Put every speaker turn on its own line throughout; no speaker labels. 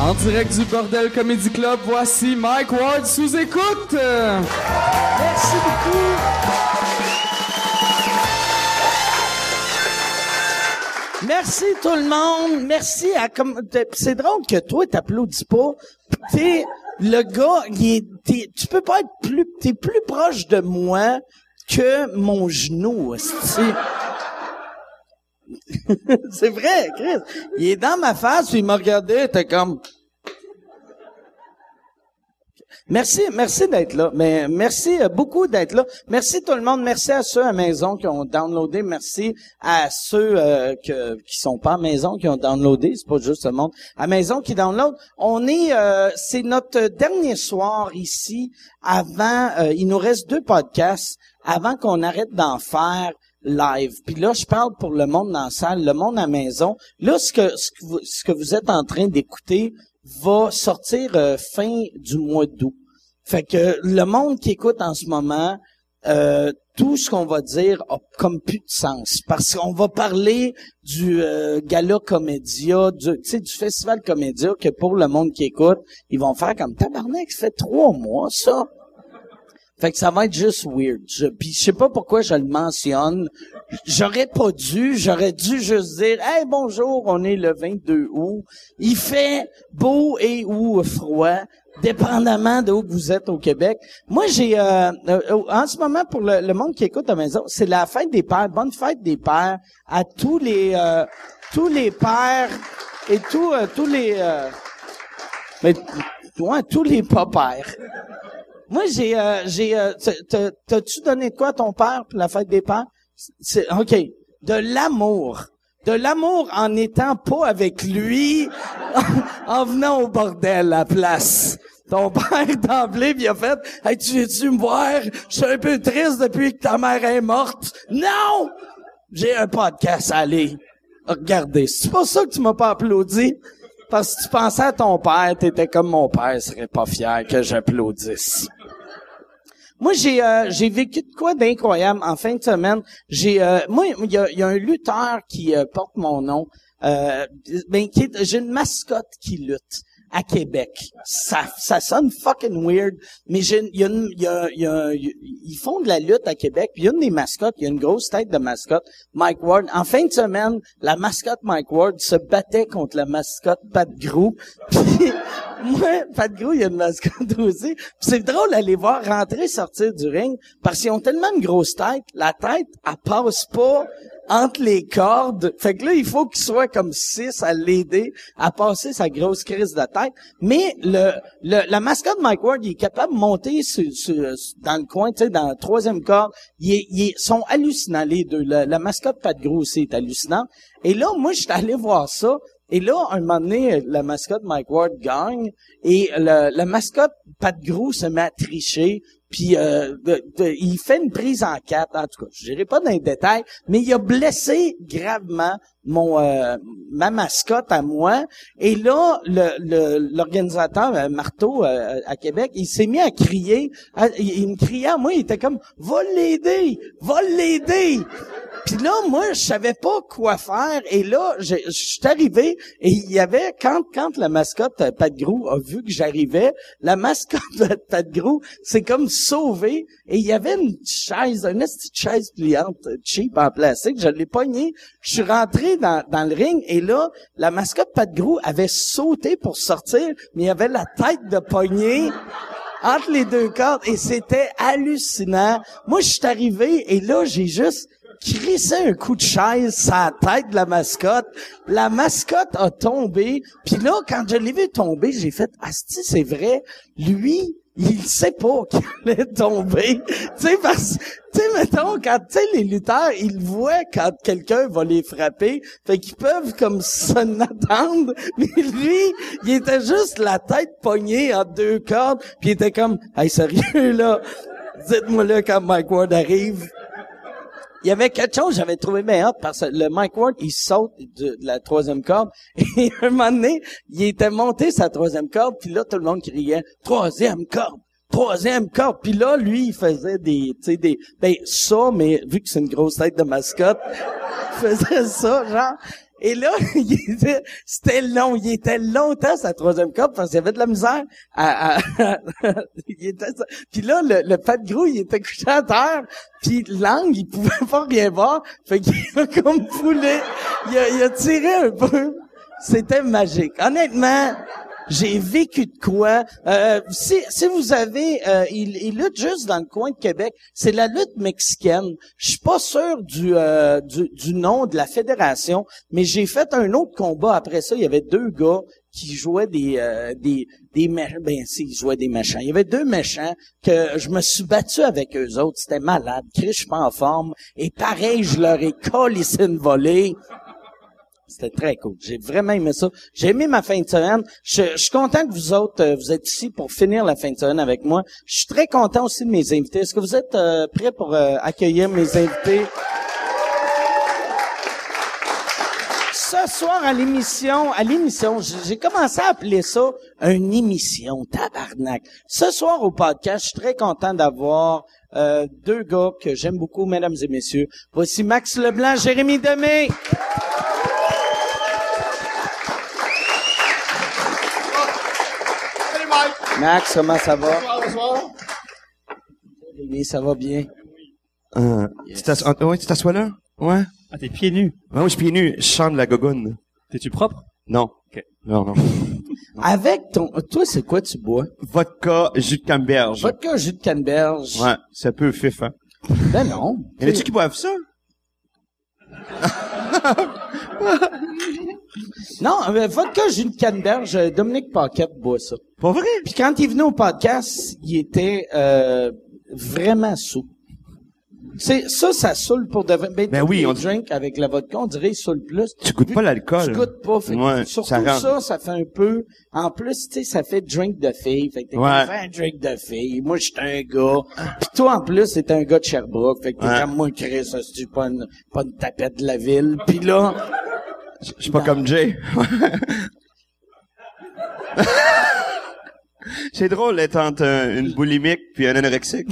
En direct du Bordel Comedy Club, voici Mike Ward sous écoute.
Merci beaucoup. Merci tout le monde. Merci à comme c'est drôle que toi t'applaudis pas. T'es le gars, il est, t'es- tu peux pas être plus t'es plus proche de moi que mon genou. esti. c'est vrai, Chris. Il est dans ma face, puis il m'a regardé, t'es comme Merci, merci d'être là. Mais merci euh, beaucoup d'être là. Merci tout le monde. Merci à ceux à maison qui ont downloadé. Merci à ceux euh, que, qui sont pas à maison qui ont downloadé. C'est pas juste le monde à maison qui download. On est, euh, c'est notre dernier soir ici. Avant, euh, il nous reste deux podcasts avant qu'on arrête d'en faire live. Puis là, je parle pour le monde dans la salle, le monde à la maison. Là, ce que, ce que, vous, ce que vous êtes en train d'écouter va sortir euh, fin du mois d'août. Fait que le monde qui écoute en ce moment, euh, tout ce qu'on va dire a comme plus de sens. Parce qu'on va parler du euh, gala comédia, du, tu sais, du festival comédia que pour le monde qui écoute, ils vont faire comme tabarnak, ça fait trois mois, ça. Fait que ça va être juste weird. Je, puis je sais pas pourquoi je le mentionne. J'aurais pas dû, j'aurais dû juste dire "Hey bonjour, on est le 22 août. Il fait beau et ou froid." Dépendamment de où vous êtes au Québec. Moi, j'ai euh, euh, euh, en ce moment pour le, le monde qui écoute à la maison, c'est la fête des pères. Bonne fête des pères à tous les euh, tous les pères et tous euh, tous les euh, mais ouais, tous les pas pères. Moi, j'ai, euh, j'ai, euh, t- t- t'as-tu donné de quoi à ton père pour la fête des pères? C'est, ok, de l'amour. De l'amour en n'étant pas avec lui, en venant au bordel à la place. Ton père, d'emblée, il a fait, « Hey, tu viens-tu me voir? Je suis un peu triste depuis que ta mère est morte. » Non! J'ai un podcast à aller. Regardez, c'est pas ça que tu m'as pas applaudi. Parce que tu pensais à ton père, t'étais comme mon père, il serait pas fier que j'applaudisse. Moi, j'ai euh, j'ai vécu de quoi d'incroyable en fin de semaine. J'ai euh, moi, il y a, il y a un lutteur qui euh, porte mon nom. Euh, ben, qui est- j'ai une mascotte qui lutte à Québec. Ça, ça sonne fucking weird, mais j'ai, il y a une- il y a- il y a- ils font de la lutte à Québec. Puis il y a une des mascottes, il y a une grosse tête de mascotte, Mike Ward. En fin de semaine, la mascotte Mike Ward se battait contre la mascotte Pat Grou. Puis moi, Pat Grou, il y a une mascotte aussi. Puis c'est drôle d'aller voir rentrer, sortir du ring, parce qu'ils ont tellement une grosse tête, la tête, elle passe pas entre les cordes. Fait que là, il faut qu'il soit comme six à l'aider à passer sa grosse crise de tête. Mais le, le- la mascotte Mike Ward, il est capable de monter sur- sur- dans le coin, tu sais, dans la troisième corde. Ils sont hallucinants, les deux. La, la mascotte Pat Gros aussi est hallucinante. Et là, moi, je suis allé voir ça. Et là, un moment donné, la mascotte Mike Ward gagne et le- la mascotte Pat Gros se met à tricher. Puis euh, de- de- il fait une prise en quatre, en tout cas, je dirais pas dans les détails, mais il a blessé gravement mon euh, ma mascotte à moi. Et là, le- le- l'organisateur euh, Marteau euh, à Québec, il s'est mis à crier, à- il, il me criait à moi, il était comme va l'aider, va l'aider. Puis là, moi, je savais pas quoi faire. Et là, je je suis arrivé et il y avait, quand, quand la mascotte euh, Pat Grou a vu que j'arrivais, la mascotte de Pat Grou s'est comme sauvée et il y avait une chaise, une petite chaise pliante euh, cheap en plastique. Je l'ai pognée. Je suis rentré dans, dans le ring et là, la mascotte Pat Grou avait sauté pour sortir, mais il y avait la tête de poignée entre les deux cordes et c'était hallucinant. Moi, je suis arrivé et là, j'ai juste crissé un coup de chaise sur la tête de la mascotte. La mascotte a tombé. Puis là, quand je l'ai vu tomber, j'ai fait « Asti, c'est vrai, lui, il sait pas qu'il allait tomber. » Tu sais, parce tu sais, mettons, quand, tu sais, les lutteurs, ils le voient quand quelqu'un va les frapper. Fait qu'ils peuvent comme s'en attendre. Mais lui, il était juste la tête pognée en deux cordes. Puis il était comme, hey, sérieux, là? Dites-moi là quand Mike Ward arrive. Il y avait quelque chose que j'avais trouvé meilleur parce que le Mike Ward, il saute de, de la troisième corde. Et un moment donné, il était monté sa troisième corde. Puis là, tout le monde criait, troisième corde! troisième corde. Puis là, lui, il faisait des, tu sais, des, ben, ça, mais vu que c'est une grosse tête de mascotte, il faisait ça, genre. Et là, il était- c'était long. Il était longtemps sa troisième corde parce qu'il avait de la misère. À, à- il était- puis là, le, le Pat Gros, il était couché à terre. Puis l'angle, il pouvait pas rien voir. Fait qu'il a comme foulé. Il a, il a tiré un peu. C'était magique. Honnêtement, j'ai vécu de quoi. Euh, si, si vous avez, euh, il, il lutte juste dans le coin de Québec. C'est la lutte mexicaine. Je suis pas sûr du, euh, du du nom de la fédération, mais j'ai fait un autre combat après ça. Il y avait deux gars qui jouaient des euh, des des mé- ben si ils jouaient des méchants. Il y avait deux méchants que je me suis battu avec eux autres. C'était malade. Chris, je suis pas en forme. Et pareil, je leur ai collissé une volée. C'était très cool. J'ai vraiment aimé ça. J'ai aimé ma fin de semaine. Je, je suis content que vous autres, euh, vous êtes ici pour finir la fin de semaine avec moi. Je suis très content aussi de mes invités. Est-ce que vous êtes euh, prêts pour euh, accueillir mes invités? Ce soir à l'émission, à l'émission, j- j'ai commencé à appeler ça une émission, tabarnak. Ce soir au podcast, je suis très content d'avoir euh, deux gars que j'aime beaucoup, mesdames et messieurs. Voici Max Leblanc, Jérémy Demé.
Salut Mike!
Max, comment ça va?
Bonsoir, bonsoir.
Oui, ça va bien.
Euh, tu t'as- ah, ouais, tu t'assois là? Ouais.
Ah, t'es pieds nus.
Ouais, oui, je suis pieds nus. Je chante de la gogoune.
T'es-tu propre?
Non.
Ok.
Non, non.
Avec ton... Toi, c'est quoi tu bois?
Vodka, jus de camberge.
Vodka, jus de canneberge.
Ouais, c'est un peu fif, hein.
Ben non.
Y en a-tu qui boivent ça?
Non, euh, vodka, jus de canneberge, euh, Dominique Paquette boit ça.
Pas vrai?
Puis quand il venait au podcast, il était euh, vraiment saoul. C'est ça, ça saoule pour de vrai.
Ben
tous
oui,
les
on dit-
drinks avec la vodka, on dirait il saoule plus.
Tu goûtes pas l'alcool.
Tu goûtes pas. Fait que
Ouais,
surtout
ça
ça,
rentre.
ça, fait un peu. En plus, tu sais, ça fait drink de fille. Fait que t'es
Ouais.
comme, fais un drink de fille. Moi, j'étais un gars. Puis toi, en plus, t'es un gars de Sherbrooke. Fait que t'es
Ouais.
comme moi, Chris, ça, c'est pas une, pas une tapette de la ville. Puis là,
Je je suis pas comme Jay. c'est drôle d'être entre un- une boulimique puis un anorexique.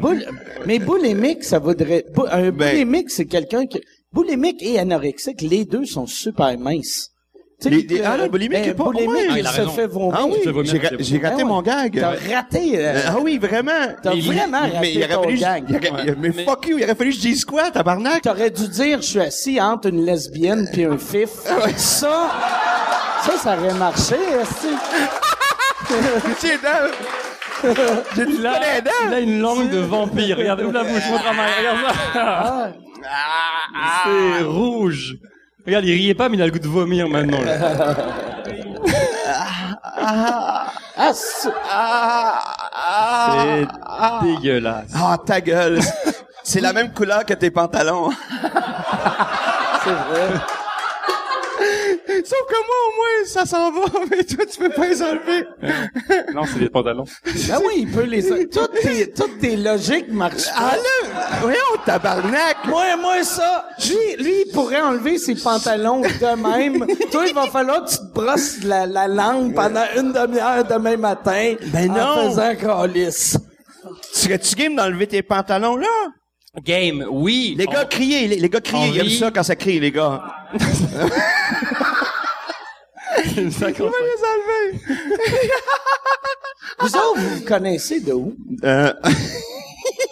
boule- mais boulimique, ça voudrait, bou- un
Ah, Ben-
boulimique, c'est quelqu'un qui, boulimique et anorexique, les deux sont super minces. Tu sais,
Les- les-
le-
ah, le boulimique est pas-
boulimique,
ouais.
il,
Ah,
il a
se
raison.
fait vomir.
ah
Oh, Je
oui,
vois bien
j'ai
que
ra-
c'est
j'ai
Ah
raté
ouais.
mon gag.
T'as raté, euh,
Euh, Ah oui, vraiment.
t'as
il-
vraiment raté
Mais il aurait
ton
fallu,
gag.
il aurait- il- mais fuck you, il aurait fallu que je dise quoi, tabarnak?
T'aurais dû dire, je suis assis entre une lesbienne puis un fif.
Ah
Ça, ça, ça aurait marché. esti.
J'ai dans- J'ai du
Là,
palais dedans.
il a une langue de vampire. Regarde, ouvre la bouche, montre la main. Regarde ça.
Ah,
C'est rouge. Regarde, il riait pas, mais il a le goût de vomir maintenant. là.
ah, c'est-
Ah,
Ah,
C'est dégueulasse.
Ah, ta gueule. C'est la même couleur que tes pantalons.
c'est vrai.
Sauf que moi, au moins, ça s'en va, mais toi, tu peux pas les enlever.
Non, c'est des pantalons.
Ben oui, il peut les... Toutes tes, toutes tes logiques marchent pas.
Ah, Enlève! Voyons, tabarnak!
Moi, moi, ça! Lui, lui, il pourrait enlever ses pantalons de même. Toi, il va falloir que tu te brosses la, la langue pendant une demi-heure demain matin.
Ben
En
non.
faisant calice.
Serais-tu game d'enlever tes pantalons, là?
Game, oui.
Les gars, criez, les, les gars, criez. Ils aiment
Henri.
ça quand ça crie, les gars.
D'accord.
les enlever.
Vous autres, vous vous connaissez de où?
Euh,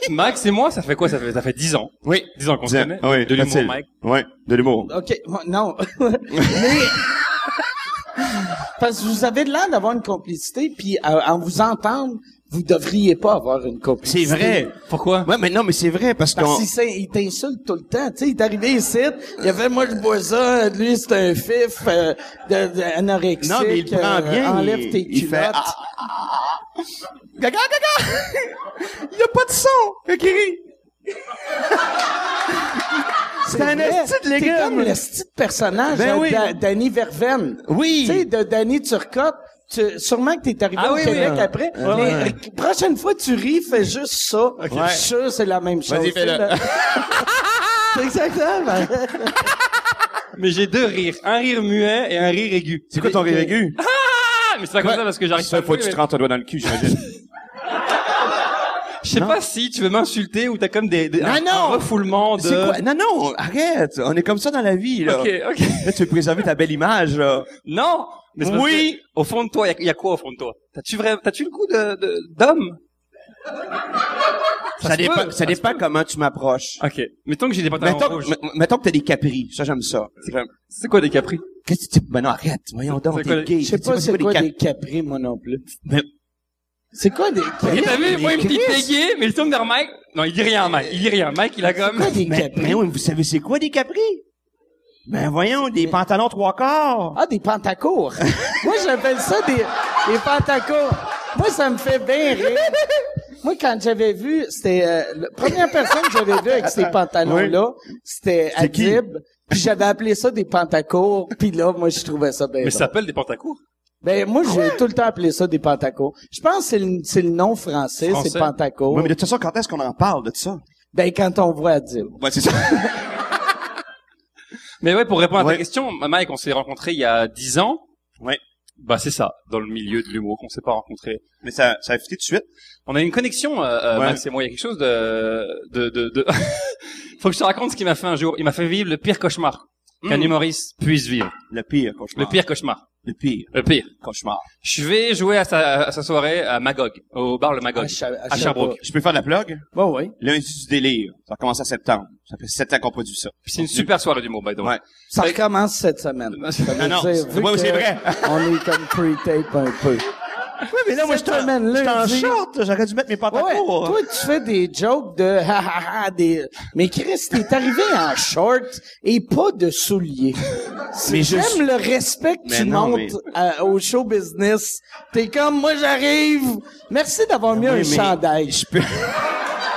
Oh, Max et moi, ça fait quoi? Ça fait, ça fait 10 ans.
oui. Ah
10 ans qu'on se connaît.
oui,
de l'humour,
facile.
Mike.
Oui, de l'humour.
OK, moi, non. Mais... Parce que vous avez l'air d'avoir une complicité, puis euh, en vous entendre, vous devriez pas avoir une complicité.
C'est vrai.
Pourquoi?
Ouais, mais non, mais c'est vrai, parce qu'on...
Parce qu'il s'in- il t'insulte tout le temps. Tu sais, il est arrivé ici, il a fait « Moi, je bois ça. Lui, c'est un fif euh, de, de- anorexique.
Non, mais il le prend
euh,
bien.
enlève
il,
tes
il
culottes.
fait. Ah, ah, ah, ah. Gaga, gaga! il y a pas de son! Fait qu'il rit.
C'est
c'est un
vrai.
esti de
T'es
légume.
comme l'esti de personnage
Ben
euh,
oui.
d'A- d'Annie Verven.
Oui.
Tu sais, de Danny Turcotte. Tu, sûrement que t'es arrivé
Ah
au
oui, oui,
Québec
ouais.
après.
Ouais,
mais
ouais.
euh, prochaine fois, tu ris, fais juste ça. Je
Ouais.
suis sûr, c'est la même chose.
Vas-y, fais-le.
C'est Exactement.
Mais j'ai deux rires. Un rire muet et un rire aigu.
C'est quoi ton rire aigu?
Ah, mais c'est pas comme ça parce que j'arrive pas à le
faut que
jouer,
tu
mais-
te rentres un doigt dans le cul, j'imagine.
Je sais
Non.
pas si tu veux m'insulter ou t'as comme des, des-
Non,
un,
non.
un refoulement de.
C'est quoi? Non, non, arrête. On est comme ça dans la vie, là.
Ok, ok.
Là, tu veux préserver ta belle image, là.
Non. Mais c'est parce
Oui.
que, au fond de toi, il y, a quoi au fond de toi T'as-tu vrai, t'as-tu le goût de de- d'homme
Ça,
se
dépend,
peut,
ça
se
dépend
peut.
comment tu m'approches.
Ok. Mettons que j'ai des pantalons
Mettons,
rouges.
m- mettons que t'as des capris. Ça, j'aime ça. J'aime-
C'est quoi des capris
Qu'est-ce que tu... Ben non, arrête. Voyons donc,
C'est
t'es
quoi les-
gay.
Je sais
Tu
pas
vois,
c'est quoi
cap- ben,
des capris, moi non plus.
Mais-
C'est quoi des
Et
capris?
t'as vu,
Mais
moi, il me dit
Chris,
payé, mais il tourne vers Mike. Non, il dit rien à Mike. Il dit rien. Mike, il a comme...
Quoi des
Mais, mais
capris?
oui, vous savez c'est quoi des capris? Ben voyons, des pantalons trois quarts.
Ah, des pantacours. Moi, j'appelle ça des, des pantacours. Moi, ça me fait bien rire. Moi, quand j'avais vu, c'était euh, la première personne que j'avais vue avec ces pantalons-là, c'était
C'est qui?
Adib. Puis j'avais appelé ça des pantacours. Puis là, moi, je trouvais ça bien
Eh
Mais ça
drôle.
s'appelle des pantacours.
Ben, moi, j'ai tout le temps appelé ça des pantacours. Je pense que c'est le, c'est le nom français, c'est
Français.
pantacours.
Oui, mais de toute façon, quand est-ce qu'on en parle de tout ça?
Ben, quand on voit Adib.
Ben c'est ça.
Mais ouais, pour répondre à
Ouais.
ta question, Mike, on s'est rencontrés il y a 10 ans.
Ouais.
Bah c'est ça, dans le milieu de l'humour qu'on s'est pas rencontrés.
mais ça, ça a fité tout de suite.
On a une connexion, euh, euh,
Ouais.
Max et moi, il y a quelque chose de... de, de, de- Faut que je te raconte ce qu'il m'a fait un jour. Il m'a fait vivre le pire cauchemar qu'un
Hmm. Ah.
humoriste puisse vivre.
Le pire cauchemar.
Le pire cauchemar.
Le pire
Le pire.
cauchemar.
Je vais jouer à sa, à sa soirée à Magog, au bar le
Ah,
Magog.
Sher-
à Sherbrooke.
Je peux faire de la plug?
Bon, oui.
Lundi du délire. Ça commence en septembre. Ça fait sept ans qu'on produit ça.
Puis C'est une super soirée d'humour, by the way.
Ouais.
Ça
Fait-
recommence cette semaine. Ça veut
Ah non,
dire,
c'est-
vu
ouais,
que
c'est vrai.
on est comme pre-tape un peu.
Oui, mais là,
moi, je suis en- je suis en short,
J'aurais dû mettre mes hein.
Ouais, toi, tu fais des jokes de ha ha ha, des... Mais Chris, t'es arrivé en short et pas de souliers.
Mais
mais
je
j'aime
suis-
le respect que
Mais
tu
non,
montres à- au show business. T'es comme, moi, j'arrive. Merci d'avoir mis
oui,
un
mais-
chandail.
Je peux...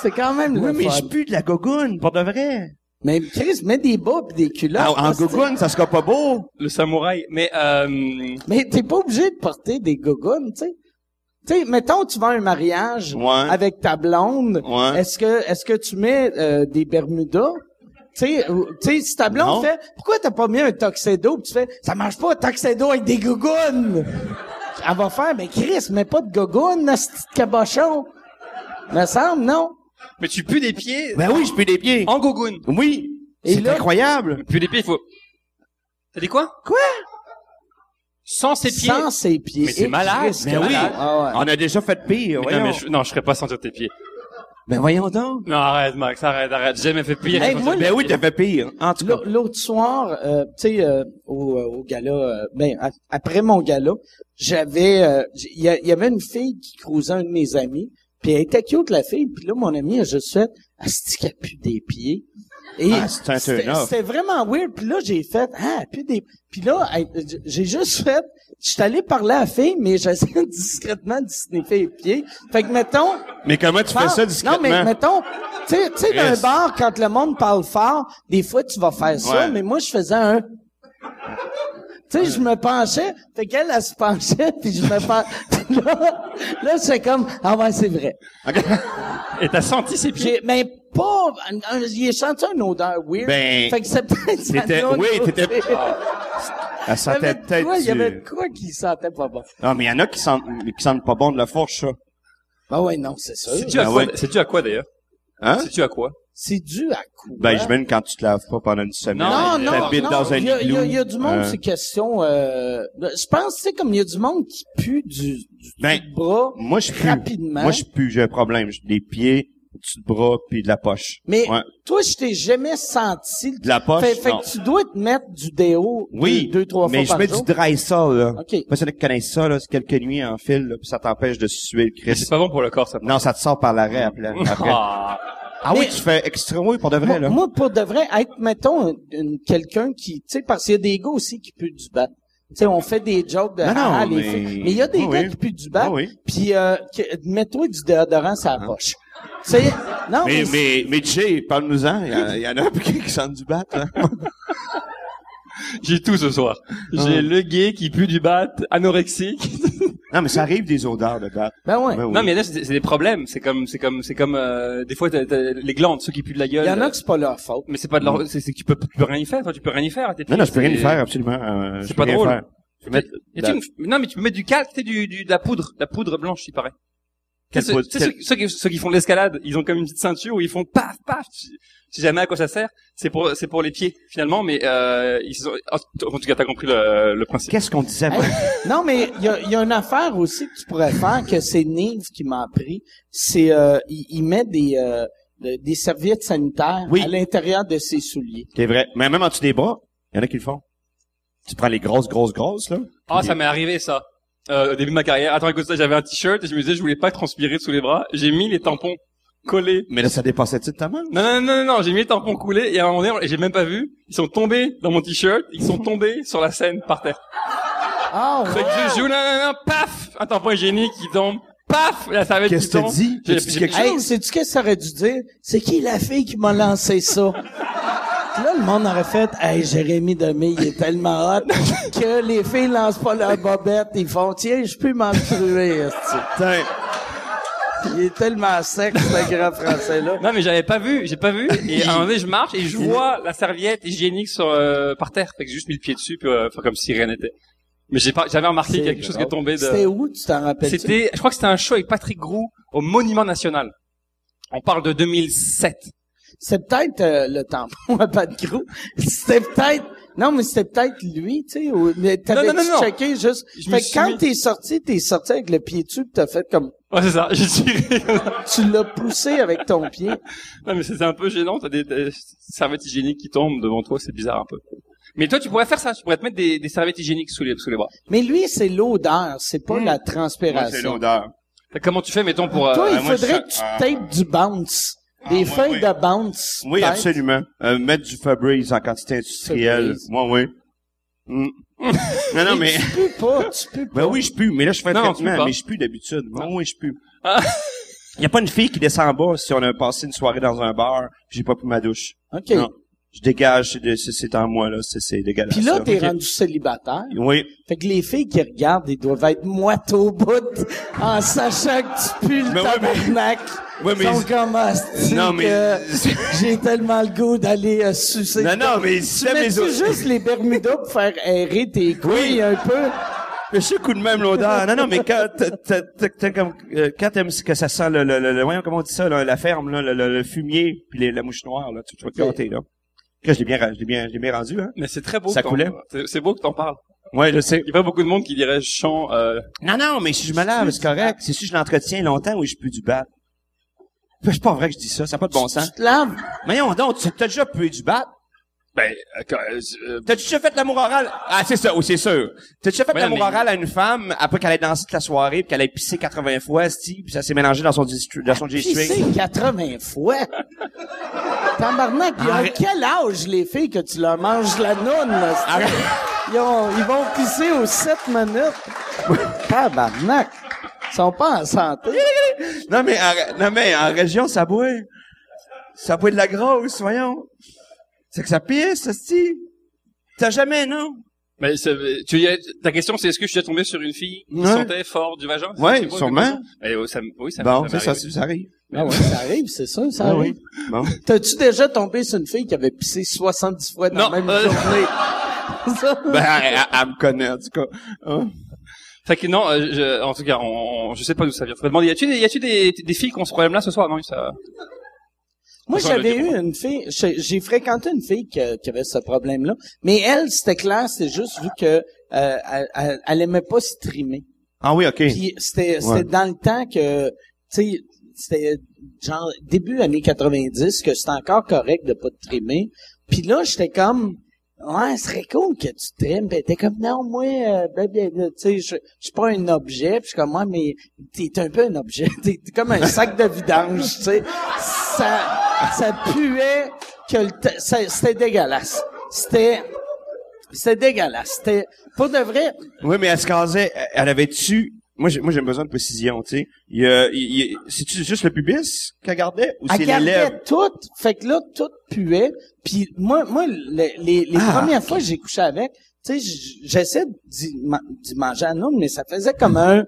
C'est quand même
Oui,
le
mais
fun.
je pue de la gogoune, pour de vrai.
Mais Chris, mets des bas pis des culottes.
Ah, en
parce que-
gogoune, ça sera pas beau.
Le samouraï. Mais euh,
Mais t'es pas obligé de porter des gogoons, tu sais. Tu sais, mettons, tu vas à un mariage
Ouais.
avec ta blonde.
Ouais.
Est-ce que, est-ce que tu mets euh, des Bermudas? Tu sais, ou- tu sais, si ta blonde
Non.
fait, pourquoi t'as pas mis un tuxedo? Puis tu fais, ça marche pas, un tuxedo avec des gogoons! Elle va faire, mais Chris, mets pas de gogoons, ce petit cabochon. Me semble, non?
mais tu pues des pieds
Ben oui, je pue des pieds.
en gogoune.
Oui.
Oh. Et
C'est
là-
incroyable.
Puis les pieds, il faut. T'as dit quoi
Quoi?
Sans ses pieds.
Sans ses pieds.
Mais c'est
Et
malade,
Chris,
mais
que
oui.
malade. Ah ouais.
On a déjà fait pire,
Mais
voyons.
non, mais je... non, je serais pas sentir tes pieds.
Ben voyons donc.
Non, arrête, Max, arrête, arrête. J'ai jamais fait pire.
Hey,
que
moi,
sentir-
Ben oui, t'as fait pire. En tout cas.
L'au- L'autre soir, euh, tu sais, euh, au, euh, au gala, euh, ben a- après mon gala, j'avais, euh, j- il y, a- il y avait une fille qui croisait un de mes amis, puis elle était cute la fille, puis là mon ami a juste fait, asti qu'elle pue des pieds. Et
Ah, c'est un
c'était
turn-off.
c'était vraiment weird. Puis là, j'ai fait, ah, puis des... Puis là, elle- j- j'ai juste fait, je suis allé parler à la fille, mais j'essayais discrètement de sniffer les pieds. Fait que, mettons,
Mais comment tu fais
parle-
ça discrètement?
Non, mais mettons, tu sais- tu sais, dans un
Yes.
bar, quand le monde parle fort, des fois, tu vas faire ça,
Ouais.
mais moi, je faisais un... Tu sais, je me penchais, fait qu'elle, elle se penchait, puis je me penchais. là, là c'est comme, ah ouais, c'est vrai.
Et t'as senti ses pieds.
J'ai, mais pas, un- un- j'ai senti une odeur weird.
Ben,
fait que c'est peut-être ça
t'étais-
donne
oui,
aussi.
t'étais- Elle
Il y avait
sentait
de
peut-être
quoi- il y avait
du-
de quoi qui sentait pas bon.
Ah, mais il y en a qui sentent, qui sentent pas bon de la fourche, ça.
Ben ouais, non, c'est sûr.
C'est dû à
Ben
quoi,
ouais.
c'est dû à quoi d'ailleurs
Hein?
C'est dû à quoi
C'est dû à quoi?
Ben, j'imagine quand tu te laves pas pendant une semaine.
Non,
Non,
il
non,
t'habites
non.
dans un
il, y a, il y a- il y a
igloo.
du monde,
Euh.
c'est question... Euh, je pense, tu sais, comme il y a du monde qui pue du, du,
Ben,
du bras
Moi, je pue.
rapidement.
Moi, je pue. J'ai un problème. J'ai des pieds, du bras, puis de la poche.
Mais
Ouais.
toi, je t'ai jamais senti...
De la poche,
Fait, fait
non.
que tu dois te mettre du déo
Oui.
deux, deux, trois
mais
fois par
je mets
jour.
du dry sol, là.
Ok.
Moi, ceux qui connaissent ça, là, c'est quelques nuits en fil, là, puis ça t'empêche de suer le
Mais
Christ.
c'est pas bon pour le corps, ça.
Non, ça te sort par l'arrêt après. après.
Ah.
Ah oui,
Mais-
tu fais extra oui pour de vrai,
Moi,
là.
moi, pour de vrai, être, mettons, une- une- quelqu'un qui... Tu sais, parce qu'il y a des gars aussi qui puent du bat. Tu sais, on fait des jokes de...
Non, non,
ah, ah, les
mais-
filles. mais il y a des
Oui,
gars
oui.
qui puent du bat.
Oui, oui.
Puis, euh, que- mets-toi du déodorant sur la poche. Tu sais, non,
Mais,
mais...
mais, mais Jay, parle-nous-en. Il y en- il y, en a qui qui sentent du bat, là.
J'ai tout ce soir. J'ai le gay qui pue du bat, anorexique.
Non, mais ça arrive des odeurs de bat.
Ben ouais.
Ben oui.
Non, mais là, c'est c'est des problèmes. C'est comme, c'est comme, c'est comme, euh, des fois, t'as- t'as les glandes, ceux qui puent de la gueule.
Il y en a que c'est pas leur faute.
Mais c'est pas de leur, c'est c'est que tu peux, tu peux rien y faire, toi, tu peux rien y faire à tes pieds.
Mm. Non, non, je peux rien y
C'est-
faire, absolument. Euh, je
C'est
peux
pas
rien
drôle.
faire. Je peux mettre
Y
de la-
a-t-il une- Non, mais tu peux mettre du calque, tu sais, du, du, de la poudre, de la poudre blanche, il paraît. Tu
Quel
sais,
pot-
tu sais,
quel-
ceux, ceux qui, ceux qui font de l'escalade, ils ont comme une petite ceinture où ils font paf, paf. Tu tu sais jamais à quoi ça sert. C'est pour, c'est pour les pieds finalement, mais euh, ils ont, en tout en tout cas, t'as compris le, le principe.
Qu'est-ce qu'on disait?
Hey, non, mais il y a, il y a une affaire aussi que tu pourrais faire, que c'est Nive qui m'a appris. C'est, euh, il, il met des, euh, de- des serviettes sanitaires
Oui.
à l'intérieur de ses souliers.
C'est vrai. Mais même en dessous des bras, il y en a qui le font. Tu prends les grosses, grosses, grosses, là.
Ah,
puis-
ça m'est arrivé ça. Euh, au début de ma carrière, attends, écoute ça, j'avais un t-shirt et je me disais, je voulais pas transpirer sous les bras. J'ai mis les tampons collés.
Mais là, ça dépassait-tu de ta main?
Non, non, non, non, non, j'ai mis les tampons coulés et à un moment donné, j'ai même pas vu. Ils sont tombés dans mon t-shirt, ils sont tombés sur la scène par terre.
Ah,
Fait que je joue, non, non, non, paf, un tampon hygiénique qui tombe, paf, la serviette
Qu'est-ce
qui
que t'as
tombe.
dit?
J'ai-
T'as dit
j'ai-
quelque
Hey, sais-tu qu'est-ce que ça aurait dû dire? C'est qui la fille qui m'a lancé ça? Là, le monde aurait fait, hey, Jérémy Demé, il est tellement hot que les filles lancent pas leur bobette, ils font, tiens, je peux m'entruer,
Putain.
Il est tellement sec, ce grand français-là.
Non mais j'avais pas vu, j'ai pas vu. Et à un moment donné, je marche et je vois la serviette hygiénique sur euh, par terre. Fait que j'ai juste mis le pied dessus puis euh, faire comme si rien n'était. Mais j'ai pas, j'avais remarqué qu'il y a quelque chose qui est tombé de.
C'était où, tu t'en rappelles?
C'était, je crois que c'était un show avec Patrick Groux au Monument National. On parle de 2007.
C'est peut-être euh, le tampon à pas de gros. C'était peut-être. Non, mais c'était peut-être lui, tu sais. ou- mais
non, non, non.
T'avais-tu checké juste.
Je me
fait que
suis
quand
mis-
t'es sorti, t'es sorti avec le pied dessus, pis t'as fait comme.
Ouais, c'est ça. J'ai tiré.
Tu l'as poussé avec ton pied.
non, mais c'était un peu gênant. T'as des, des serviettes hygiéniques qui tombent devant toi. C'est bizarre un peu. Mais toi, tu pourrais faire ça. Tu pourrais te mettre des, des serviettes hygiéniques sous les, sous les bras.
Mais lui, c'est l'odeur, c'est pas la
Mm. Moi, c'est
transpiration.
l'odeur.
Fait que comment tu fais, mettons, pour, euh,
Toi, il
moi, je
faudrait
sens-
que tu
Ah.
tapes du bounce. Des
ouais,
feuilles
oui.
de bounce.
Oui,
peut-être.
absolument. Euh, mettre du Febreze en quantité industrielle.
Febreze.
Moi, oui. Mm. non, non, mais...
Tu peux pas, tu peux pas.
Ben oui, je pue, mais là, je fais un
Non, tu peux
traitement,
pas.
mais je pue d'habitude. Moi, oui, je pue.
Ah.
Il n'y a pas une fille qui descend en bas si on a passé une soirée dans un bar puis j'ai pas pris ma douche.
OK.
Non. Je dégage, c'est de- c'est c'est en moi, là. C'est- C'est dégueulasse.
Puis là,
là.
t'es
Ok.
rendu célibataire.
Oui.
Fait que les filles qui regardent, ils doivent être moites au bout en sachant que tu pues le
Mais ouais, mais-
tabarnak.
Ouais, mais-
Ils sont comme hosties
Non, mais-
que j'ai tellement le goût d'aller euh, sucer.
Non, non, mais
Tu
si la
mets-tu
maison...
juste les Bermudas pour faire errer tes couilles un peu?
Mais je coup de même l'odeur. Non, non, mais quand t'as- t'as- t'as- t'as comme, euh, quand t'aimes que ça sent le, le, le, le- voyons, comment on dit ça, là, la ferme, là, le, le- le fumier, puis les- la mouche noire, là, tu tu vas te gâter, là. Là, je l'ai bien, ra- je l'ai bien, je l'ai bien rendu, hein.
Mais c'est très beau.
Ça
que t'en-
coulait.
C'est c'est beau que t'en parles.
Ouais, je sais.
Il y a pas beaucoup de monde qui dirait chant, euh,
Non, non, mais si je me lave, c'est correct. C'est si je l'entretiens longtemps, oui, je pue du bat. C'est pas vrai que je dis ça, ça n'a pas de bon sens.
Tu te laves?
Mais on donc, tu t'as déjà pué du bat?
ben, euh, quand- euh,
T'as déjà fait l'amour oral? Ah, c'est ça, oui, c'est sûr. T'as déjà fait
Ouais,
l'amour
mais-
oral à une femme après qu'elle ait dansé toute la soirée, puis qu'elle ait pissé 80 fois, Steve, puis ça s'est mélangé dans son, distru- dans son G-string?
Pisser 80 fois. Tabarnak, ils ont
Arrête.
quel âge les filles que tu leur manges la noune? là, c'est-
Arrête.
Ils, ont- ils vont pisser aux 7 minutes. Tabarnak. Ils sont pas en santé.
Non, mais en, non, mais en région, ça boit. Ça boit de la grosse, voyons. C'est que ça pisse, Steve. T'as jamais, non?
Mais c'est- ben, tu y as- ta question, c'est est-ce que je suis déjà tombé sur une fille qui
Ouais.
sentait fort du vagin C'est-
Ouais,
c'est beau,
sûrement.
comme ça. Eh, oh, ça m- oui,
Bah,
ça,
bon,
ça
c'est
m'est
ça,
arrivé.
ça arrive.
Ah ouais, ça arrive, c'est ça, ça
Ah
arrive.
Bon.
T'as-tu déjà tombé sur une fille qui avait pissé 70 fois dans
Non,
la même
euh,
journée? Ça-
Ben, elle, elle- elle me connaît, en tout cas. Hein?
ah, Fait que non, euh, je, en tout cas, on, on- je sais pas d'où ça vient. Faudrait demander, y a-tu des, y a-tu des, des filles qui ont ce problème-là ce soir Non, ça.
Moi,
Enfin,
j'avais
le
eu une fille, j'ai j'ai fréquenté une fille que- qui avait ce problème-là, mais elle, c'était clair, c'était juste vu que euh, elle, elle, elle aimait pas streamer.
Ah oui, OK.
Puis c'était c'était
Ouais.
dans le temps que, tu sais, c'était genre début années 90 que c'était encore correct de pas te trimer. Puis là, j'étais comme, ouais, ce serait cool que tu trimes. Ben, t'es comme, non, moi, euh, ben, ben, ben, tu sais, je je suis pas un objet. Puis je suis comme, ouais, mais t'es un peu un objet. T'es t'es comme un sac de vidange, tu sais. Ça, ça puait que le t- ça- c'était dégueulasse. C'était, c'était dégueulasse. C'était, pour de vrai,
Oui, mais elle se casait, elle- elle avait-tu... Moi, j'ai moi, j'ai besoin de précision, tu sais. Il y a- il- il- C'est-tu juste le pubis qu'elle gardait ou c'est
Elle
les lèvres?
gardait tout. Fait que là, tout puait. Puis moi, moi, le- les, les
Ah,
premières fois que j'ai couché avec, tu sais, j- j'essaie d'y ma- d'y manger un homme, mais ça faisait comme un...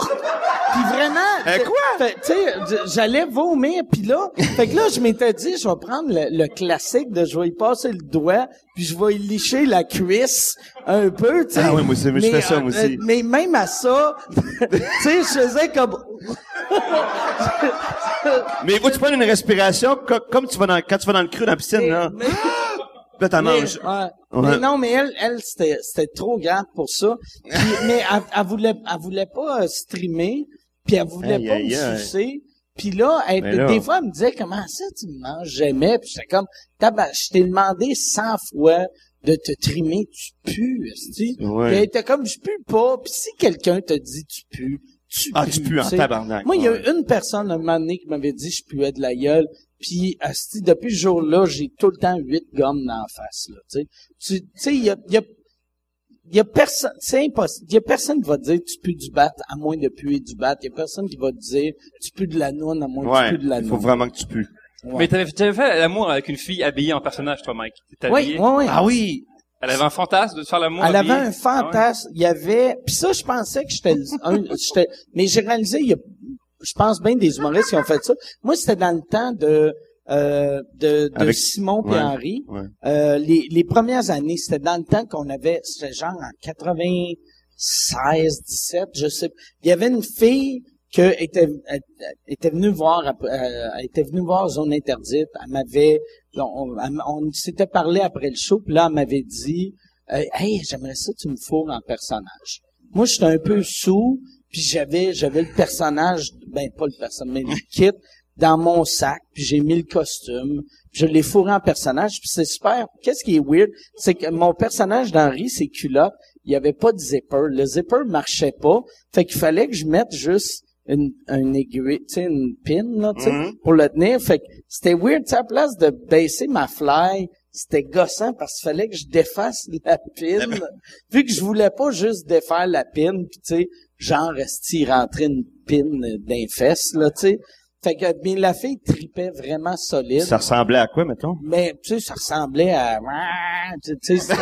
Puis vraiment,
Euh, quoi?
fait- Tu sais, j- j'allais vomir, puis là, fait que là, je m'étais dit, je vais prendre le, le classique de je vais y passer le doigt, puis je vais y licher la cuisse un peu, tu sais.
Ah oui, moi aussi, mais je fais ça, moi aussi.
mais même à ça, tu sais, je faisais comme
Mais il faut que tu prennes une respiration co- comme tu vas dans, quand tu vas dans le cru dans la piscine, là. Là, t'en
Mais-
manges.
ouais.
Ouais.
Mais non, mais elle, elle, c'était, c'était trop grave pour ça. Puis- mais elle, elle voulait, elle voulait pas euh, streamer, puis elle voulait
Aïe,
pas
aïe,
me
aïe.
sucer. Puis là, elle-
Mais là.
des fois, elle me disait comment ça tu me manges jamais. Puis j'étais comme, Tabar- je t'ai demandé 100 fois de te trimer, tu pues, tu
Ouais.
elle était comme, je pue pas. Puis si quelqu'un te dit tu pues, tu
Ah,
pues,
tu pues en
sais.
tabarnak.
Moi, il y a
Ouais.
eu une personne un moment donné qui m'avait dit que je puais de la gueule. Puis, asti, depuis ce jour-là, j'ai tout le temps huit gommes dans la face. Là, tu sais. Tu- tu sais, il y a, il y a, il y a personne, c'est impossible. Il y a personne qui va te dire tu pues du bat à moins de puer du bat. Il y a personne qui va te dire tu pues de la noune à moins de
Ouais.
puer de la
Il faut
noune.
vraiment que tu pues.
Ouais.
Mais t'avais t'avais fait l'amour avec une fille habillée en personnage, toi, Mike. T'étais
Oui,
habillé.
oui, oui.
Ah oui!
Elle avait un fantasme de te faire l'amour.
Elle avait
habillée. Ah
un fantasme. Il y avait. Puis ça, je pensais que j'étais. le- un- j'étais- Mais j'ai réalisé, il y a, je pense bien des humoristes qui ont fait ça. Moi, c'était dans le temps de euh, de, de
Avec-
Simon et
ouais,
Henri.
ouais.
Euh, les, les premières années, c'était dans le temps qu'on avait. C'était genre en 96, 17, je sais. Il y avait une fille qui était elle- elle était venue voir après- euh, elle était venue voir zone interdite. Elle m'avait on, on- elle- on s'était parlé après le show, puis là, elle m'avait dit euh, Hey, j'aimerais ça que tu me fourres en personnage. Moi, j'étais un peu sous, puis j'avais j'avais le personnage, ben pas le personnage, mais le kit dans mon sac, puis j'ai mis le costume, puis je l'ai fourré en personnage, puis c'est super. Qu'est-ce qui est weird, c'est que mon personnage d'Henri, c'est culotte, il n'y avait pas de zipper. Le zipper marchait pas, fait qu'il fallait que je mette juste une, un aiguille, tu sais, une pin, là, tu sais, pour le tenir. Fait que c'était weird, tu sais, à place de baisser ma fly, c'était gossant parce qu'il fallait que je défasse la pin. vu que je voulais pas juste défaire la pin, puis tu sais, genre, esti, rentrer une pin d'un fesse, là, tu sais. Fait que, mais la fille tripait vraiment solide.
Ça ressemblait à quoi, mettons?
Mais, tu sais, ça ressemblait à... Tu sais, c'était-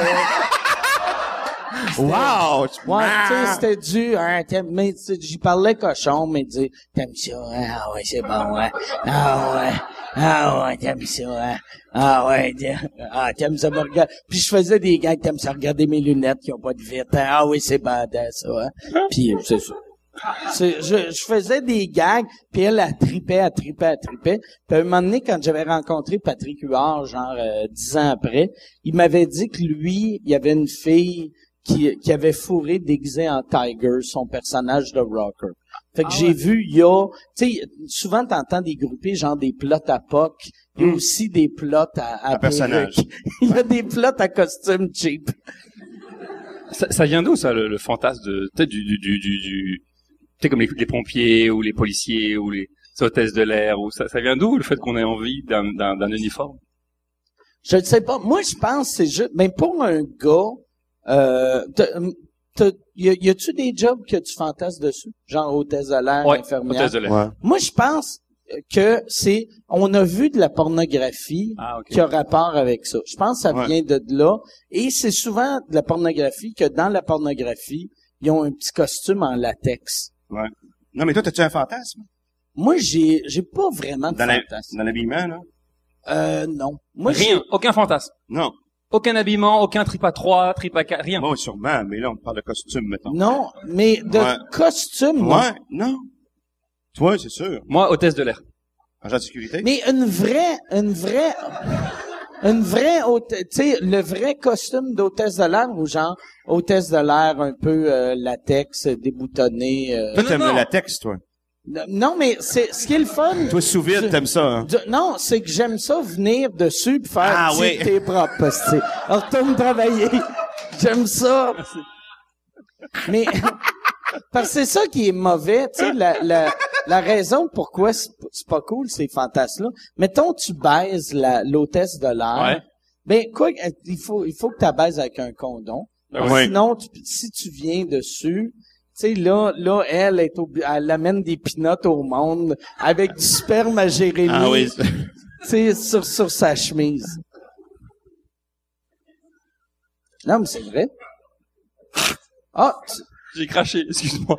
Wow! Tu- Ah!
Ouais, tu sais, c'était du, hein, t'aimes- mais tu sais, j'y parlais cochon, mais tu sais, t'aimes ça, hein? ah ouais, c'est bon, hein, ah ouais, ah ouais, t'aimes ça, hein, ah ouais, t'aimes- ah, t'aimes ça me regarder, puis je faisais des gars, t'aimes ça regarder mes lunettes qui ont pas de vitre, hein? ah oui, c'est badass, ça, hein, puis euh, c'est ça. C'est- je, je faisais des gags, puis elle, elle tripait, elle tripait, elle tripait. Puis à un moment donné, quand j'avais rencontré Patrick Huard, genre euh, dix ans après, il m'avait dit que lui, il y avait une fille qui, qui avait fourré déguisée en Tiger, son personnage de rocker. Fait que j'ai vu, il y a... Tu sais, souvent, t'entends des groupés, genre des plots à POC, il y a aussi des plots à...
À personnage.
perruque. il y a des plots à costume cheap.
Ça, ça vient d'où, ça, le, le fantasme de, peut-être du, du, du, du, du- tu sais, comme les, les pompiers, ou les policiers, ou les hôtesses de l'air, ou ça, ça vient d'où, le fait qu'on ait envie d'un, d'un, d'un uniforme?
Je ne sais pas. Moi, je pense que c'est juste. Mais pour un gars, euh, t'as- t'as- y, a, y a-tu des jobs que tu fantasmes dessus, genre hôtesse de l'air,
Ouais,
infirmière?
hôtesse de l'air.
Ouais.
Moi, je pense euh, que c'est. On a vu de la pornographie
Ah, ok.
qui a rapport avec ça. Je pense que ça
Ouais.
vient de de là. Et c'est souvent de la pornographie que dans la pornographie, ils ont un petit costume en latex.
Ouais. Non, mais toi, t'as-tu un fantasme?
Moi, j'ai j'ai pas vraiment de
Dans la-
fantasme.
dans l'habillement, là?
Euh, non. Moi, j'ai-
Rien, aucun fantasme.
Non.
Aucun habillement, aucun trip à trois, trip à quatre, rien.
Bon, sûrement, mais là, on parle de costume, mettons.
Non, mais de
Ouais.
costume, non.
Ouais, non. Toi, c'est sûr.
Moi, hôtesse de l'air.
Agent de sécurité.
Mais une vraie, une vraie, une vraie, hôte- tu sais, le vrai costume d'hôtesse de l'air ou genre hôtesse de l'air un peu euh, latex, déboutonné. euh,
Toi,
Non,
t'aimes
non.
le latex, toi.
Non, mais c'est ce qui est le fun.
Toi, sous vide, t'aimes ça, hein?
du- non, c'est que j'aime ça venir dessus pis faire
Ah
Tic,
oui.
t'es propre, parce que, tu sais, retourne travailler. J'aime ça. Mais parce que c'est ça qui est mauvais, tu sais, la, la, la raison pourquoi c'est p- c'est pas cool ces fantasmes-là. Mettons, tu baises la- l'hôtesse de l'air.
Ouais.
Ben quoi, que- il faut il faut que tu baises avec un condom.
Ah
ouais.
Sinon, tu- si tu viens dessus. Tu sais, là, là, elle est obli- elle amène des pinottes au monde avec du sperme à Jérémy.
Ah oui.
Tu sais, sur, sur sa chemise. Non, mais c'est vrai. Ah, tu-
J'ai craché, excuse-moi.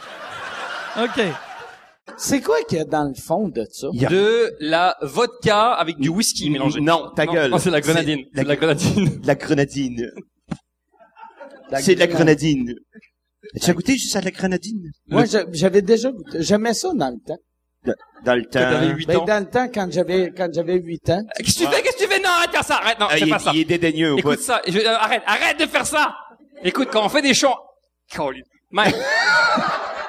ha! OK.
C'est quoi qu'il y a dans le fond de ça?
De la vodka avec du whisky mélangé.
Non, ta gueule.
Mm, Non, Ah, c'est de la grenadine.
C'est
C'est de la grenadine.
De la grenadine. C'est de la grenadine. Tu as goûté juste à de la grenadine?
Moi, je- j'avais déjà goûté. J'aimais ça dans le temps.
De- Dans le temps.
Quand t'avais huit
Ben,
ans.
dans le temps, quand j'avais, quand j'avais 8 ans.
Qu'est-ce que tu fais? Qu'est-ce que tu fais? Non, arrête de faire ça. Arrête, non,
Ah,
c'est
il,
pas
est-
ça.
il est dédaigneux. au
Écoute
bout.
ça. Je- euh, arrête, arrête de faire ça. Écoute, quand on fait des shows, Colin, Mike,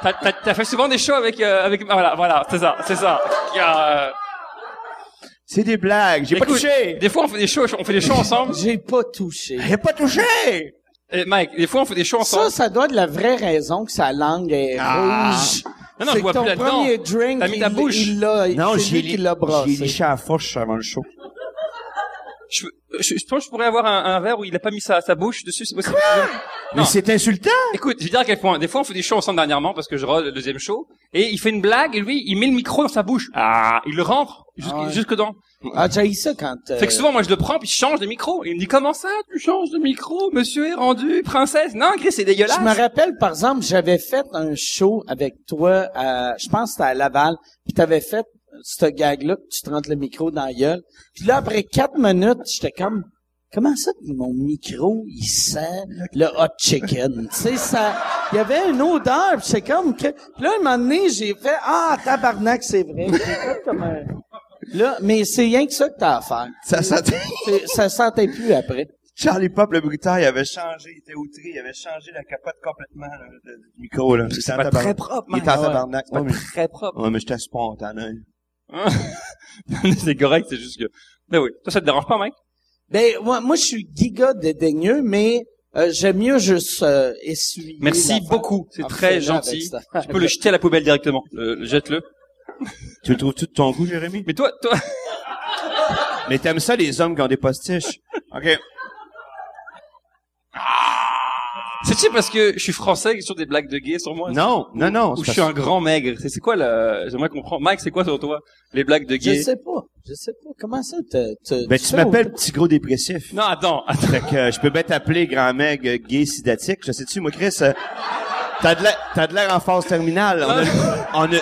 t'as, t'as- t'as fait souvent des shows avec, euh, avec, voilà, voilà, c'est ça, c'est ça. Euh,
C'est des blagues. J'ai pas
écoute,
touché.
Des fois, on fait des shows, on fait des shows ensemble.
J'ai pas touché.
J'ai pas touché.
Et Mike, des fois, on fait des shows
Ça,
ensemble.
ça doit être la vraie raison que sa langue est rouge.
Ah. Non, non,
c'est
je bois
que ton
plus là-dedans.
premier drink,
T'as mis ta
il-
bouche.
il l'a,
Non,
c'est
j'ai
lui qui l'a brassé.
J'ai liché à la fourche avant le show.
Je, je, je pense que je pourrais avoir un, un verre où il a pas mis sa, sa bouche dessus, c'est possible.
Mais c'est insultant.
Écoute, je vais dire à quel point. Des fois, on fait des shows ensemble dernièrement parce que je rôde le deuxième show et il fait une blague et lui, il met le micro dans sa bouche. Ah, il le rentre jusque,
Ah ouais.
jusque dans.
Ah, j'ai eu ça quand, euh,
Fait que souvent, moi, je le prends puis je change de micro. Et il me dit comment ça, tu changes de micro Monsieur est rendu princesse. Non, Chris, c'est dégueulasse.
Je me rappelle, par exemple, j'avais fait un show avec toi, à, je pense que c'était à Laval, puis t'avais fait ce gag-là, que tu te rentres le micro dans la gueule. Puis là, après quatre minutes, j'étais comme, comment ça que mon micro, il sent le hot chicken? tu sais, ça, il y avait une odeur, puis c'est comme que... Puis là, un moment donné, j'ai fait, ah, tabarnak, c'est vrai. J'ai fait comme un- Là, mais c'est rien que ça que t'as à faire.
Ça sentait...
C'est- Ça sentait plus après.
Charlie Pop, le bruteur, il avait changé, il était outré, il avait changé la capote complètement là, de- du micro. Là. C'est
pas très
propre. Il était en
ouais.
tabarnak. Ouais, mais,
Très propre.
ouais, mais j'étais spontané.
c'est correct, c'est juste que. Ben oui. Toi, ça te dérange pas, Mike
Ben, moi, moi je suis giga dédaigneux, mais euh, j'aime mieux juste euh, essuyer.
Merci
l'affaire.
beaucoup. C'est
Ah,
très
fais-le avec
gentil.
cette
Tu peux le jeter à la poubelle directement. Euh, Jette-le.
Tu le trouves tout de ton goût, Jérémy?
Mais toi, toi,
Mais t'aimes ça, les hommes qui ont des postiches? OK.
c'est-tu parce que je suis français sur des blagues de gays sur moi
Non, non, non.
Ou
c'est
je
pas
suis
ça.
un grand maigre. C'est c'est quoi la... J'aimerais comprendre. Mike, c'est quoi sur toi Les blagues de
Je
gay
sais pas. Je sais pas. Comment ça? te- te-
Ben, tu
fais
m'appelles petit gros dépressif.
Non, attends, attends.
Fait que euh, je peux bien t'appeler grand mec euh, gay sidatique. Je sais-tu, moi, Chris, euh, t'as de l'air- t'as de l'air en phase terminale. On a, le- on, a,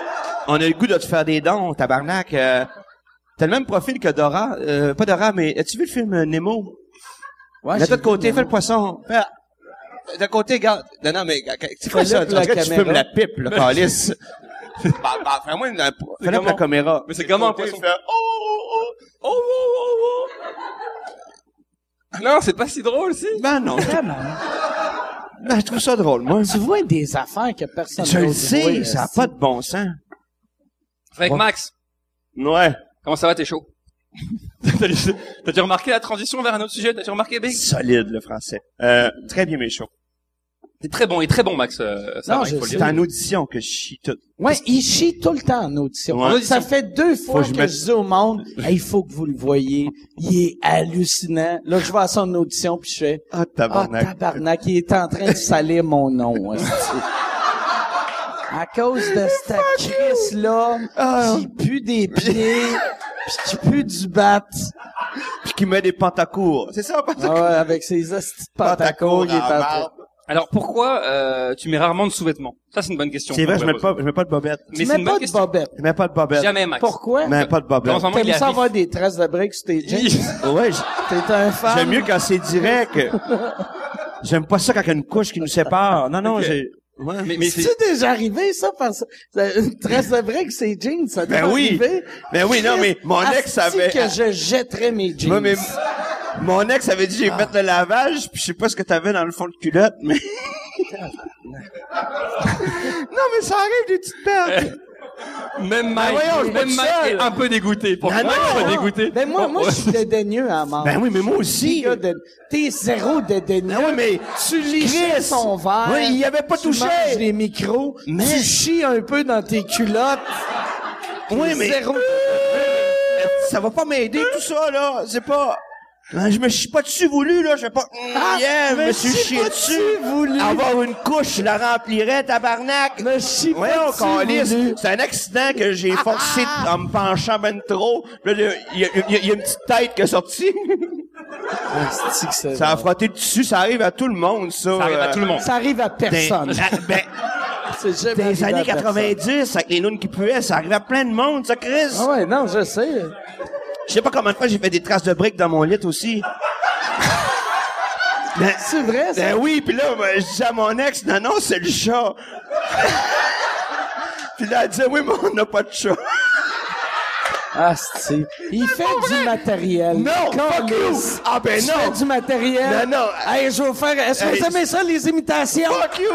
on a le goût de te faire des dons, tabarnak. euh. t'as le même profil que Dora. Euh, pas Dora, mais as-tu vu le film euh, Nemo?
Ouais,
Mets-toi
j'ai
de côté,
vu,
fais le poisson. Fais- De côté, garde. Non, non, mais tu
Fais-le
fais ça.
pour la
en tout cas, tu
caméra.
fumes la pipe, le calice. bah, bah, fais-moi une... Fais-le pour la
comment?
caméra.
Mais c'est comment un
Côté,
poisson
fais-
Oh, oh, oh, oh. Non, c'est pas si drôle, si.
Ben non. Ben, je trouve ça drôle, moi.
Tu vois des affaires que personne
Je le
n'ose voir,
sais, ça n'a
esti.
pas de bon sens.
Fait que Max,
Ouais.
comment ça va, t'es chaud T'as-tu remarqué la transition vers un autre sujet T'as-tu remarqué, Big
Solide, le français. Euh, très bien, méchant.
T'es très bon, il est très bon, Max. euh, ça,
Non,
Mike,
je
faut le
sais.
dire.
C'est en audition que je chie tout.
Ouais, il chie tout le temps en audition.
Ouais.
En audition. Ça fait deux fois
que je
que,
mette-
je dis au monde, Hey, il faut que vous le voyez. Il est hallucinant. Là, je vais à son audition puis je fais,
Ah,
Ah,
tabarnak.
tabarnak, il est en train de salir mon nom. esti. à cause de cette crise-là,
Ah.
qui pue des pieds, pis qui pue du bat.
Puis qui met des pantacours. C'est ça, un
Ah
pantacours?
ouais, avec ses hosties de
Ah,
pantacours, il est en train.
Alors pourquoi euh, tu mets rarement de sous-vêtements Ça, c'est une bonne question.
C'est vrai,
Ouais,
je mets
ouais,
pas, je mets pas de bobette.
ouais.
Tu
Mais c'est
mets
une
pas
bonne
de
question.
bobette.
Je mets pas de bobette.
Jamais, Max.
Pourquoi?
Je mets pas de bobette.
Dans un- il
T'aimes
est
ça
vif.
avoir des traces de break sur tes jeans?
Ouais, j-
T'es un fan?
j'aime mieux quand c'est direct. J'aime pas ça quand il y a une couche qui nous sépare. Non, non, j'ai... Ouais.
Mais, mais c'est-
C'est déjà arrivé, ça, parce ça- une trace de break, c'est jeans, ça t'est
Ben oui.
arrivé?
Ben oui, non, mais mon ex
Asti
avait...
que je jetterais mes jeans.
Moi, mais mon ex avait dit j'ai fait le lavage, puis je sais pas ce que t'avais dans le fond de culotte, mais. non, mais ça arrive des petites pertes.
Même Mike,
voyons, je
même
suis
Mike
seul.
est un peu dégoûté. Pourquoi
non,
je suis dégoûté?
Ben moi, moi, je suis dédaigneux à mort.
Oh, Ben oui, mais moi aussi.
Gars de- T'es zéro dédaigneux.
Ah oui, mais
Tu lichais
Chris!
son verre.
Oui, il avait pas
tu
touché.
manges les micros.
Mais-
Tu chies un peu dans tes culottes.
Oui, mais
Zéro.
ça va pas m'aider tout ça là. C'est pas. Hein, Je me suis pas dessus voulu là. Je vais pas. Mm, yeah, je me suis chié
pas
dessus.
dessus voulu.
Ah
Avoir une couche, je la remplirais, tabarnak.
Me chie
Ouais,
pas dessus
on calisse.
voulu.
C'est un accident que j'ai forcé en me penchant ben trop. Puis là, Il y, a- il y a- il y a une petite tête qui est sortie.
Asti que c'est
Ah, ça a
bon.
frotté dessus. Ça arrive à tout le monde, ça.
Ça arrive à
euh,
tout le monde.
Ça arrive à personne.
Ah, ben,
C'est jamais
dans les
arrivé à
années
personne.
90, avec les nounes qui puaient, ça arrivait à plein de monde, ça, Chris.
Ah ouais, non, je sais.
Je sais pas combien de fois j'ai fait des traces de briques dans mon lit aussi. ben,
C'est vrai, ça.
ben oui, puis là, ben, je dis à mon ex, non, non, c'est le chat. puis là, elle disait, oui, mais on n'a pas de chat.
Asti. Ah, Il fait du matériel.
Non, fuck you!
Calisse.
Ah ben
Tu
non! Ben
fais du matériel.
Non, non.
Hey, je vais vous faire. Est-ce que
Hey,
vous aimez ça, les imitations?
Fuck you!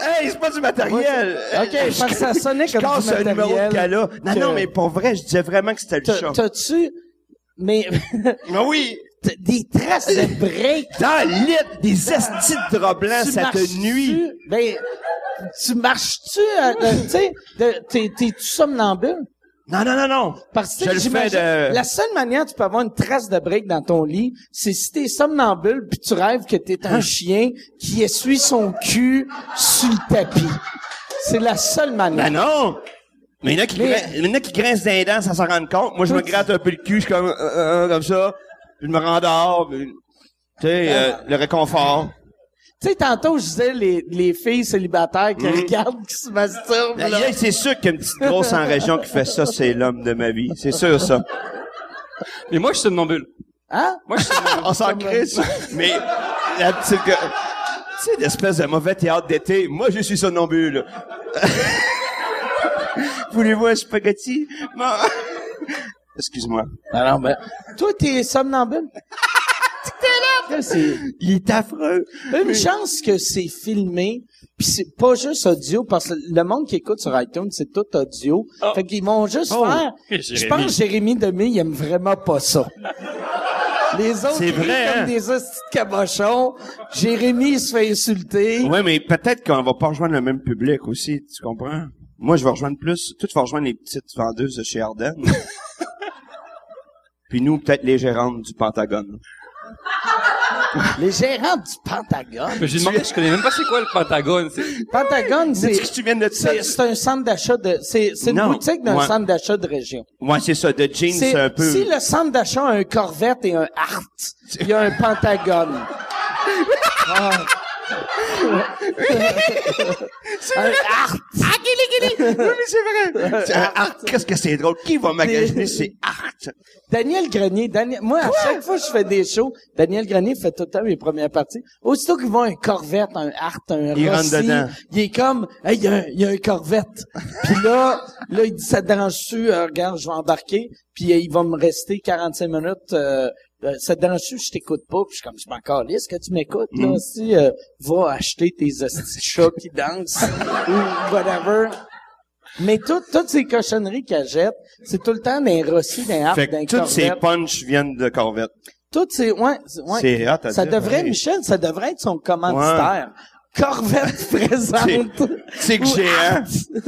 Hey, c'est pas du matériel!
Ok,
Euh,
parce que ça sonnait
je
comme du
casse un
matériel
numéro de gala. Non,
que-
non, mais pour vrai, je disais vraiment que c'était le
T'as-
chat.
T'as-tu. Mais.
Mais oui!
t'as des traces de break.
Dans le lit, des estis de drap blanc,
Tu
Ah, ça
marches-tu?
te nuit.
Ben. Tu marches-tu, à- de- tu sais, de- t'es- t'es-tu somnambule?
Non, non, non, non.
Parce que
je le fais
j'imagine-
de...
la seule manière que tu peux avoir une trace de brique dans ton lit, c'est si t'es somnambule puis tu rêves que t'es
Hein?
un chien qui essuie son cul sur le tapis. C'est la seule
Ben
manière.
non! Mais il y en a qui,
Mais-
grin- il y en a qui grincent d'un dent sans s'en rendre compte. Moi, je me gratte un peu le cul, je suis comme, euh, euh, comme ça. Puis je me rendors. puis- Tu sais, euh, le réconfort.
Tu sais, tantôt, je disais les, les filles célibataires
Mm.
qui regardent, qui se masturbent.
Ben,
là.
il y a- C'est sûr qu'il y a une petite grosse en région qui fait ça, c'est l'homme de ma vie. C'est sûr, ça.
Mais moi, je suis somnambule.
Hein?
Moi, je suis somnambule.
On s'en crisse. Mais la petite... gue- Tu sais, l'espèce de mauvais théâtre d'été. Moi, je suis somnambule. Voulez-vous un spaghetti? Bon. Excuse-moi.
Alors, ben, toi, t'es somnambule? Là, c'est
Il est affreux.
une chance que c'est filmé, puis c'est pas juste audio, parce que le monde qui écoute sur iTunes, c'est tout audio.
Ah.
Fait qu'ils vont juste
Oh,
faire...
Et
Je
Jérémy.
pense que Jérémy Demé, il aime vraiment pas ça. Les autres,
C'est
ils rient
vrai,
comme
hein?
des hosties de cabochons. Jérémy, il se fait insulter.
Ouais, mais peut-être qu'on va pas rejoindre le même public aussi, tu comprends? Moi, je vais rejoindre plus. Toi, tu vas rejoindre les petites vendeuses de chez Arden. Puis nous, peut-être les gérantes du Pentagone.
Les gérants du Pentagone.
Mais j'ai demandé, je connais même pas c'est quoi le Pentagone. c'est-
Pentagone, c'est...
Est-ce que tu viens de ça?
C'est c'est un centre d'achat de. C'est c'est une
Non.
boutique d'un
Ouais.
centre d'achat de région.
Ouais, c'est ça, de jeans,
C'est
c'est un peu...
Si le centre d'achat a un Corvette et un Art, il y a un Pentagone. Ah. un Art.
C'est un art, qu'est-ce que c'est drôle. Qui va magasiner ces art?
Daniel Grenier, Daniel, moi, à chaque fois que je fais des shows, Daniel Grenier fait tout le temps mes premières parties. Aussitôt qu'ils vont un Corvette, un Art, un
Il rentre
Rossi,
dedans.
il est comme, hey, il y, a un- il y a un Corvette. Puis là, là, il dit, ça te dérange-tu? Euh, regarde, je vais embarquer. Puis euh, il va me rester 45 minutes. euh, euh, ça te dérange-tu? Je t'écoute pas. Puis je suis comme, je m'en calisse que tu m'écoutes. Là,
Mm.
si, euh, va acheter tes hosties de chats qui dansent ou whatever. Mais tout- toutes ces cochonneries qu'elle jette, c'est tout le temps des rossis, des harpes,
Fait
des
que tous ces
corvettes.
punchs viennent de Corvette.
Toutes ces, ouais, c'est- ouais.
C'est hot à
Ça
dire,
devrait,
ouais.
Michel, ça devrait être son commanditaire. Corvette présente.
C'est que hein?
Ou
géant.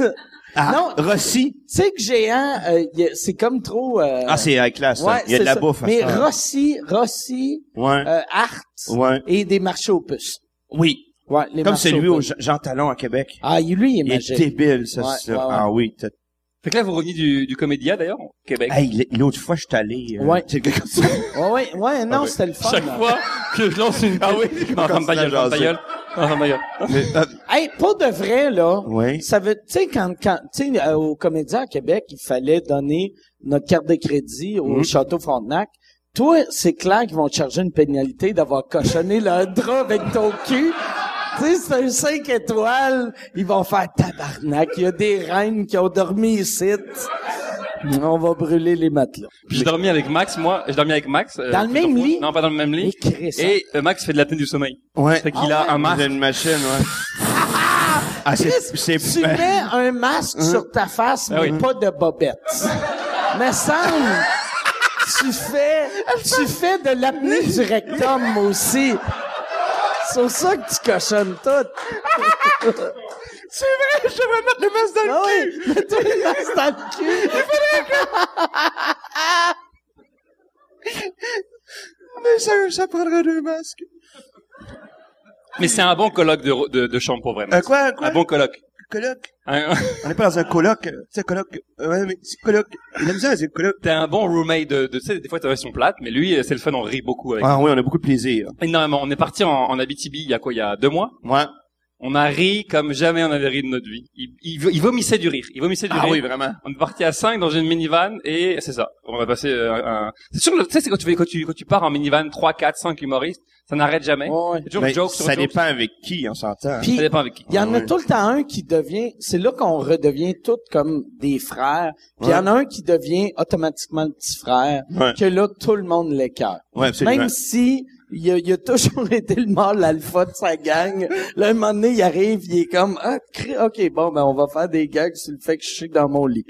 Ah,
Non.
Rossi.
Tu sais que géant, euh, y a- c'est comme trop, euh,
Ah, c'est high class, ça.
ouais,
Il y a de
c'est
la
ça.
bouffe. à
Mais
ça.
Rossi, Rossi,
Ouais.
euh, Art.
Ouais.
Et des marchés aux puces.
Oui.
Ouais, les
Comme
marchés
celui
aux
au
puces.
Jean- Jean Talon à Québec.
Ah, il- lui, il est
Il est
magique.
débile, ça.
Ouais,
ça.
ouais, ouais.
Ah oui. t'as-
Fait que là, vous revenez du, du Comédia, d'ailleurs, au
Ah,
Québec.
Hey, l- l'autre fois, je suis allé. euh,
Ouais.
c'est Ah, le gars comme ça.
Ouais, ouais, ouais, non, c'était le fun.
Chaque
là.
fois que je lance une...
Ah oui,
Non, ferme ta
continue à
gueule, ferme ta
jaser.
gueule. Non, ferme ta gueule.
Mais, euh,
Hey, pour de vrai, là,
Oui.
ça veut, tu sais, quand, quand, tu sais, euh, aux comédiens à Québec, il fallait donner notre carte de crédit au Château Frontenac. Toi, c'est clair qu'ils vont te charger une pénalité d'avoir cochonné le drap avec ton cul. Tu sais, c'est un 5 étoiles. Ils vont faire tabarnak. Il y a des reines qui ont dormi ici. On va brûler les matelas.
Puis j'ai dormi avec Max, moi. J'ai dormi avec Max. euh,
Dans le
plusieurs
même
fois.
lit?
Non, pas dans le même lit.
Mais Chris,
Et euh, Max fait de l'apnée du sommeil.
ouais. Ah,
Fait qu'il a un
Vous
masque.
avez une machine, ouais. Ah, c'est-
Chris,
c'est-
tu mets un masque sur ta face, mais
oui.
pas de bobette. mais semble, tu fais, tu fais de l'apnée du rectum aussi. C'est pour ça que tu cochonnes tout.
C'est vrai, je devrais mettre le masque dans le
Ah
cul.
oui, mets-toi le masque dans le cul.
Ah,
Mais ça, ça prendrait deux masques.
Mais c'est un bon colloque de, de, de chambre pour vraiment.
Euh, quoi, quoi?
Un Ah bon colloque.
colloque.
Un-
On n'est pas dans un colloque. Tu sais, colloque. euh, Ouais, mais c'est colloque. Il a misère, c'est colloque.
T'as un bon roommate de, de tu sais, des fois t'as la version plate, mais lui, euh, c'est le fun, on rit beaucoup avec.
Ah oui, on a beaucoup de plaisir.
Énormément. On est parti en, en Abitibi il y a quoi, il y a deux mois.
Moi.
On a ri comme jamais on avait ri de notre vie. Il, il, il vomissait du rire. Il vomissait du
Ah
rire.
oui, vraiment.
On est parti à 5 dans une minivan et c'est ça. On va passer euh, un... C'est sûr, le- tu sais, c'est quand tu, fais- quand, tu, quand tu pars en minivan, 3, 4, 5 humoristes, ça n'arrête jamais.
Ouais.
C'est Toujours
Mais
joke sur
Ben, ça
joke.
dépend avec qui, on s'entend.
Puis-
Ça dépend avec qui.
Il y en a
Ouais.
tout le temps un qui devient, c'est là qu'on redevient tous comme des frères. Puis il y en a un qui devient automatiquement le petit frère,
Ouais.
que là, tout le monde l'écœure.
Ouais, absolument.
Même si il a, il a toujours été le mâle alpha de sa gang, là, un moment donné, il arrive, il est comme, ah, cri- ok, bon, ben, on va faire des gags sur le fait que je suis dans mon lit.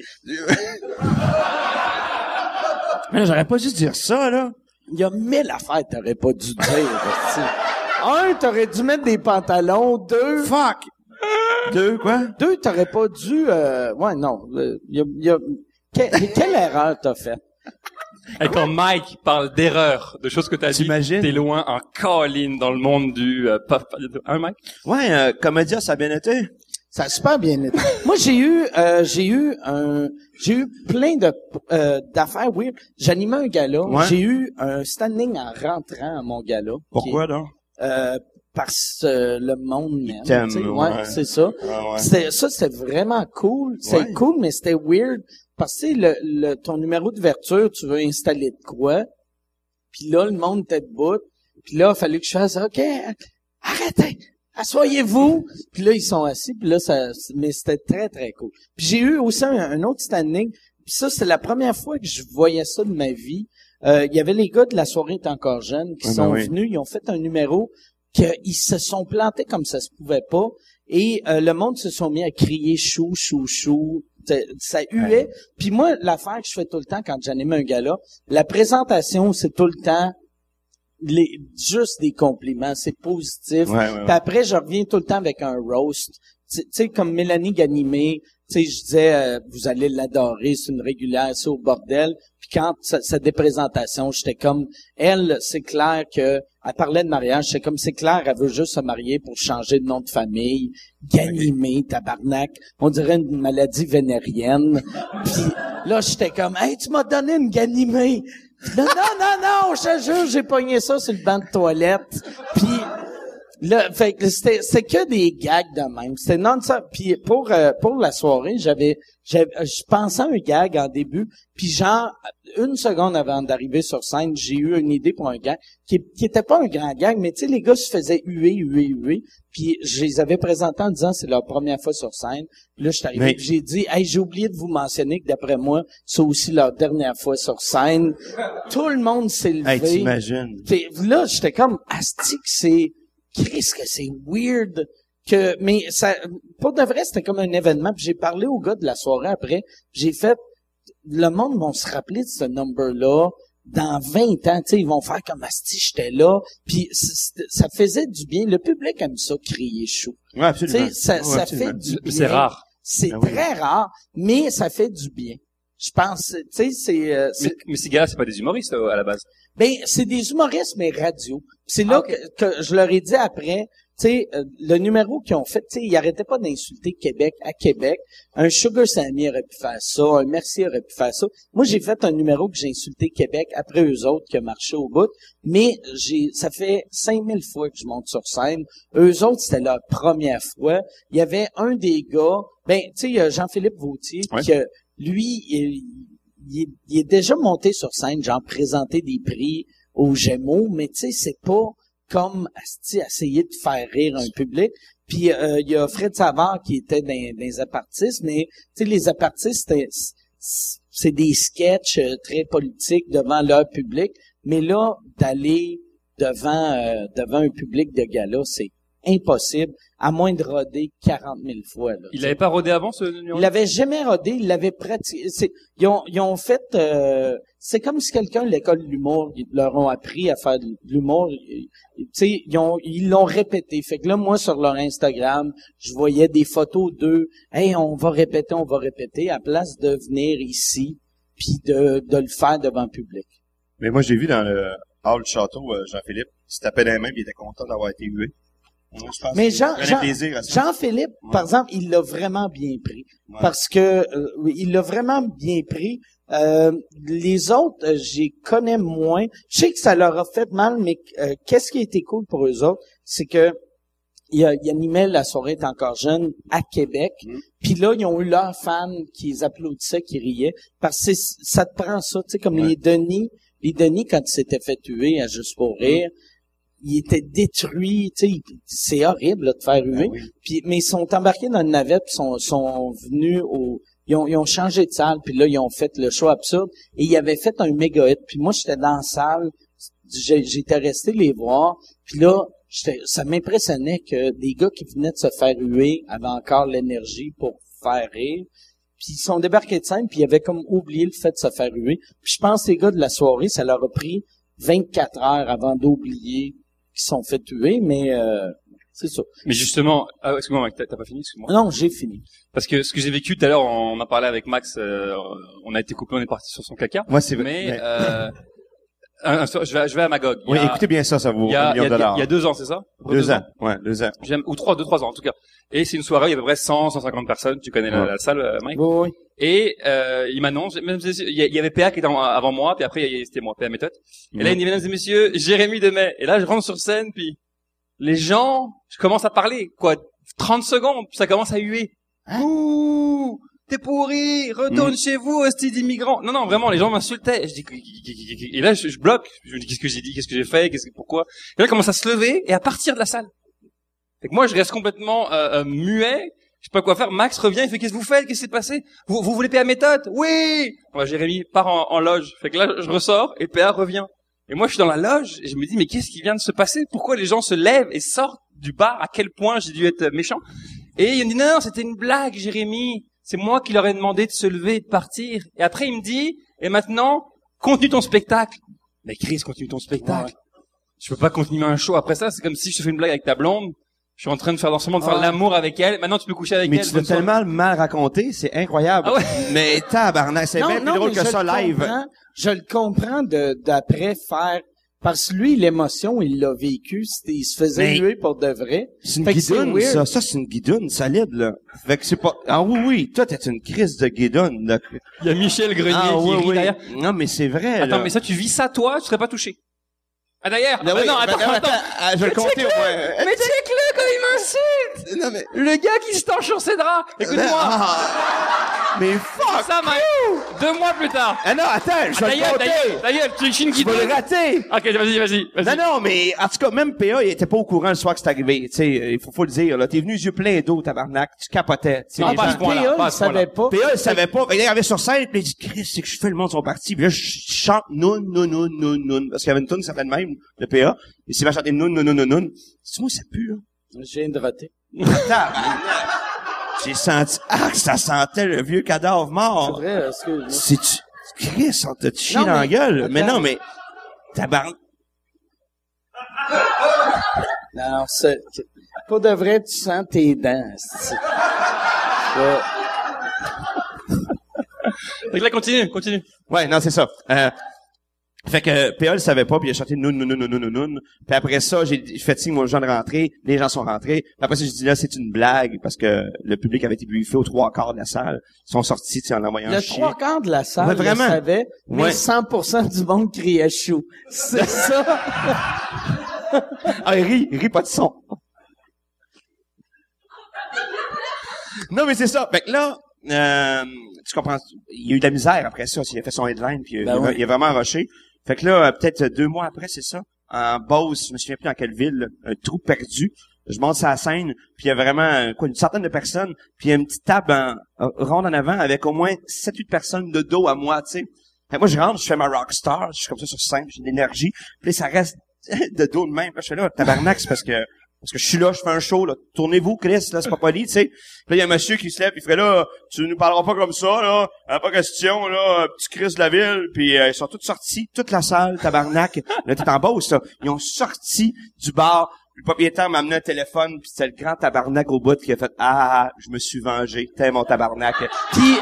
Mais j'aurais pas dû dire ça, là.
Il y a mille affaires que t'aurais pas dû dire, esti. Un, t'aurais dû mettre des pantalons. Deux,
Fuck! Deux, quoi?
Deux, t'aurais pas dû. euh, ouais, non. euh, y a- y a- que- quelle erreur t'as faite?
Et quand Mike parle d'erreurs, de choses que t'as dit,
Ah T'imagines?
t'es loin en colline dans le monde du... Euh, pop- hein, Mike?
Ouais, euh, comédia, ça a bien été.
Ça a super bien été. Moi, j'ai eu, euh, j'ai eu un, j'ai eu plein de euh, d'affaires weird. J'animais un gala.
Ouais.
J'ai eu un standing en rentrant à mon gala.
Pourquoi, donc?
Qui- euh, parce que le monde même.
t'aime,
ouais,
ouais.
c'est ça.
Ah,
C'était- ça, c'était vraiment cool. C'était
Ouais.
cool, mais c'était weird. Parce que tu sais, le, le- ton numéro d'ouverture, tu veux installer de quoi? Puis là, le monde était debout. Puis là, il fallait que je fasse, OK, arrêtez, asseyez-vous. Puis là, ils sont assis. Puis là, ça, mais c'était très, très cool. Puis j'ai eu aussi un, un autre standing. Puis ça, c'est la première fois que je voyais ça de ma vie. Euh, Il y avait les gars de la soirée est encore jeune qui
Ah ben
sont
oui.
venus, ils ont fait un numéro qu'ils se sont plantés comme ça se pouvait pas. Et euh, le monde se sont mis à crier chou, chou, chou. Ça, ça huait. Puis moi, l'affaire que je fais tout le temps quand j'anime un gala, la présentation, c'est tout le temps les, juste des compliments. C'est positif.
Ouais, ouais, ouais.
Puis après, je reviens tout le temps avec un roast. Tu tu sais, comme Mélanie Ganimé, tu sais, je disais, euh, vous allez l'adorer, c'est une régulière, c'est au bordel. Puis quand sa, sa déprésentation, j'étais comme, elle, c'est clair que, elle parlait de mariage, c'est comme, c'est clair, elle veut juste se marier pour changer de nom de famille. Ganimé, tabarnak, on dirait une maladie vénérienne. Puis là, j'étais comme, hey, tu m'as donné une Ganimé. Non, non, non, non, je te jure, j'ai pogné ça sur le banc de toilette. Puis Là, fait que c'était c'est que des gags de même. C'était non ça. Puis pour euh, pour la soirée, j'avais j'avais- euh, je pensais à un gag en début, puis genre une seconde avant d'arriver sur scène, j'ai eu une idée pour un gag qui qui était pas un grand gag, mais tu sais les gars se faisaient huer huer huer, puis je les avais présentés en disant c'est leur première fois sur scène. Là, je suis arrivé,
Mais-
puis j'ai dit "Hey, j'ai oublié de vous mentionner que d'après moi, c'est aussi leur dernière fois sur scène." Tout le monde s'est levé.
Hey, t'imagines.
T'es- là, j'étais comme, asti que c'est, Christ que c'est weird que, mais ça, pour de vrai, c'était comme un événement, puis j'ai parlé au gars de la soirée après, puis j'ai fait, le monde vont se rappeler de ce number-là, dans 20 ans, tu sais, ils vont faire comme asti, j'étais là, puis c- c- ça faisait du bien, le public aime ça, crier chaud.
Ouais,
Tu
absolument.
sais, ça,
Ouais,
ça
absolument.
fait du bien.
C'est rare.
C'est
Ah oui.
très rare, mais ça fait du bien. Je pense, tu sais, c'est, euh, c'est
Mais, mais ces gars-là, c'est pas des humoristes euh, à la base.
ben, c'est des humoristes, mais radio. Puis C'est là que, que je leur ai dit après, tu sais, euh, le numéro qu'ils ont fait, tu sais, ils arrêtaient pas d'insulter Québec à Québec. Un Sugar Sammy aurait pu faire ça, un Mercier aurait pu faire ça. Moi, j'ai fait un numéro que j'ai insulté Québec après eux autres qui a marché au bout, mais j'ai, ça fait 5000 fois que je monte sur scène. Eux autres, c'était leur première fois. Il y avait un des gars, ben, tu sais, il y a Jean-Philippe Vautier,
Ouais.
que lui, il, il est, il est déjà monté sur scène, genre présenter des prix aux Gémeaux, mais tu sais, c'est pas comme asti, essayer de faire rire un public. Puis euh, il y a Fred Savard qui était dans, dans les apartistes, mais tu sais, les apartistes, c'était- c'est- c'est des sketchs euh, très politiques devant leur public, mais là, d'aller devant euh, devant un public de gala, c'est impossible, à moins de roder 40 000 fois. là.
Il l'avait pas rodé avant, ce numéro?
Il l'avait jamais rodé, il l'avait pratiqué. C'est- Ils ont, ils ont fait. euh, c'est comme si quelqu'un de l'école de l'humour, ils leur ont appris à faire de l'humour. Ils- ils- tu sais, ils ont- ils l'ont répété. Fait que là, moi, sur leur Instagram, je voyais des photos d'eux. Hey, on va répéter, on va répéter, à place de venir ici puis de, de le faire devant le public.
Mais moi, j'ai vu dans le hall du château, euh, Jean-Philippe, il se tapait dans les mains puis il était content d'avoir été hué. Moi, je pense
Mais
qu'il
Jean-
prenait
Jean-
plaisir à ça.
Jean-Philippe,
Ouais.
par exemple, il l'a vraiment bien pris.
Ouais.
Parce que euh, oui, il l'a vraiment bien pris. Euh, les autres, euh, j'y connais moins. Je sais que ça leur a fait mal, mais euh, qu'est-ce qui a été cool pour eux autres, c'est que il, a- il animait la soirée est encore jeune à Québec.
Mm.
Puis là, ils ont eu leurs fans qui les applaudissaient, qui riaient. Parce que c'est- ça te prend ça, tu sais, comme les Denis. Les Denis, quand ils s'étaient fait tuer à Juste pour
Mm.
rire, ils étaient détruits, tu sais, ils- c'est horrible là, de faire huer.
Ben
Puis, mais ils sont embarqués dans une navette, puis sont, sont venus au... Ils ont, ils ont changé de salle, puis là, ils ont fait le show absurde. Et ils avaient fait un méga hit. Puis moi, j'étais dans la salle, j'ai- j'étais resté les voir. Puis là, j'étais- ça m'impressionnait que des gars qui venaient de se faire huer avaient encore l'énergie pour faire rire. Puis ils sont débarqués de scène, puis ils avaient comme oublié le fait de se faire huer. Puis je pense que les gars de la soirée, ça leur a pris 24 heures avant d'oublier qu'ils se sont fait tuer, mais euh, c'est ça.
Mais justement, ah, excuse-moi, Mike, t'as t'as pas fini, excuse-moi.
Hein?
Non, j'ai fini.
Parce que ce que j'ai vécu tout à l'heure, on en parlait avec Max, euh, on a été coupé, on est parti sur son caca.
Moi, c'est vrai.
Mais,
Mais-
euh, un- un soir, je vais, je vais à Magog. Il
Oui,
y a-
écoutez bien ça, ça vaut
il y a,
un
il y a-
million de dollars.
il y a deux ans, c'est ça?
deux ans. Ouais, deux ans.
J'aime- Ou trois, deux, trois ans, en tout cas. Et c'est une soirée, il y a à peu près 100, 150 personnes. Tu connais la,
Ouais.
la salle, euh, Mike?
Oui, oui.
Et euh, il m'annonce, mesdames et messieurs, il y a- il y avait PA qui était en- avant moi, puis après il y a- c'était moi, PA méthode. Et là il dit mesdames et messieurs, Jérémy Demet. Et là je rentre sur scène, puis les gens, je commence à parler, quoi, 30 secondes, puis ça commence à huer. Ouh, t'es pourri, retourne chez vous, hostie d'immigrant. Non non, vraiment, les gens m'insultaient. Je dis et là je, je bloque, je me dis qu'est-ce que j'ai dit, qu'est-ce que j'ai fait, qu'est-ce que pourquoi. Et là ils commencent à se lever et à partir de la salle. Fait que moi je reste complètement euh, euh, muet. Je sais pas quoi faire. Max revient, il fait qu'est-ce que vous faites Qu'est-ce qui s'est passé vous, vous voulez PA méthode Oui Moi, Jérémy part en, en loge. Fait que là, je ressors et PA revient. Et moi, je suis dans la loge et je me dis, mais qu'est-ce qui vient de se passer Pourquoi les gens se lèvent et sortent du bar À quel point j'ai dû être méchant Et il me dit, non, non, c'était une blague, Jérémy. C'est moi qui leur ai demandé de se lever et de partir. Et après, il me dit, et maintenant, continue ton spectacle. Mais Chris, continue ton spectacle. Je peux pas continuer un show après ça. C'est comme si je te fais une blague avec ta blonde. Je suis en train de faire dans ce moment de faire
Ouais.
l'amour avec elle. Maintenant, tu peux coucher avec
Mais
elle.
tu l'as
bonne soirée.
tellement mal raconté, c'est incroyable.
Ah ouais.
Mais tabarnak, c'est
Non,
bien plus
non,
drôle
mais
que
je
ça
le
live.
comprends. Je le comprends de- d'après faire parce que lui l'émotion il l'a vécu, c'était- il se faisait
Mais-
huer pour de vrai.
C'est une
Fait que c'est
guidoune,
weird.
ça. Ça, c'est une guidoune solide, là. Fait que c'est pas... Ah oui, oui, toi, t'es une crise de guidoune, là.
Il y a Michel Grenier
ah
qui
oui,
rit
oui.
derrière.
Non, mais c'est vrai,
Attends,
là.
mais ça, tu vis ça, toi, tu serais pas touché. Ah d'ailleurs, ah,
Ben
bah
oui,
non,
ben
attends,
non,
attends.
ah, je vais le compter au moins.
Mais check-le quand il m'insulte
Non, mais...
Le gars qui se tend sur ses draps Écoute-moi
Ah. mais fuck!
Ça, Mike Deux mois plus tard
Ah non, attends,
Ah,
je vais le
D'ailleurs,
compter!
d'ailleurs, d'ailleurs, tu chines qui
Je vais le rater!
Ok, vas-y, vas-y,
Non,
vas-y.
non, mais en tout cas, même PA, il était pas au courant le soir que c'est arrivé. Tu sais, il faut, faut le dire. là. T'es venu les yeux pleins d'eau, tabarnak. Tu capotais. tu sais,
Non,
les
pas à
gens-
ce point-là,
Théa,
pas à
il
ce point-là.
savait pas.
PA, il savait pas. Il arrivait sur scène, puis il dit, Chris, c'est que je fais le monde, ils sont partis. Puis là, je chante Noun, Noun, Noun, Noun, Noun. Parce qu'il y avait une tune certaine même, de PA. Il s'est mis à chanter Noun, Noun, Noun, Noun, Noun. C'est moi, ça pue, hein.
Je viens de rater.
Tabarnak. J'ai senti, ah, ça sentait le vieux cadavre
C'est
mort.
vrai, parce que
Si tu, Chris, on t'a chié
Non,
dans la
mais-
gueule. Mais
attends.
non, mais, tabarnak.
non, c'est pas de vrai tu sens tes dents. c'est- Ouais.
Fait que là, continue, continue.
Ouais, non, c'est ça. Euh, fait que PA le savait pas, puis il a chanté Noun, Noun, Noun, Noun, Noun, Noun. Puis après ça, j'ai j'ai fait signe aux gens de rentrer. Les gens sont rentrés. Puis après ça, j'ai dit là, c'est une blague, parce que le public avait été buffé aux trois quarts de la salle. Ils sont sortis, tu sais, en envoyant
Le
chier.
trois quarts de la salle
Ouais, vraiment.
le savait, mais
Ouais.
100% du monde criait chou. C'est ça.
Ah, il rit, il rit pas de son. non, mais c'est ça. Fait que là, euh, tu comprends, il y a eu de la misère après ça. Il a fait son headline, puis
Ben
il, a-
oui.
il a vraiment rushé. Fait que là, euh, peut-être deux mois après, c'est ça, en Beauce, je me souviens plus dans quelle ville, un trou perdu. Je monte sur la scène, puis il y a vraiment euh, quoi, une centaine de personnes, puis il y a une petite table en, en- ronde en avant avec au moins 7-8 personnes de dos à moi, tu sais. Fait que moi, je rentre, je fais ma rockstar, je suis comme ça sur scène, j'ai de l'énergie, puis là, ça reste de dos de même. Là, je fais là, tabarnak, c'est parce que Parce que je suis là, je fais un show, là. Tournez-vous, Chris, là, c'est pas poli, tu sais. Puis Là, il y a un monsieur qui se lève, il ferait là, tu nous parleras pas comme ça, là. Euh, Pas question, là, euh, petit Chris de la ville. Puis euh, ils sont tous sortis, toute la salle, tabarnak. là, t'es en Beauce, là. Ils ont sorti du bar. Le propriétaire m'a amené un téléphone, puis c'est le grand tabarnak au bout qui a fait « Ah, je me suis vengé, t'es mon tabarnak. » Puis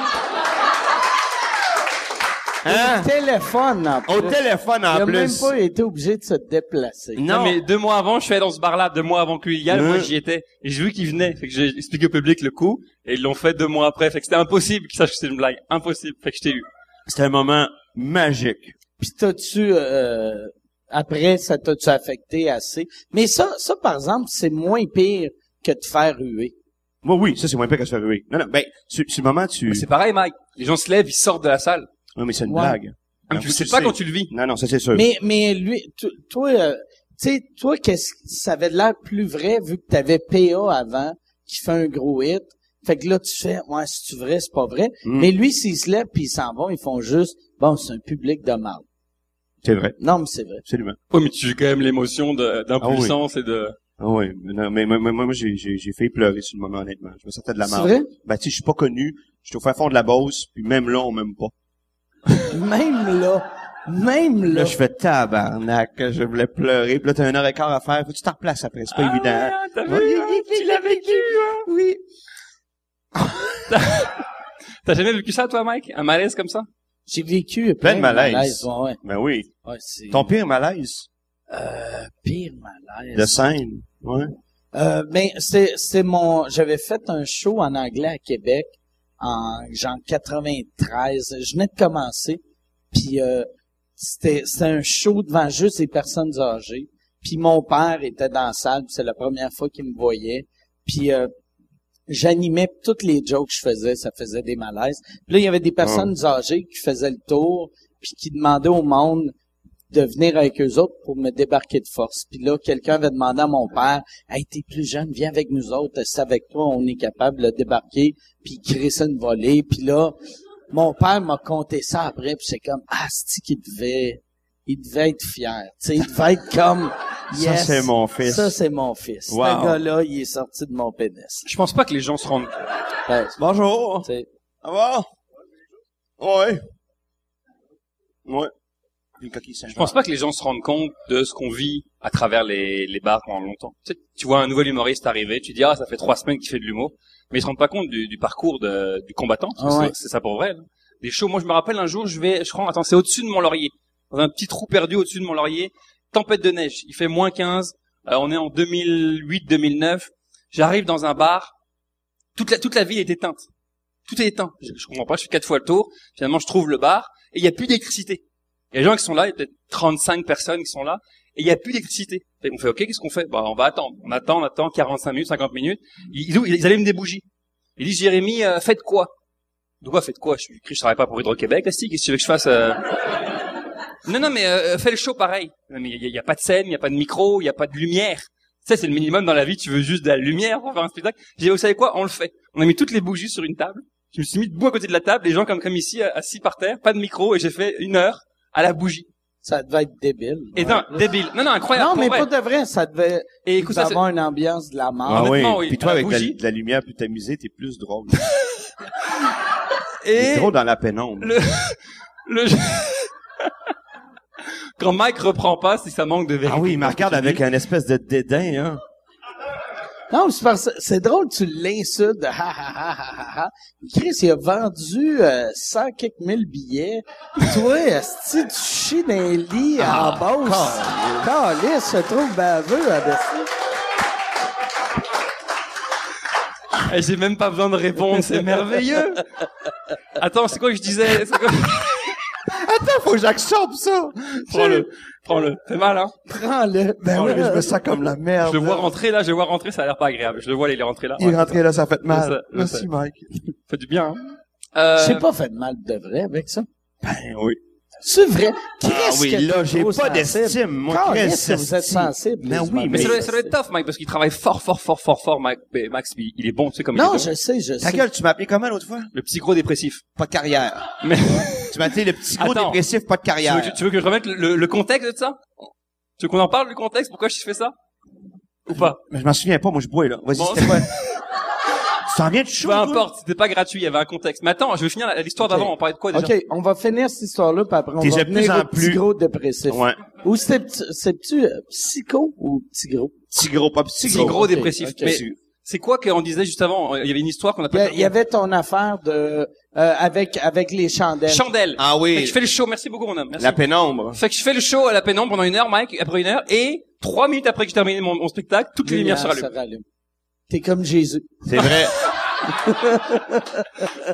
Hein?
Au téléphone, en plus.
au téléphone, en
Il a
plus.
même pas été obligé de se déplacer.
Non. mais deux mois avant, je suis allé dans ce bar-là, deux mois avant que lui y aille,
Non.
moi j'y étais, et j'ai vu qu'il venait, fait que j'ai expliqué au public le coup, et ils l'ont fait deux mois après, fait que c'était impossible qu'ils sachent que c'est une blague, impossible, fait que je t'ai eu.
C'était un moment magique.
Puis t'as-tu euh, après ça t'as-tu affecté assez Mais ça, ça par exemple, c'est moins pire que de faire ruer.
Moi, oui, ça, c'est moins pire que se faire ruer. Non, non, ben, c'est c'est le moment, tu...
C'est pareil, Mike, les gens se lèvent, ils sortent de la salle,
Non, mais c'est une
Ouais.
blague.
Ah, mais
Non,
tu
ça,
sais pas quand tu le vis.
Non, non, ça, c'est sûr.
Mais mais lui, to- toi, euh, tu sais, toi, qu'est-ce ça avait l'air plus vrai vu que t'avais PA avant qui fait un gros hit. Fait que là tu fais, ouais, si tu vrai, c'est pas vrai.
Mm.
Mais lui, s'il se lève puis ils s'en vont, ils font juste, bon, c'est un public de mal.
C'est vrai.
Non, mais c'est vrai.
Absolument.
Oh, mais tu vis quand même l'émotion de- d'impuissance et de...
Ah oui, mais non, mais, moi, moi, moi, j'ai, j'ai, j'ai fait pleurer sur le moment, honnêtement. Je me sentais de la
C'est
merde.
vrai?
Ben, tu sais, je suis pas connu. Je suis au fin fond de la Beauce, puis même là, on m'aime pas.
Même là, même là.
Là, je fais tabarnak, je voulais pleurer. Puis là, t'as un heure et quart à faire. Faut que tu t'en replaces après, c'est pas
Ah!
évident.
t'as vu,
Oui,
hein, tu l'as vécu, hein.
Oui.
T'as jamais vécu ça, toi, Mike? Un malaise comme ça?
J'ai vécu
Plein
plein,
de malaise.
ouais, ouais.
Ben oui.
Ouais, c'est
Ton pire malaise
pire
de
malaise.
scène. Ouais.
Euh, ben, c'est, c'est mon, j'avais fait un show en anglais à Québec en genre 93. Je venais de commencer. Puis euh, c'était, c'était un show devant juste des personnes âgées. Puis mon père était dans la salle. puis C'est la première fois qu'il me voyait. Puis euh, j'animais puis toutes les jokes que je faisais. Ça faisait des malaises. Puis là, il y avait des
Ah.
personnes âgées qui faisaient le tour puis qui demandaient au monde de venir avec eux autres pour me débarquer de force. Puis là, quelqu'un avait demandé à mon père, « Hey, t'es plus jeune, viens avec nous autres. C'est avec toi, on est capable de débarquer. » Puis il ça une volée. Puis là, mon père m'a conté ça après. Puis c'est comme, « Ah, c'est qu'il devait... » Il devait être fier. Tu sais, il devait être comme...
Ça,
Yes,
c'est mon fils.
Ça, c'est mon fils.
Wow.
Ce gars-là, il est sorti de mon pénis.
Je pense pas que les gens se rendent...
Ouais,
Bonjour.
tu sais.
Au revoir. Ouais. Ouais. Une coquille
Je pense pas que les gens se rendent compte de ce qu'on vit à travers les, les bars pendant longtemps. Tu, sais, tu vois un nouvel humoriste arriver, tu dis ah ça fait trois semaines qu'il fait de l'humour, mais ils se rendent pas compte du, du parcours de- du combattant. parce que
Ah
c'est-
ouais.
C'est ça pour vrai. là. Des shows. Moi je me rappelle un jour je vais, je crois, attends c'est au-dessus de mon laurier, dans un petit trou perdu au-dessus de mon laurier, tempête de neige, il fait moins 15, euh, on est en 2008-2009, j'arrive dans un bar, toute la toute la ville est éteinte, tout est éteint. Je, je comprends pas, je fais quatre fois le tour, finalement je trouve le bar et il y a plus d'électricité. Il y a des gens qui sont là, il y a peut-être 35 personnes qui sont là, et il n'y a plus d'électricité. Fait qu'on fait, OK, qu'est-ce qu'on fait bah, On va attendre. On attend, on attend 45 minutes, 50 minutes. Ils, ils, ils allument des bougies. Ils disent, Jérémy, euh, faites quoi De quoi faites quoi Je lui crie, je travaille pas pour Hydro-Québec, là, si, qu'est-ce que tu veux que je fasse euh Non, non, mais euh, fais le show pareil. Non, mais il n'y a, il y a pas de scène, il n'y a pas de micro, il n'y a pas de lumière. Ça, c'est le minimum dans la vie, tu veux juste de la lumière pour faire un spectacle. J'ai dit, vous savez quoi On le fait. On a mis toutes les bougies sur une table. Je me suis mis debout à côté de la table, les gens comme, comme ici, euh, assis par terre, pas de micro, et j'ai fait une heure à la bougie.
Ça devait être débile.
Et non, débile. Non, non, incroyable.
Non,
pour
mais
vrai.
pas Bah, de vrai. Ça devait
Et écoute, ça, c'est-
avoir une ambiance de la
Ah
mort.
oui.
Honnêtement, oui.
Puis toi,
À la
avec la,
bougie.
de la lumière, puis t'amuser, t'es plus drôle.
Et
T'es trop dans la pénombre.
Le- le quand Mike reprend pas, c'est que ça manque de vérité.
Ah oui, il me regarde avec un espèce de dédain, hein.
Non, c'est parce c'est drôle, tu l'insultes de ha ha ha ha ha ha. Chris, il a vendu euh, 100 quelques mille billets. Toi, si tu chies dans les lits
Ah,
en bosse. Calais se trouve baveux hein, à Bessie.
Et Eh, J'ai même pas besoin de répondre, c'est merveilleux. Attends, c'est quoi que je disais C'est quoi-
Faut que j'accepte ça.
Prends-le, prends-le. C'est mal, hein
Prends-le.
Ben oui, mais je me sens comme la merde.
Je le vois
là.
rentrer là, je le vois rentrer, ça a l'air pas agréable. Je le vois, il est rentré là.
euh, Il est
Ouais,
rentré là, ça fait
Je sais,
mal.
je
Merci,
sais.
Mike.
ça Fait du bien. Hein euh...
J'ai pas fait de mal de vrai avec ça.
Ben oui.
C'est vrai. Chris,
Ah oui,
que t'es
là, j'ai
trop
pas
sensible.
d'estime, moi,
Calais,
Chris,
que vous êtes
estime.
sensible.
Ben
les
oui,
humains.
Mais ça doit,
Mais-
ça doit être tough, Mike, parce qu'il travaille fort, fort, fort, fort, fort, Mike. Mais Max, il il est bon, tu sais comme il
Non,
est bon.
je sais, je sais.
Ta gueule, tu m'as appelé comment l'autre fois?
le petit gros dépressif.
Pas de carrière.
Mais
Tu m'as appelé le petit gros
Attends.
dépressif, pas de
tu, veux,
carrière.
que- tu veux que je remette le, le contexte de ça Tu veux qu'on en parle du contexte Pourquoi je fais ça ou pas?
Mais je m'en souviens pas, moi je bois là. Vas-y,
Bon.
c'était quoi? tu t'en viens de chaud?
Peu
toi?
importe, c'était pas gratuit, il y avait un contexte. Mais attends, je veux finir la- l'histoire d'avant, on parlait de quoi déjà?
OK, on va finir cette histoire-là, puis après, on
T'es
va
de
venir
plus en
au petit
plus-
gros dépressif.
Ouais.
Ou c'est- c'est-tu euh, psycho ou petit gros?
Petit gros, pas petit
C'est
gros.
gros
ok,
dépressif.
ok.
Mais c'est quoi qu'on disait juste avant? Il y avait une histoire qu'on a
Il y
pas
a- il y, avait ton affaire de euh, avec avec les chandelles.
Chandelle.
Ah oui.
Fait que je fais le show. Merci beaucoup, Ronam. Merci.
La pénombre.
Fait que je fais le show à la pénombre pendant une heure, Mike, après une heure, et trois minutes après que j'ai terminé mon, mon spectacle, toutes les
Lumière
lumières se rallument.
se rallume. T'es comme Jésus.
C'est vrai.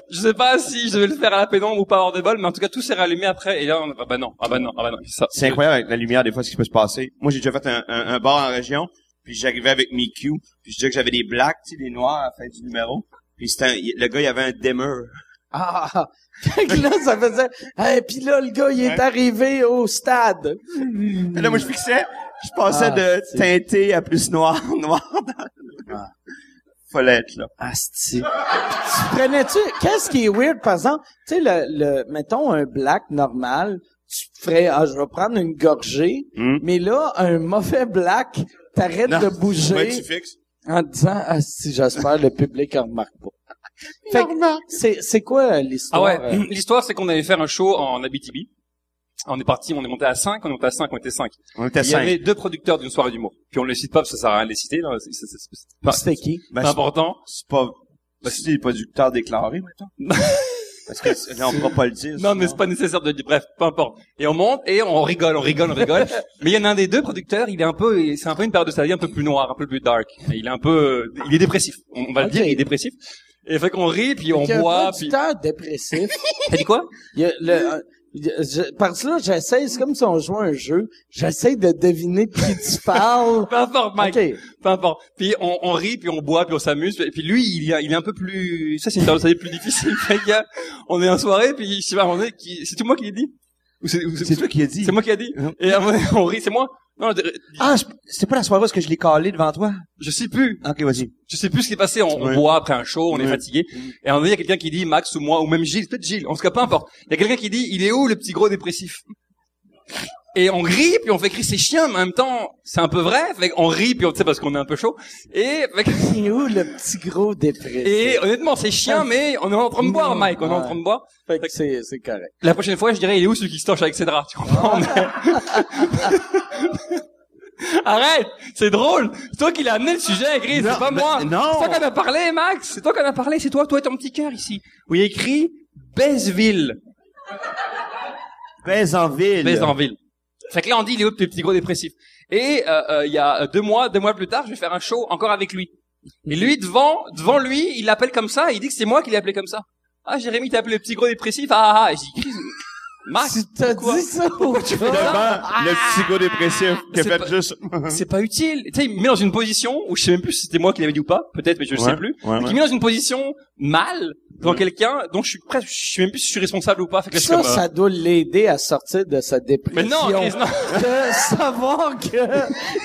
Je sais pas si je devais le faire à la pénombre ou pas hors de bol, mais en tout cas, tout s'est rallumé après, et là, on... ah bah non, ah bah non, ah bah non, c'est ça.
C'est incroyable avec la lumière, des fois, ce qui peut se passer. Moi, j'ai déjà fait un, un, un bar en région, puis j'arrivais avec mes Q, puis je disais que j'avais des blacks, tu sais, des noirs à la fin du numéro. Puis c'était un- il- le gars, il avait un dimmer.
Ah! Fait que là, ça faisait, hey, puis là, le gars, il est
Ouais.
arrivé au stade.
Et Là, moi, je fixais, je passais
Ah,
de
c'est-
teinté à plus noir, noir dans le... Fallait être là.
Asti. tu prenais-tu, qu'est-ce qui est weird, par exemple? Tu sais, le, le, mettons un black normal, tu ferais, ah, je vais prendre une gorgée,
Hmm.
mais là, un mauvais black, t'arrêtes de
Ouais,
bouger
tu fixes.
en disant, ah, si j'espère, le public en remarque pas. Fait que c'est, c'est quoi euh,
Ah
l'histoire?
ouais,
euh?
l'histoire, c'est qu'on allait faire un show en Abitibi. On est parti, on est monté à 5, on est monté à 5, on était 5.
On était
Il y avait
cinq.
deux producteurs d'une soirée d'humour. Puis on les cite pas, parce que ça sert à rien de les citer, là. C'est- c'est- c'est- c'est pas-
C'était qui?
Ben,
pas
c'est-
important.
c'est pas... ben, C'est des producteurs déclarés, maintenant. Parce que là, on pourra pas le dire.
Non, mais
sinon.
c'est pas nécessaire de bref, peu importe. Et on monte et on rigole, on rigole, on rigole. mais il y en a un des deux producteurs, il est un peu, c'est un peu une période de sa vie un peu plus noire, un peu plus dark. Et il est un peu, il est dépressif. On, on va
Ok.
le dire, il est dépressif. Et fait qu'on rit, puis on
Il y a un
boit, puis.
producteur dépressif.
T'as dit quoi
Il y a le- un- il y a- je- parce que là, j'essaie, c'est comme si on jouait à un jeu, j'essaie de deviner de qui tu parles.
Peu importe, Mike.
OK.
Peu importe. Puis on, on rit, puis on boit, puis on s'amuse. Et puis lui, il, est- il est un peu plus. Ça, c'est une période de sa vie plus difficile. Fait qu'il y a- on est en soirée, puis je sais pas, on est. Qui... C'est tout moi qui l'ai dit. Ou c'est, ou c'est-
C'est toi qui as dit.
c'est moi qui l'ai dit. Et à un moment, on rit, c'est moi. Non, je,
Ah, je- c'est pas la soirée où est-ce que je l'ai calé devant toi?
je sais plus.
Ok, vas-y.
je sais plus ce qui est passé, on, on
Oui.
boit après un show, on est
Oui.
fatigué, et à un moment donné, il y a quelqu'un qui dit, Max ou moi, ou même Gilles, peut-être Gilles, en tout cas, peu importe, il y a quelqu'un qui dit, il est où le petit gros dépressif Et on rit, puis on fait crier ses chiens, mais en même temps, c'est un peu vrai, fait qu'on rit, puis on sait parce qu'on est un peu chaud, et, fait que-
C'est où le petit gros dépressif?
et honnêtement, c'est chiant, mais on est en train de boire, Mike, on est en train de boire.
Fait que c'est, c'est correct.
La prochaine fois, je dirais, il est où celui qui se torche avec ses draps, tu comprends mais- Arrête, c'est drôle. C'est toi qui l'as amené le sujet, Chris, c'est pas
mais-
moi.
non.
C'est toi qu'on a parlé, Max. C'est toi qu'on a parlé, c'est toi, toi et ton petit cœur ici. Où il y a écrit Baiseville.
Baisanville.
Baiseville. Fait que là, on dit, il est où le petit gros dépressif. Et euh, euh, il y a deux mois, deux mois plus tard, je vais faire un show encore avec lui. Et lui, devant, devant lui, il l'appelle comme ça, et il dit que c'est moi qui l'ai appelé comme ça. Ah, Jérémy, t'as appelé le petit gros dépressif, ah, ah, ah. Et je dis, Chris, Max,
Tu t'as
Ah, pourquoi
dit ça au gars?
Devant le psychodépressif qui a
C'est
fait
pas-
juste...
c'est pas utile. Tu sais, il me met dans une position où je sais même plus si c'était moi qui l'avais dit ou pas, peut-être, mais je ne
Ouais,
sais plus.
ouais,
Donc,
ouais.
il me met dans une position mal dans quelqu'un dont je suis presque, je sais même plus si je suis responsable ou pas. Fait que là, je suis
Ça,
comme, euh,
ça doit l'aider à sortir de sa
mais
dépression.
non, Chris, non.
De savoir que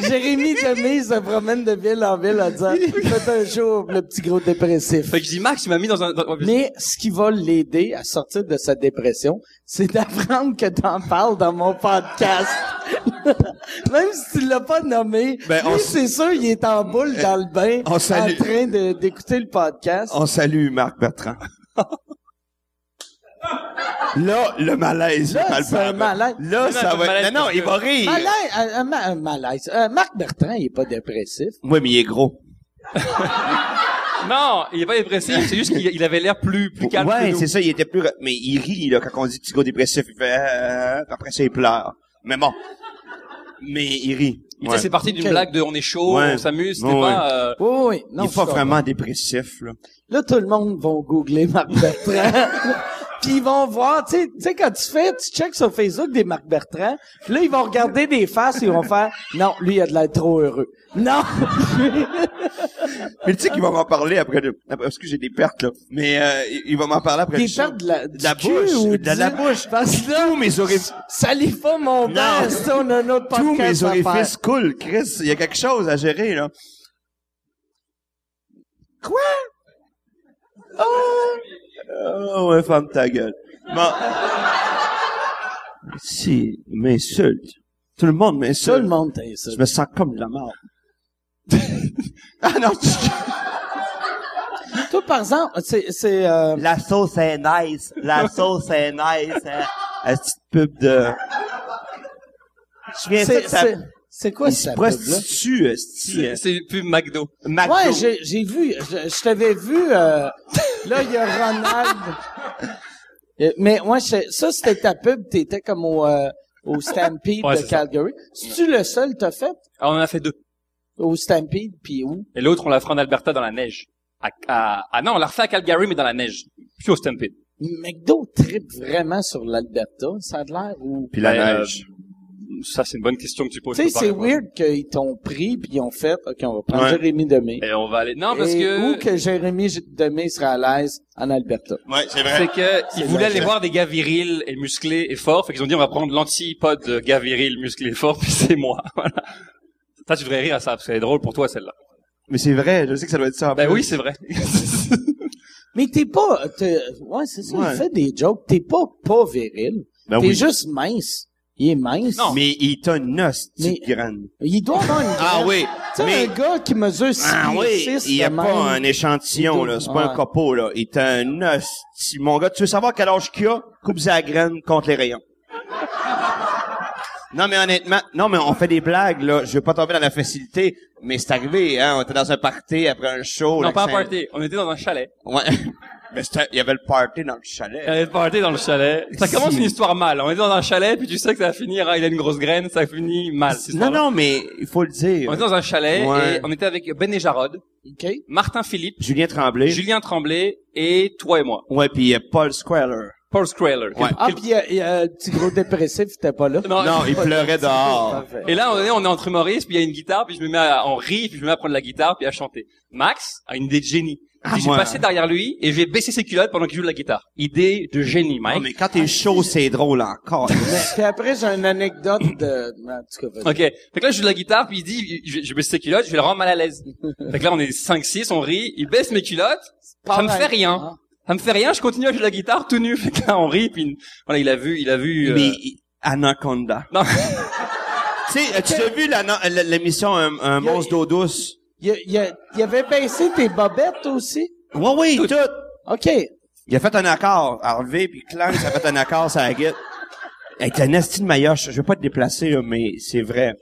Jérémy Demé se promène de ville en ville en disant, faites un jour le petit gros dépressif.
Fait que je dis, Max, tu m'as mis dans un, dans-
Mais ce qui va l'aider à sortir de sa dépression, c'est d'apprendre que t'en parles dans mon podcast. Même si tu l'as pas nommé,
Ben, on
lui,
s- Eh,
c'est sûr, il est en boule dans le bain,
on
en
salue.
train de- d'écouter le podcast.
On salue Marc Bertrand. Là, le malaise.
Là,
le mal
c'est un
parle.
malaise.
Là,
Non,
ça
c'est
va
le
être...
malaise
Non, non,
parce
il
que-
va rire.
Malaise, un, ma- un malaise. Euh, Marc Bertrand, il est pas dépressif.
Oui, mais il est gros.
non, il est pas dépressif, c'est juste qu'il il avait l'air plus, plus calme. que
ouais,
nous.
c'est ça, il était plus... Mais il rit, là, quand on dit psychodépressif, il fait... euh, puis Après ça, il pleure. Mais bon. Mais il rit.
Mais tu
Ouais.
sais, c'est parti d'une
Ok.
blague de on est chaud,
Ouais.
on s'amuse, c'était
Ouais,
pas, euh,
Oui, oui, non.
il
je
est pas
comprends.
vraiment dépressif, là.
Là, tout le monde va googler Marc Bertrand. Puis ils vont voir, tu sais- tu sais, quand tu fais, tu checks sur Facebook des Marc Bertrand, puis là, ils vont regarder des faces et ils vont faire, non, lui, il a de l'air trop heureux. Non!
Mais tu sais qu'il va m'en parler après, le- après- parce que j'ai des pertes, là. Mais euh, il- il va m'en parler après.
Des
le show.
pertes de la,
de
du
la
cul
bouche.
ou
de la
du-
bouche.
Parce que là,
Tous mes orif-
ça les pas mon
Non.
bain, ça, on a un autre
Tous
podcast
mes
à faire.
orifices coulent, Chris. Il y a quelque chose à gérer, là.
Quoi?
Oh, ouais, ferme ta gueule. Bon. si, il m'insulte. Tout le monde
Tout le
m'insulte.
monde t'insulte.
Je me sens comme de la merde. Ah non, tu...
Toi, par exemple, c'est, c'est, euh,
La sauce est nice. La sauce est nice. hein. La petite pub de... Je viens
c'est,
de ça.
c'est, c'est quoi
Il se
ça?
prostitue, esti,
C'est
euh,
c'est une pub McDo.
McDo.
Ouais, j'ai, j'ai vu, je, je t'avais vu, euh, là, il y a Ronald. Euh, Mais ouais, je- ça, c'était ta pub, t'étais comme au, euh, au Stampede
Ouais,
de
c'est ça.
Calgary. C'est-tu le seul que t'as fait?
Ah, on en a fait deux.
Au Stampede, puis où?
Et l'autre, on l'a fait en Alberta dans la neige. À, à- ah non, on l'a refait à Calgary, mais dans la neige. Puis au Stampede.
McDo trip vraiment sur l'Alberta, ça a de l'air, ou...
Puis la
Ben,
neige.
euh, ça, c'est une bonne question que tu poses.
Tu sais,
je peux pas
c'est
répondre.
weird qu'ils t'ont pris puis ils ont fait, OK, on va prendre
Ouais.
Jérémy Demé.
Et on va aller. Non, parce
Et
que.
Où que Jérémy J- Demé sera à l'aise en Alberta.
Ouais, c'est vrai.
C'est
Ah,
que ils voulaient
vrai,
aller
ça.
voir des gars virils et musclés et forts. Fait qu'ils ont dit on va prendre l'antipode de gars viril, musclé et fort, puis c'est moi. Voilà. Ça, tu devrais rire à ça, parce que c'est drôle pour toi, celle-là.
Mais c'est vrai, je sais que ça doit être ça. en
Ben
plus.
oui, c'est vrai.
Mais t'es pas, t'es- ouais, c'est ça,
Ouais.
il fait des jokes. T'es pas pas viril.
Ben
t'es
oui.
juste mince. Il est mince.
Mais il t'a une hostie
Mais-
grande.
Il doit avoir une
Ah
graine.
oui,
Tu sais,
mais-
un gars qui mesure 6
Ah oui, il n'y a pas un échantillon,
Il
là.
doit-
C'est pas
ouais.
un copeau, là. Il est un hostie. Mon gars, tu veux savoir quel âge qu'il a? Coupe-y la graine contre les rayons. Non, mais honnêtement, non, mais on fait des blagues, là. Je veux pas tomber dans la facilité, mais c'est arrivé, hein. On était dans un party après un show.
non,
là,
pas un
que
party. On était dans un chalet.
ça- Ouais. mais c'était, il y avait le party dans le chalet.
On était party dans le chalet. Ça commence une histoire mal. On est dans un chalet, puis tu sais que ça va finir, ah, il a une grosse graine, ça finit mal. cette
non,
histoire-là.
non, mais il faut le dire.
On était dans un chalet
Ouais.
et on était avec Ben et Jarod,
OK.
Martin Philippe,
Julien Tremblay.
Julien Tremblay et toi et moi.
Ouais, puis il y a Paul Squaler.
Paul Scraller.
Ouais.
Ah, puis il y a- il y a un petit gros dépressif, t'es pas là.
Non,
Non, il pleurait dehors.
Parfait.
Et là, on est, on est entre humoristes, puis il y a une guitare, puis je me mets à, on rit, puis je me mets à prendre la guitare, puis à chanter. Max a une idée de génie.
Ah,
Puis je
moi.
suis passé derrière lui, et j'ai baissé ses culottes pendant qu'il joue de la guitare. Idée de génie,
Non,
Mike.
mais quand t'es chaud, c'est drôle encore.
Mais- Puis après, j'ai une anecdote de... En tout cas, vas-y.
Ok. Fait que là, je joue de la guitare, puis il dit, je, je baisse ses culottes, je vais le rendre mal à l'aise. fait que là, on est 5-6, on rit, il baisse mes culottes, ça me
Pareil.
fait rien.
Ah.
Ça me fait rien, je continue à jouer de la guitare tout nu. Fait que là, on rit, puis voilà, il a vu, il a vu... euh,
Mais Anaconda.
Non.
tu sais, tu as vu l'ana- l'émission Un, un
y a-
monstre d'eau douce?
Il, y a- il y a- il avait baissé tes bobettes aussi?
Oui, oui, tout.
OK.
Il a fait un accord. Harvey puis Clank, ça a fait un accord, ça a guette. Avec la Nasty de Mayoche, je veux pas te déplacer, là, mais c'est vrai.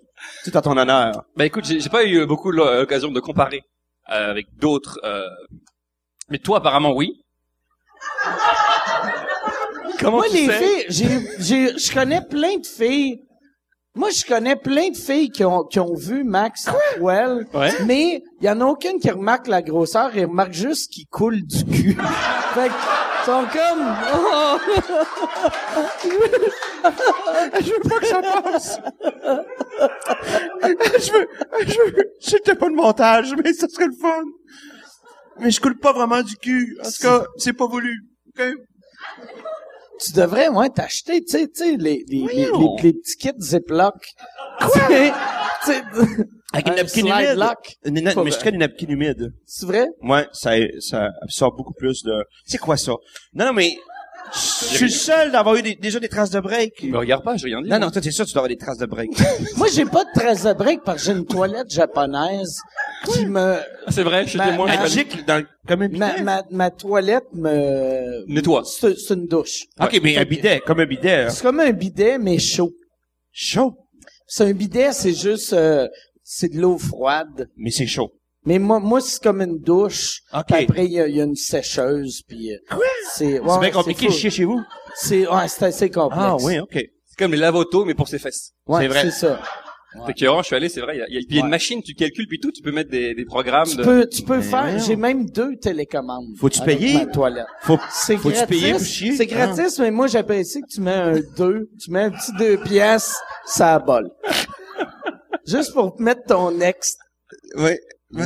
Tout à ton honneur.
Bah écoute, j'ai j'ai pas eu beaucoup l'o- l'occasion de comparer euh, avec d'autres, euh, mais toi apparemment oui. Comment
Moi,
tu
les
sais
filles, j'ai, j'ai, je connais plein de filles. Moi, je connais plein de filles qui ont, qui ont vu Max Well,
Ouais.
mais il y en a aucune qui remarque la grosseur, ils remarquent juste qu'il coule du cul. fait qu'ils sont comme... Oh!
je veux, je veux, j'étais pas de montage, mais ça serait le fun. Mais je coule pas vraiment du cul. En tout cas, c'est pas voulu. OK?
Tu devrais, ouais, t'acheter, tu sais, tu sais, les, les, les,
Voyons.
les- les petits kits Ziploc. Quoi? tu sais,
Avec une
Un
napkin
slide
humide.
lock.
Une- une-
Pas
mais je
vrai.
traîne une napkin humide.
c'est vrai?
Ouais, ça, ça absorbe beaucoup plus de... C'est quoi ça? Non, non, mais... Je suis le seul d'avoir eu des- déjà des traces de break.
Me regarde pas, j'ai rien dit.
Non, non, toi, t'es sûr que tu dois avoir des traces de break.
Moi, j'ai pas de trace de break parce que j'ai une toilette japonaise qui me...
Ah, C'est vrai, je suis
Bah,
Ma-
témoin.
ma-
j'ai pas dit.
Magique, dans le- comme un bidet.
Ma, ma, ma toilette me...
Nettoie.
C'est c'est une douche.
OK, mais un bidet, comme un bidet. hein.
C'est comme un bidet, mais chaud.
Chaud.
C'est un bidet, c'est juste... euh, c'est de l'eau froide.
Mais c'est chaud.
Mais moi, moi c'est comme une douche.
Ok. Ah
Puis Après, il y, a- il y a une sécheuse. Puis, euh, c'est ouais,
c'est bien compliqué de
fou.
chier chez vous.
C'est ouais, c'est assez complexe.
Ah oui, OK.
C'est comme les lavotos, mais pour ses fesses.
Ouais,
C'est vrai.
C'est ça.
Fait que vraiment, je suis allé, c'est vrai. Il y a, il y a- puis il y a une machine, tu calcules, puis tout, tu peux mettre des, des programmes.
Tu
de-
peux, tu peux faire.
voyons.
J'ai même deux télécommandes.
Faut-tu
avec
payer?
Ma toilette.
Faut,
C'est
faut
gratis.
tu payer pour chier? Ah.
C'est gratis, mais moi j'apprécie que tu mets un 2, tu mets un petit 2 pièces, ça a bol. Juste pour mettre ton ex.
Ah, ouais.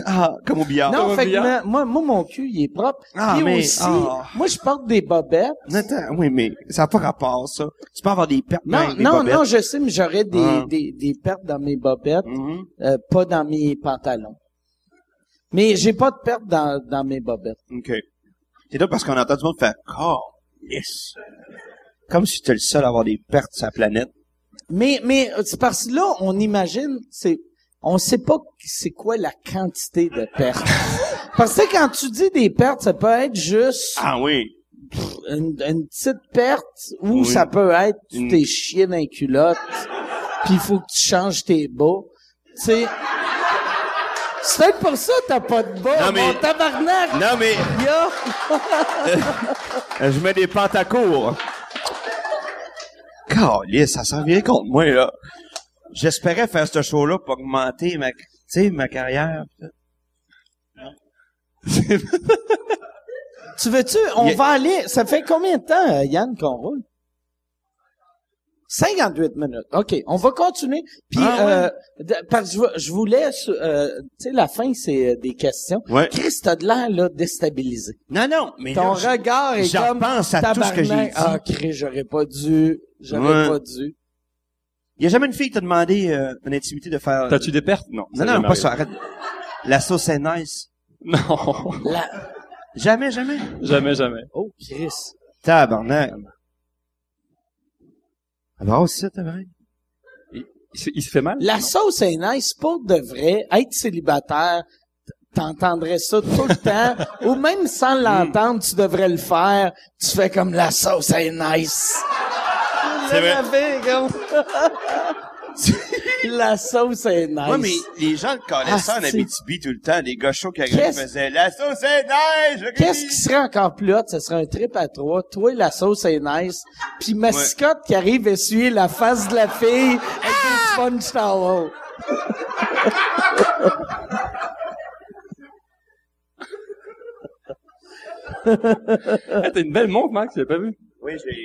Ah, comme au billard.
non,
va
fait que
bien.
ma- moi, moi, mon cul, il est propre.
Ah,
Puis
mais-
aussi,
ah.
moi, je porte des bobettes.
Attends, oui, mais ça n'a pas rapport, ça. Tu peux avoir des pertes.
Non,
même, Ben, des
non,
bobettes.
non, je sais, mais j'aurais des,
Ah.
des, des pertes dans mes bobettes,
Mhm.
euh, pas dans mes pantalons. Mais j'ai pas de pertes dans, dans mes bobettes.
OK. C'est là parce qu'on entend tout le monde faire « Corps, yes! » Comme si tu étais le seul à avoir des pertes sur la planète.
Mais, mais euh, c'est parce que là, on imagine, c'est on sait pas c'est quoi la quantité de pertes. Parce que quand tu dis des pertes, ça peut être juste
Ah oui.
une, une petite perte ou
Oui.
ça peut être tu
Une-
t'es chié dans les culottes, puis il faut que tu changes tes bas. Tu sais, c'est peut-être pour ça que t'as pas de bas,
Non, mais-
mon tabarnak.
Non, mais
Il y a-
euh, je mets des pantacours. Calais, ça s'en vient contre moi, là. J'espérais faire ce show-là pour augmenter ma, tu sais, ma carrière.
Tu veux-tu, on
Il y a-
va aller, ça fait combien de temps, euh, Yann, qu'on roule? 58 minutes. OK, on va continuer. Puis,
Ah, ouais.
euh, de- parce que je veux- je, voulais, euh, tu sais, la fin, c'est euh, des questions.
Ouais.
Chris, t'as de l'air, là, déstabilisé.
Non, non, mais
Ton
là, je-
regard est
je
comme...
repense à tout ce que j'ai
tabarnak.
dit.
Ah, Chris, j'aurais pas dû, j'aurais
Ouais.
pas dû.
Il y a jamais une fille qui t'a demandé euh, une intimité de faire... euh,
T'as-tu des pertes? Non.
Non,
m'est
non, pas
arrivé.
ça, arrête. La sauce est nice.
Non.
La...
Jamais, jamais.
jamais, jamais.
Oh, Chris.
Tabarnak. Alors, aussi, tabarnak.
Il, il se- il se fait mal?
La
Non.
sauce est nice pour de vrai. Être célibataire, t'entendrais ça tout le temps. Ou même sans l'entendre, tu devrais le faire. Tu fais comme la sauce est nice.
C'est vrai.
La fait comme- la sauce est nice.
Ouais, mais les gens le
Ah,
connaissaient en
c'est-
Abitibi tout le temps, les gauchos qui arrivaient
Qu'est-ce-
faisaient « La sauce est neige! Rémi! »
Qu'est-ce qui serait encore plus hot? Ce serait un trip à trois. Toi, la sauce est nice. Puis mascotte qui arrive essuyer la face de la fille avec une sponge towel.
Ah, T'as une belle montre, Max, tu l'as pas vu?
Oui, j'ai...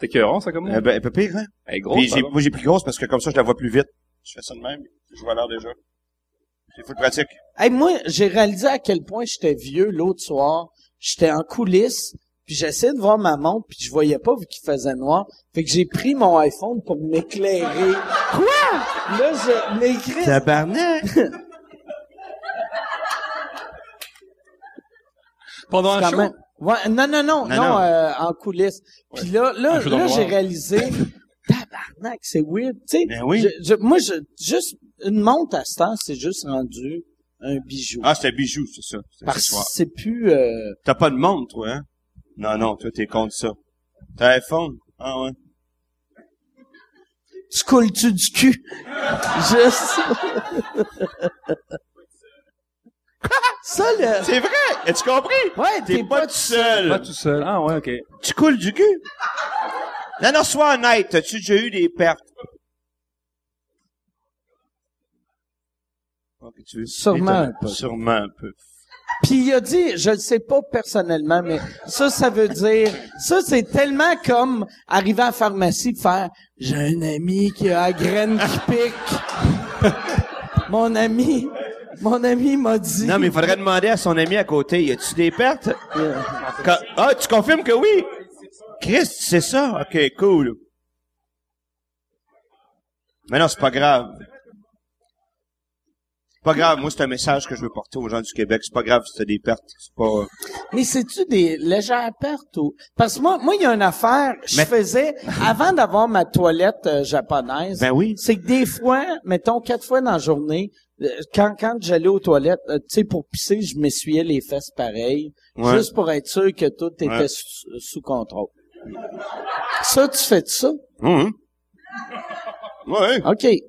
T'es cœurant, ça, comme
Euh,
montre?
ben, un peu pire, hein?
Elle est grosse,
Puis
ça,
j'ai-
là.
moi, j'ai plus grosse parce que comme ça, je la vois plus vite. Je fais ça de même, je vois l'heure déjà. C'est full pratique.
Hey, moi, j'ai réalisé à quel point j'étais vieux l'autre soir. J'étais en coulisses, puis j'essayais de voir ma montre, puis je voyais pas vu qu'il faisait noir. Fait que j'ai pris mon iPhone pour m'éclairer. Quoi? Là, je m'écris.
Tabarnak!
Pendant un
quand
show?
même. Ouais, non, non, non, non,
non.
euh, en coulisses. Puis là, là,
Un jeu dans
là,
le noir.
j'ai réalisé, tabarnak, c'est weird. Tu sais,
Ben oui.
je- je- moi, je, juste, une montre à ce temps, c'est juste rendu un bijou.
Ah, c'est un bijou, c'est ça. C'est un
Parce que
accessoire.
c'est plus... euh,
T'as pas de montre, toi, hein? Non, non, toi, t'es contre ça. T'as un iPhone? Ah ouais.
tu coules-tu du cul? Juste. Ça, le...
C'est vrai! As-tu compris?
Ouais,
T'es pas, tout seul.
Pas tout seul. Ah, ouais, ok.
Tu coules du cul. Non, non, sois honnête. As-tu déjà eu des pertes? Ok, tu veux-
Sûrement
Étonnant.
un peu.
Sûrement un peu.
Puis il a dit, je le sais pas personnellement, mais ça, ça veut dire... Ça, c'est tellement comme arriver à la pharmacie faire « J'ai un ami qui a la graine qui pique. Mon ami... Mon ami m'a dit...
Non, mais il faudrait demander à son ami à côté, y a-tu des pertes? Quand- Ah, tu confirmes que oui? Chris, c'est ça? Ok, cool. Mais non, c'est pas grave. C'est Pas grave, moi c'est un message que je veux porter aux gens du Québec. C'est pas grave si t'as des pertes. C'est pas.
Mais c'est-tu des légères pertes ou... Parce que moi, moi, il y a une affaire, je
Mais-
faisais, avant d'avoir ma toilette euh, japonaise,
Ben oui.
c'est que des fois, mettons quatre fois dans la journée, euh, quand, quand j'allais aux toilettes, euh, tu sais, pour pisser, je m'essuyais les fesses pareil,
Ouais.
juste pour être sûr que tout était
Ouais.
sous, sous contrôle. Ça, tu fais de ça?
Hum, hum. Ouais,
OK.
ouais.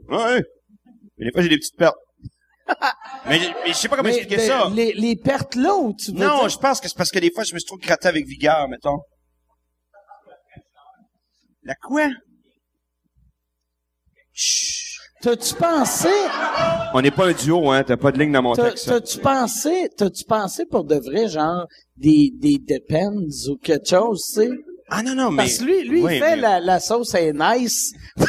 Mais des fois j'ai des petites pertes. mais, j'ai- mais je sais pas comment
Mais
expliquer
de-
ça.
Eh, ben, Les, les pertes là où tu veux
Non,
dire-
je pense que c'est parce que des fois je me suis trop gratté avec vigueur, mettons. La quoi?
T'as-tu pensé...
On n'est pas un duo, hein. T'as pas de ligne dans mon
T'as-
texte. ça.
T'as-tu pensé, t'as-tu pensé pour de vrai, genre, des, des depends ou quelque chose, tu sais?
Ah non, non, mais.
Parce que lui, lui,
Oui,
il fait
mais-
la, la sauce est nice.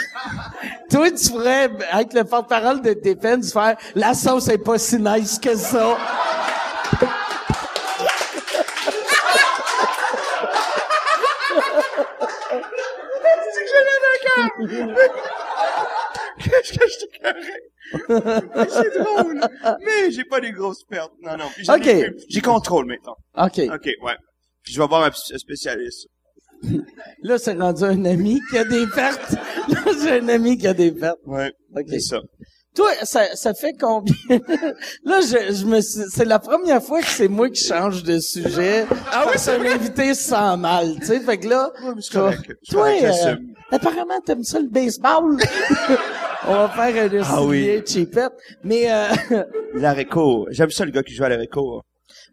Toi, tu pourrais, être le porte-parole de depends, faire la sauce est pas si nice que ça.
C'est drôle. Mais j'ai pas des grosses pertes. Non, non. Puis j'ai
Ok.
des- J'ai contrôle maintenant.
OK.
OK, ouais. Puis je vais voir un p- un spécialiste.
Là, c'est rendu un ami qui a des pertes. Là, j'ai un ami qui a des pertes.
Ouais.
OK.
C'est ça.
Toi, ça, ça fait combien? Là, je, je me suis- c'est la première fois que c'est moi qui change de sujet. Ah oui, c'est un invité sans mal, tu sais. Fait que là, toi,
correct. C'est
toi,
correct,
euh,
j'assume.
apparemment, t'aimes ça le baseball. On va faire un
Ah oui.
dossier cheapette. Mais euh,
L'aréco. J'aime ça, le gars qui joue à l'aréco.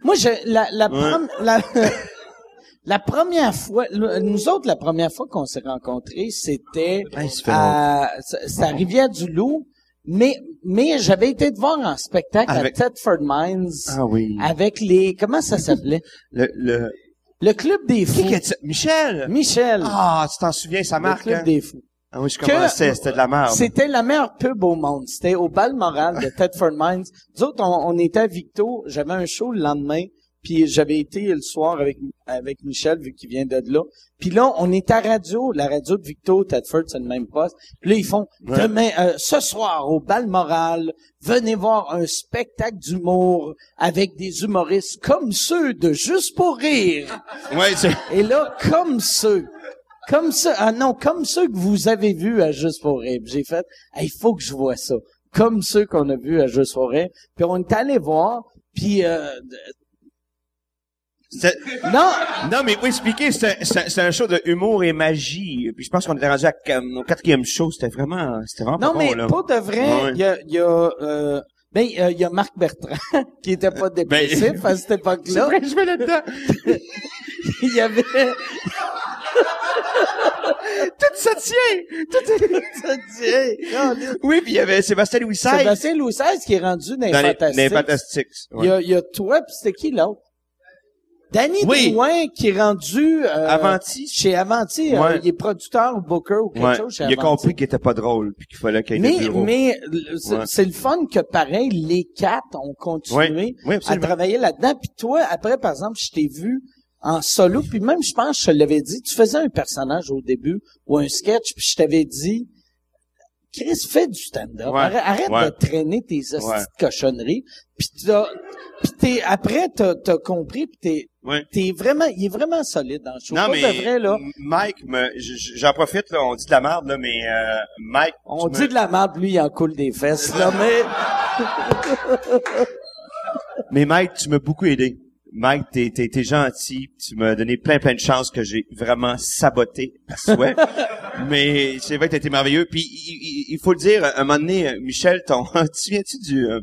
Moi, je, la, la, prom- la, la première fois, le- nous autres, la première fois qu'on s'est rencontrés, c'était
Ah, il se fait
à, c'est- c'est à Rivière-du-Loup, mais, mais j'avais été te voir en spectacle
Avec- Ah
à Thetford Mines
oui.
avec les, comment ça s'appelait?
Le, le...
le Club des Fous.
Qui que tu- Michel!
Michel.
Ah, tu t'en souviens, ça
le
marque,
Club
hein?
des Fous.
Ah oui, je
Que-
commençais, c'était de la merde.
C'était la meilleure pub au monde. C'était au bal moral de Thetford Mines. Nous autres, on, on était à Victo. J'avais un show le lendemain. Puis j'avais été le soir avec avec Michel, vu qu'il vient de là. Puis là, on est à radio. La radio de Victo, Thetford, c'est le même poste. Puis là, ils font demain, euh, ce soir, au bal moral, venez voir un spectacle d'humour avec des humoristes comme ceux de Juste pour rire.
Ouais, c'est...
Et là, comme ceux, comme ceux, ah non, comme ceux que vous avez vus à Juste pour rire. Puis J'ai fait, il faut que je vois ça. Comme ceux qu'on a vus à Juste pour rire. Puis on est allé voir, puis euh,
c'est-
non,
Non, mais oui, expliquer, c'est un- c'est un- c'est un show de humour et magie. Puis je pense qu'on était rendu à, comme, au quatrième show. C'était vraiment, c'était vraiment
non,
pas
mais
bon, là.
pour de vrai,
Ouais.
il y a, il y a, euh, ben, euh, il y a Marc Bertrand qui était pas dépressif à cette époque-là.
je vais là-dedans.
il y avait
Tout ça tient! Tout Oui, puis il y avait Sébastien Louis XVI.
Sébastien Louis XVI qui est rendu dans, les
Dans les, les
Fantastiques.
Fantastiques.
Il y
ouais.
a, il y a toi, puis c'était qui l'autre? Danny
Oui.
Drouin, qui est rendu... euh,
Avanti.
Chez Avanti.
Ouais.
euh, il est producteur ou booker ou quelque
Ouais.
chose chez
Il a
Avanti.
compris qu'il était pas drôle, puis qu'il fallait qu'il y ait des
Mais,
bureaux.
mais le- c'est
Ouais.
c'est le fun que, pareil, les quatre ont continué
Ouais. Oui,
à
absolument.
travailler là-dedans. Puis toi, après, par exemple, je t'ai vu en solo, puis même, je pense, je te l'avais dit, tu faisais un personnage au début ou un sketch, puis je t'avais dit... Chris, fais du stand-up.
Ouais.
Arrête, arrête
Ouais.
de traîner tes hosties
Ouais.
de cochonneries. Puis t'as- puis t'es- après, t'as as compris, puis t'es
Ouais.
t'es vraiment, il est vraiment solide dans le show.
Non,
Pour
mais
de vrai, là,
M- Mike, me- j- j- j'en profite, là, on dit de la merde, là, mais euh, Mike...
on
tu
dit
me-
de la merde, lui, il en coule des fesses, là, mais...
Mais Mike, tu m'as beaucoup aidé. Mike, t'es, t'es, t'es gentil, pis tu m'as donné plein plein de chances que j'ai vraiment saboté à souhait. Mais c'est vrai que t'as été merveilleux. Puis il, il- il faut le dire, à un moment donné, euh, Michel, ton, tu te souviens-tu du... euh,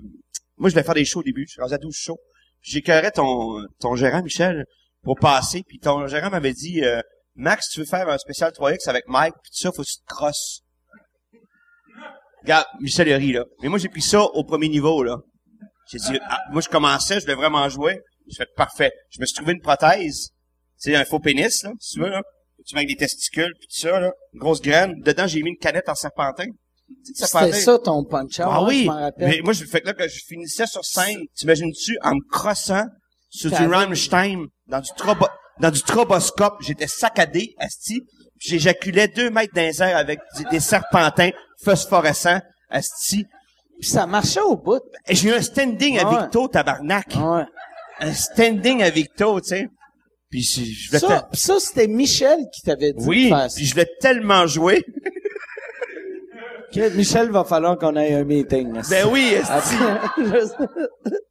moi, je voulais faire des shows au début, je suis rendu à 12 shows. Puis J'écœurais ton, ton gérant, Michel, pour passer. Puis ton gérant m'avait dit, euh, Max, tu veux faire un spécial 3X avec Mike, puis tout ça, faut que tu te crosses. Regarde, Michel a ri, là. Mais moi, j'ai pris ça au premier niveau, là. J'ai dit, ah, moi, je commençais, je voulais vraiment jouer. J'ai fait parfait. Je me suis trouvé une prothèse. C'est un faux pénis, là, si tu veux, là. Tu mets avec des testicules, puis tout ça, là. Une grosse graine. Dedans, j'ai mis une canette en serpentin. Tu sais, de
C'était
serpentin.
ça, ton punch-out,
Ah
je
oui.
m'en rappelle.
Mais moi, je, fait que là, que je finissais sur scène, t'imagines-tu, en me crossant sur du
T'avais-
Rammstein, dans du trobo, dans du troboscope, j'étais saccadé, asti, puis j'éjaculais deux mètres dans les airs avec des, des serpentins phosphorescents, asti.
Puis ça marchait au bout.
Et J'ai eu un standing
Ah ouais. Ah
avec Victo, tabarnak.
Ouais.
Un standing avec Victo, tu sais. Puis si- je voulais
Ça,
te-
pis ça, c'était Michel qui t'avait dit
Oui,
de faire ça.
puis je l'ai tellement joué.
Chris, Michel, va falloir qu'on ait un meeting. là.
Ben oui, esti.
Après-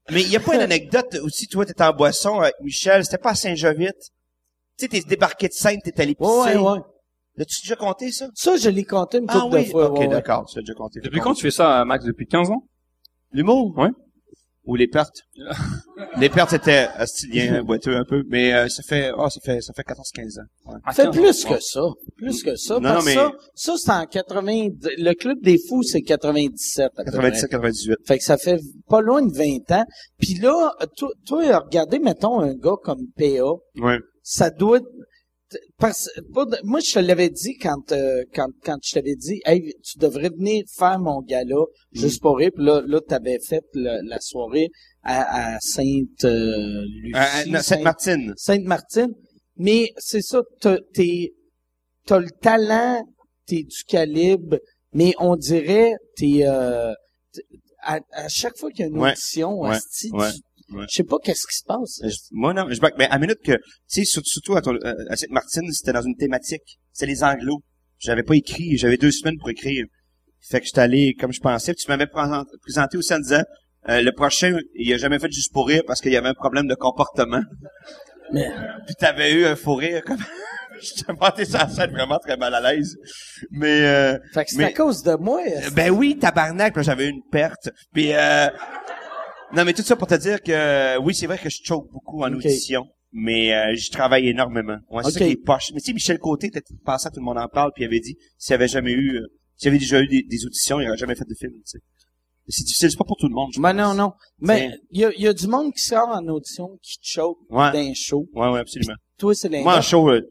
Mais il y a pas une anecdote aussi, toi, t'étais en boisson avec Michel, c'était pas à Saint-Jovite. Tu sais, t'es débarqué de scène, t'es allé pisser.
ouais, ouais.
L'as-tu déjà compté, ça?
Ça, je l'ai compté une
Ah
couple
oui,
de fois.
ok,
ouais, ouais.
d'accord, tu l'as déjà compté.
Depuis quand tu fais ça, Max? Depuis 15 ans?
L'humour?
Ouais.
Ou les pertes? les pertes, c'était astilien, boiteux un peu, mais euh, ça fait, oh, ça fait, ça fait 14-15 ans. Ouais.
Fait plus que ça. Plus que ça.
Non,
parce
non, mais-
que ça, ça c'est en 80... Le Club des Fous, c'est 97. à peu près.
97-98.
Fait que ça fait pas loin de 20 ans. Puis là, toi, toi, regardez, mettons, un gars comme PA,
Ouais.
ça doit... t- Parce, pas de- moi, je te l'avais dit quand, euh, quand, quand je t'avais dit, hey, tu devrais venir faire mon gala
Mm.
juste pour rire. Puis là, là tu avais fait le- la soirée à, à Sainte-Lucie.
Euh, euh, non, Sainte-Martine.
Sainte-Martine. Mais c'est ça, t'as, t'es- t'as le talent, t'es du calibre, mais on dirait, t'es, euh, t'es- à, à chaque fois qu'il y a une
Ouais,
audition,
ouais,
asti,
ouais,
tu-
ouais.
je sais pas qu'est-ce qui se passe.
Euh, Je- Moi, non, je back. Mais à la minute que, tu sais, surtout, surtout à, ton- euh, à Sainte-Martine, c'était dans une thématique. C'était les Anglos. J'avais pas écrit. J'avais deux semaines pour écrire. Fait que j'étais allé comme je pensais. Puis tu m'avais présent- présenté aussi en disant, euh, le prochain, il a jamais fait juste pour rire parce qu'il y avait un problème de comportement.
Mais-
Puis t'avais eu un fou rire comme... J'étais monté sur la scène vraiment très mal à l'aise. Mais... euh,
Fait que c'est
mais-
à cause de moi.
ben oui, tabarnak, là, j'avais eu une perte. Puis euh, non, mais tout ça pour te dire que euh, oui, c'est vrai que je choke beaucoup en
Ok.
audition, mais euh, j'y travaille énormément. Ouais, c'est ça
Ok.
qui est poche. Mais tu sais, Michel Côté était passé, tout le monde en parle, puis il avait dit s'il avait jamais eu, euh, s'il avait déjà eu des, des auditions, il aurait jamais fait de film. tu sais. Mais C'est difficile, c'est pas pour tout le monde. je
Mais
pense.
Ben non, non. Mais
Tiens. Ah.
il y a, il y a du monde qui sort en audition qui choke
Ouais.
d'un show.
Ouais, ouais, absolument.
Toi, c'est l'inverse.
Moi, en show, euh,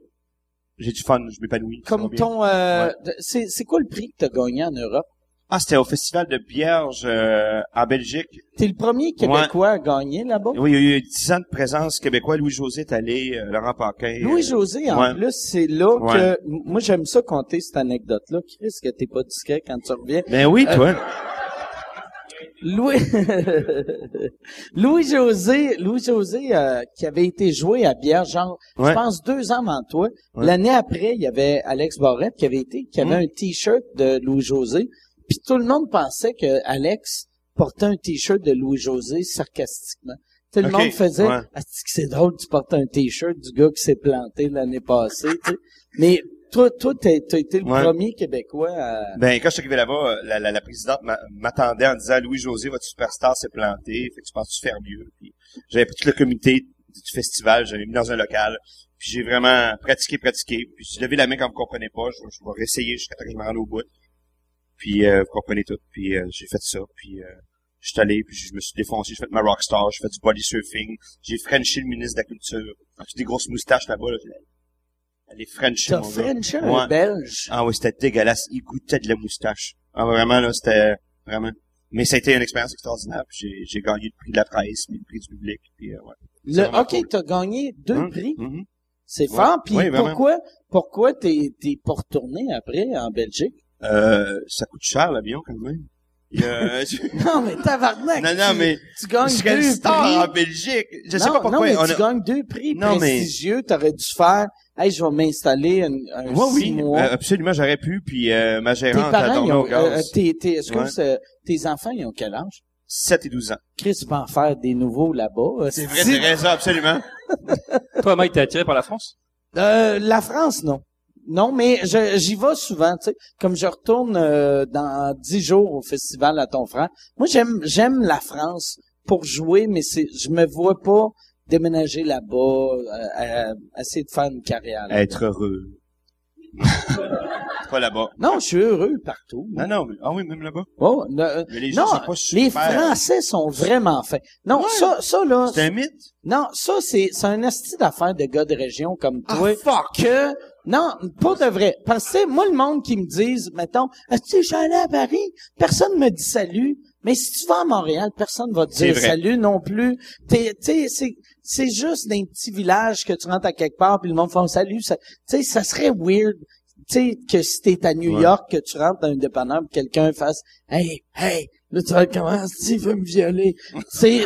j'ai du fun, je m'épanouis. ça va
Ben Comme
bien.
ton... euh, de- c'est, c'est quoi le prix que t'as gagné en Europe?
Ah, c'était au festival de Bierge euh, en Belgique.
T'es le premier Québécois à gagner là-bas?
Oui, il y a eu 10 ans de présence québécois. Louis-José est allé, euh, Laurent Paquin. euh,
Louis-José, en
ouais.
plus, c'est là
Ouais.
que... m- Moi, j'aime ça compter cette anecdote-là. Chris, que t'es pas discret quand tu reviens.
Ben oui, toi.
Louis... Louis-José, Louis-José euh, qui avait été joué à Bière, genre, je
Ouais.
pense, deux ans avant toi.
Ouais. Mm.
L'année après, il y avait Alex Barrette qui avait été, qui avait un T-shirt de Louis-José. Puis tout le monde pensait que Alex portait un T-shirt de Louis-José sarcastiquement. Tout le
Ok,
monde faisait,
ouais.
Ah, c'est que c'est drôle, tu portes un T-shirt du gars qui s'est planté l'année passée, tu sais. Mais toi, toi, t'as, t'as été le
Ouais.
premier Québécois à...
Ben, quand je suis arrivé là-bas, euh, la, la, la présidente m'a- m'attendait en disant Louis-José, votre superstar s'est planté, fait que tu penses-tu faire mieux? Puis, j'avais pris tout le comité du festival, j'avais mis dans un local, puis j'ai vraiment pratiqué, pratiqué, puis j'ai levé la main quand vous comprenez pas, je, je vais réessayer jusqu'à temps que je me rende au bout, puis euh, vous comprenez tout, puis euh, j'ai fait ça, puis euh, je suis allé, puis je me suis défoncé, j'ai fait ma rockstar, j'ai fait du body surfing, j'ai frenché le ministre de la Culture, j'ai des grosses moustaches là-bas, là, j'ai- elle est frenchée,
T'as
mon gars.
Frenché un
Ouais.
Belge.
Ah oui, c'était dégueulasse. Il goûtait de la moustache. Ah vraiment, là, c'était vraiment. Mais ça a été une expérience extraordinaire. puis J'ai, j'ai gagné le prix de la presse, puis le prix du public. Puis, euh, ouais.
Le,
C'est vraiment
ok, t'as gagné deux
Hein?
prix.
Mhm.
C'est
Ouais.
fort. Puis
Oui, vraiment.
pourquoi, pourquoi t'es, t'es pas retourné après en Belgique?
Euh, ça coûte cher l'avion quand même. Il y a- euh,
Non, mais tabarnak!
non, non,
tu-
mais
Tu gagnes
je suis
deux
une star en
prix.
Belgique. Je sais
non,
pas pourquoi.
non, mais
on
tu
a-
gagnes deux prix
Non, mais-
prestigieux. T'aurais dû faire, hey, je vais m'installer un, un
Ouais,
six
oui,
mois.
euh, absolument, j'aurais pu. Puis euh, ma
tes
gérante a
parents, ils
tourné au
ont, euh,
gaz.
tes, tes, excuse, euh, tes enfants, ils ont quel âge?
7 et 12 ans.
Chris va en faire des nouveaux là-bas. euh,
C'est vrai, c'est raison, absolument.
Toi, Mike, t'es attiré par la France?
Euh, la France, non. Non, mais je- j'y vais souvent, tu sais. Comme je retourne euh, dans dix jours au festival à ton frère. Moi, j'aime j'aime la France pour jouer, mais c'est je me vois pas déménager là-bas, euh, euh, essayer de faire une carrière. là.
Être heureux. pas là-bas.
Non, je suis heureux partout.
Non, non, mais- ah oui, même là-bas.
Oh, ne-
Mais les
non,
gens sont pas
les
super.
Français sont vraiment faits. Non, ça, ça là,
C'est un mythe.
Non, ça, c'est, c'est un esti d'affaires de gars de région comme toi. Que, non, pas de vrai. Parce que, tu sais, moi, le monde qui me dise, mettons, est-ce que j'allais à Paris? Personne me dit salut. Mais si tu vas à Montréal, personne va te
C'est
dire
vrai.
salut non plus. T'es- Tu sais, c'est, c'est juste dans un petit village que tu rentres à quelque part puis le monde fait salut. Ça, tu sais, ça serait weird. Tu sais, que si t'es à New
Ouais.
York, que tu rentres dans un dépanneur pis quelqu'un fasse, hey, hey, là, tu vas comment? Il veut me violer. C'est,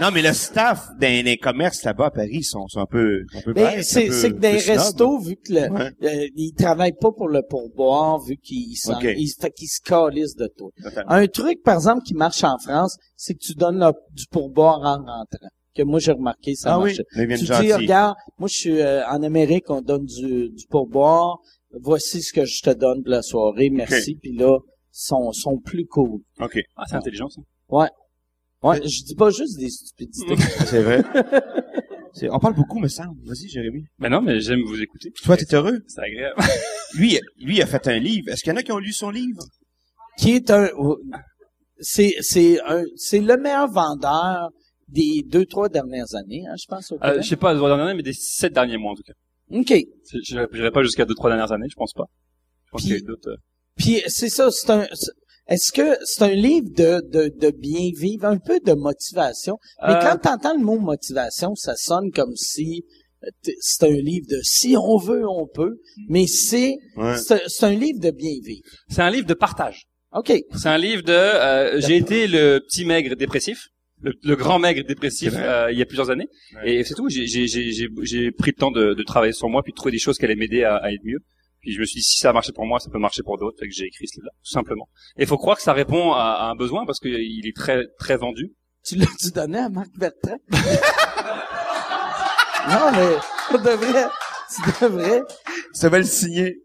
Non, mais le staff dans les commerces là-bas à Paris sont, sont un peu, un peu
Ben,
bêtes, un
c'est
peu-
c'est que
un
des
peu snobs.
restos, vu que le,
Ouais.
euh, ils travaillent pas pour le pourboire, vu qu'ils s'en-
Ok.
ils, fait qu'ils se calissent de toi.
Totalement.
Un truc, par exemple, qui marche en France, c'est que tu donnes le- du pourboire en rentrant. Que moi, j'ai remarqué, ça
Ah oui,
marche.
ils viennent
tu dis,
gentils.
regarde, moi, je suis euh, en Amérique, on donne du, du pourboire. Voici ce que je te donne pour la soirée. Merci. Puis là, sont sont plus cool.
OK.
Ah, c'est intelligent, ça.
Ouais, je dis pas juste des stupidités.
C'est vrai. C'est- On parle beaucoup, me semble. Vas-y, Jérémy.
Ben non, mais j'aime vous écouter.
Toi, t'es heureux?
C'est agréable.
Lui, lui il a fait un livre. Est-ce qu'il y en a qui ont lu son livre?
qui est un c'est c'est un c'est le meilleur vendeur des deux trois dernières années hein, je pense au
Euh,
Québec.
je sais pas, les trois dernières années, mais des sept derniers mois, en tout cas.
OK.
Je- Je n'irai pas jusqu'à deux, trois dernières années, je pense pas. Je pense
Puis-
qu'il y a d'autres. euh,
Puis c'est ça c'est un c'est- est-ce que c'est un livre de, de, de bien vivre, un peu de motivation? Mais
Euh,
quand tu entends le mot motivation, ça sonne comme si euh, t- c'est un livre de si on veut, on peut, mais c'est
Ouais.
c'est c'est un livre de bien vivre.
C'est un livre de partage.
OK.
C'est un livre de. euh, j'ai été le petit maigre dépressif, le, le grand maigre dépressif
C'est vrai.
euh, il y a plusieurs années,
Ouais.
et c'est tout. J'ai, j'ai, j'ai, j'ai, j'ai pris le temps de, de travailler sur moi, puis de trouver des choses qui allaient m'aider à, à être mieux. Puis je me suis dit, si ça a marché pour moi, ça peut marcher pour d'autres. Fait que j'ai écrit ce livre-là, tout simplement. Et il faut croire que ça répond à, à un besoin parce qu'il est très, très vendu.
Tu l'as-tu donné à Marc Bertrand? non, mais tu devrais. Tu devrais.
Ça va le signer.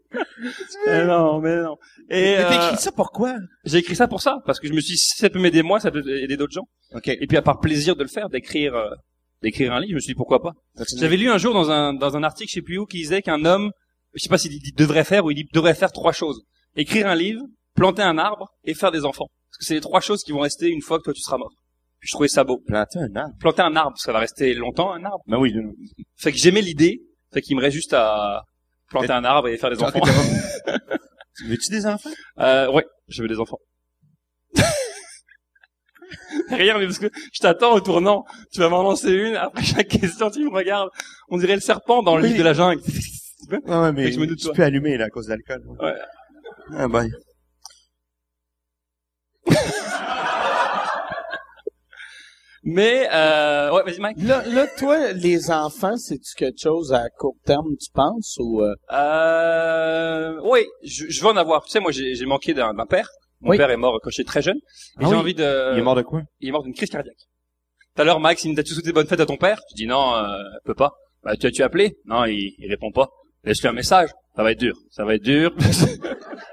Mais non, mais non. Et
Mais
euh,
t'écris ça pourquoi?
j'ai écrit ça pour ça parce que je me suis dit, si ça peut m'aider moi, ça peut aider d'autres gens.
OK.
Et puis, à part plaisir de le faire, d'écrire, euh, d'écrire un livre, je me suis dit pourquoi pas. J'avais lu un jour dans un dans un article, je sais plus où, qui disait qu'un homme, je sais pas s'il dit- dit devrait faire ou il dit devrait faire trois choses écrire un livre, planter un arbre et faire des enfants. Parce que c'est les trois choses qui vont rester une fois que toi tu seras mort. Puis je trouvais ça beau.
Planter un arbre.
Planter un arbre, ça va rester longtemps un arbre.
Ben oui.
Fait que j'aimais l'idée, fait qu'il me reste juste à planter un arbre et faire des enfants.
Veux-tu des enfants?
Euh, ouais, je veux des enfants. Rien, mais parce que je t'attends au tournant. Tu vas m'en lancer une. Après chaque question, tu me regardes. On dirait le serpent dans le
Oui.
livre de la jungle.
Ouais, ouais, mais
Fait que je me doute,
tu
toi.
peux allumer, là, à cause de l'alcool.
Ouais.
Ah, bye.
mais euh, ouais, vas-y Mike.
Là, là, toi, les enfants, c'est-tu quelque chose à court terme, tu penses? Ou, euh,
Euh, oui, je, je veux en avoir. Tu sais, moi, j'ai j'ai manqué d'un d'un père. Mon
Oui.
père est mort quand j'étais très jeune. Et
Ah
j'ai
oui.
envie de.
Il est mort de quoi?
il est mort d'une crise cardiaque. Tout à l'heure, Max, il me dit, t'as-tu souhaité bonne fête à ton père? Je dis, non, euh, il peut pas. Bah, tu as-tu appelé? Non, il, il répond pas. Laisse-lui un message. Ça va être dur. Ça va être dur.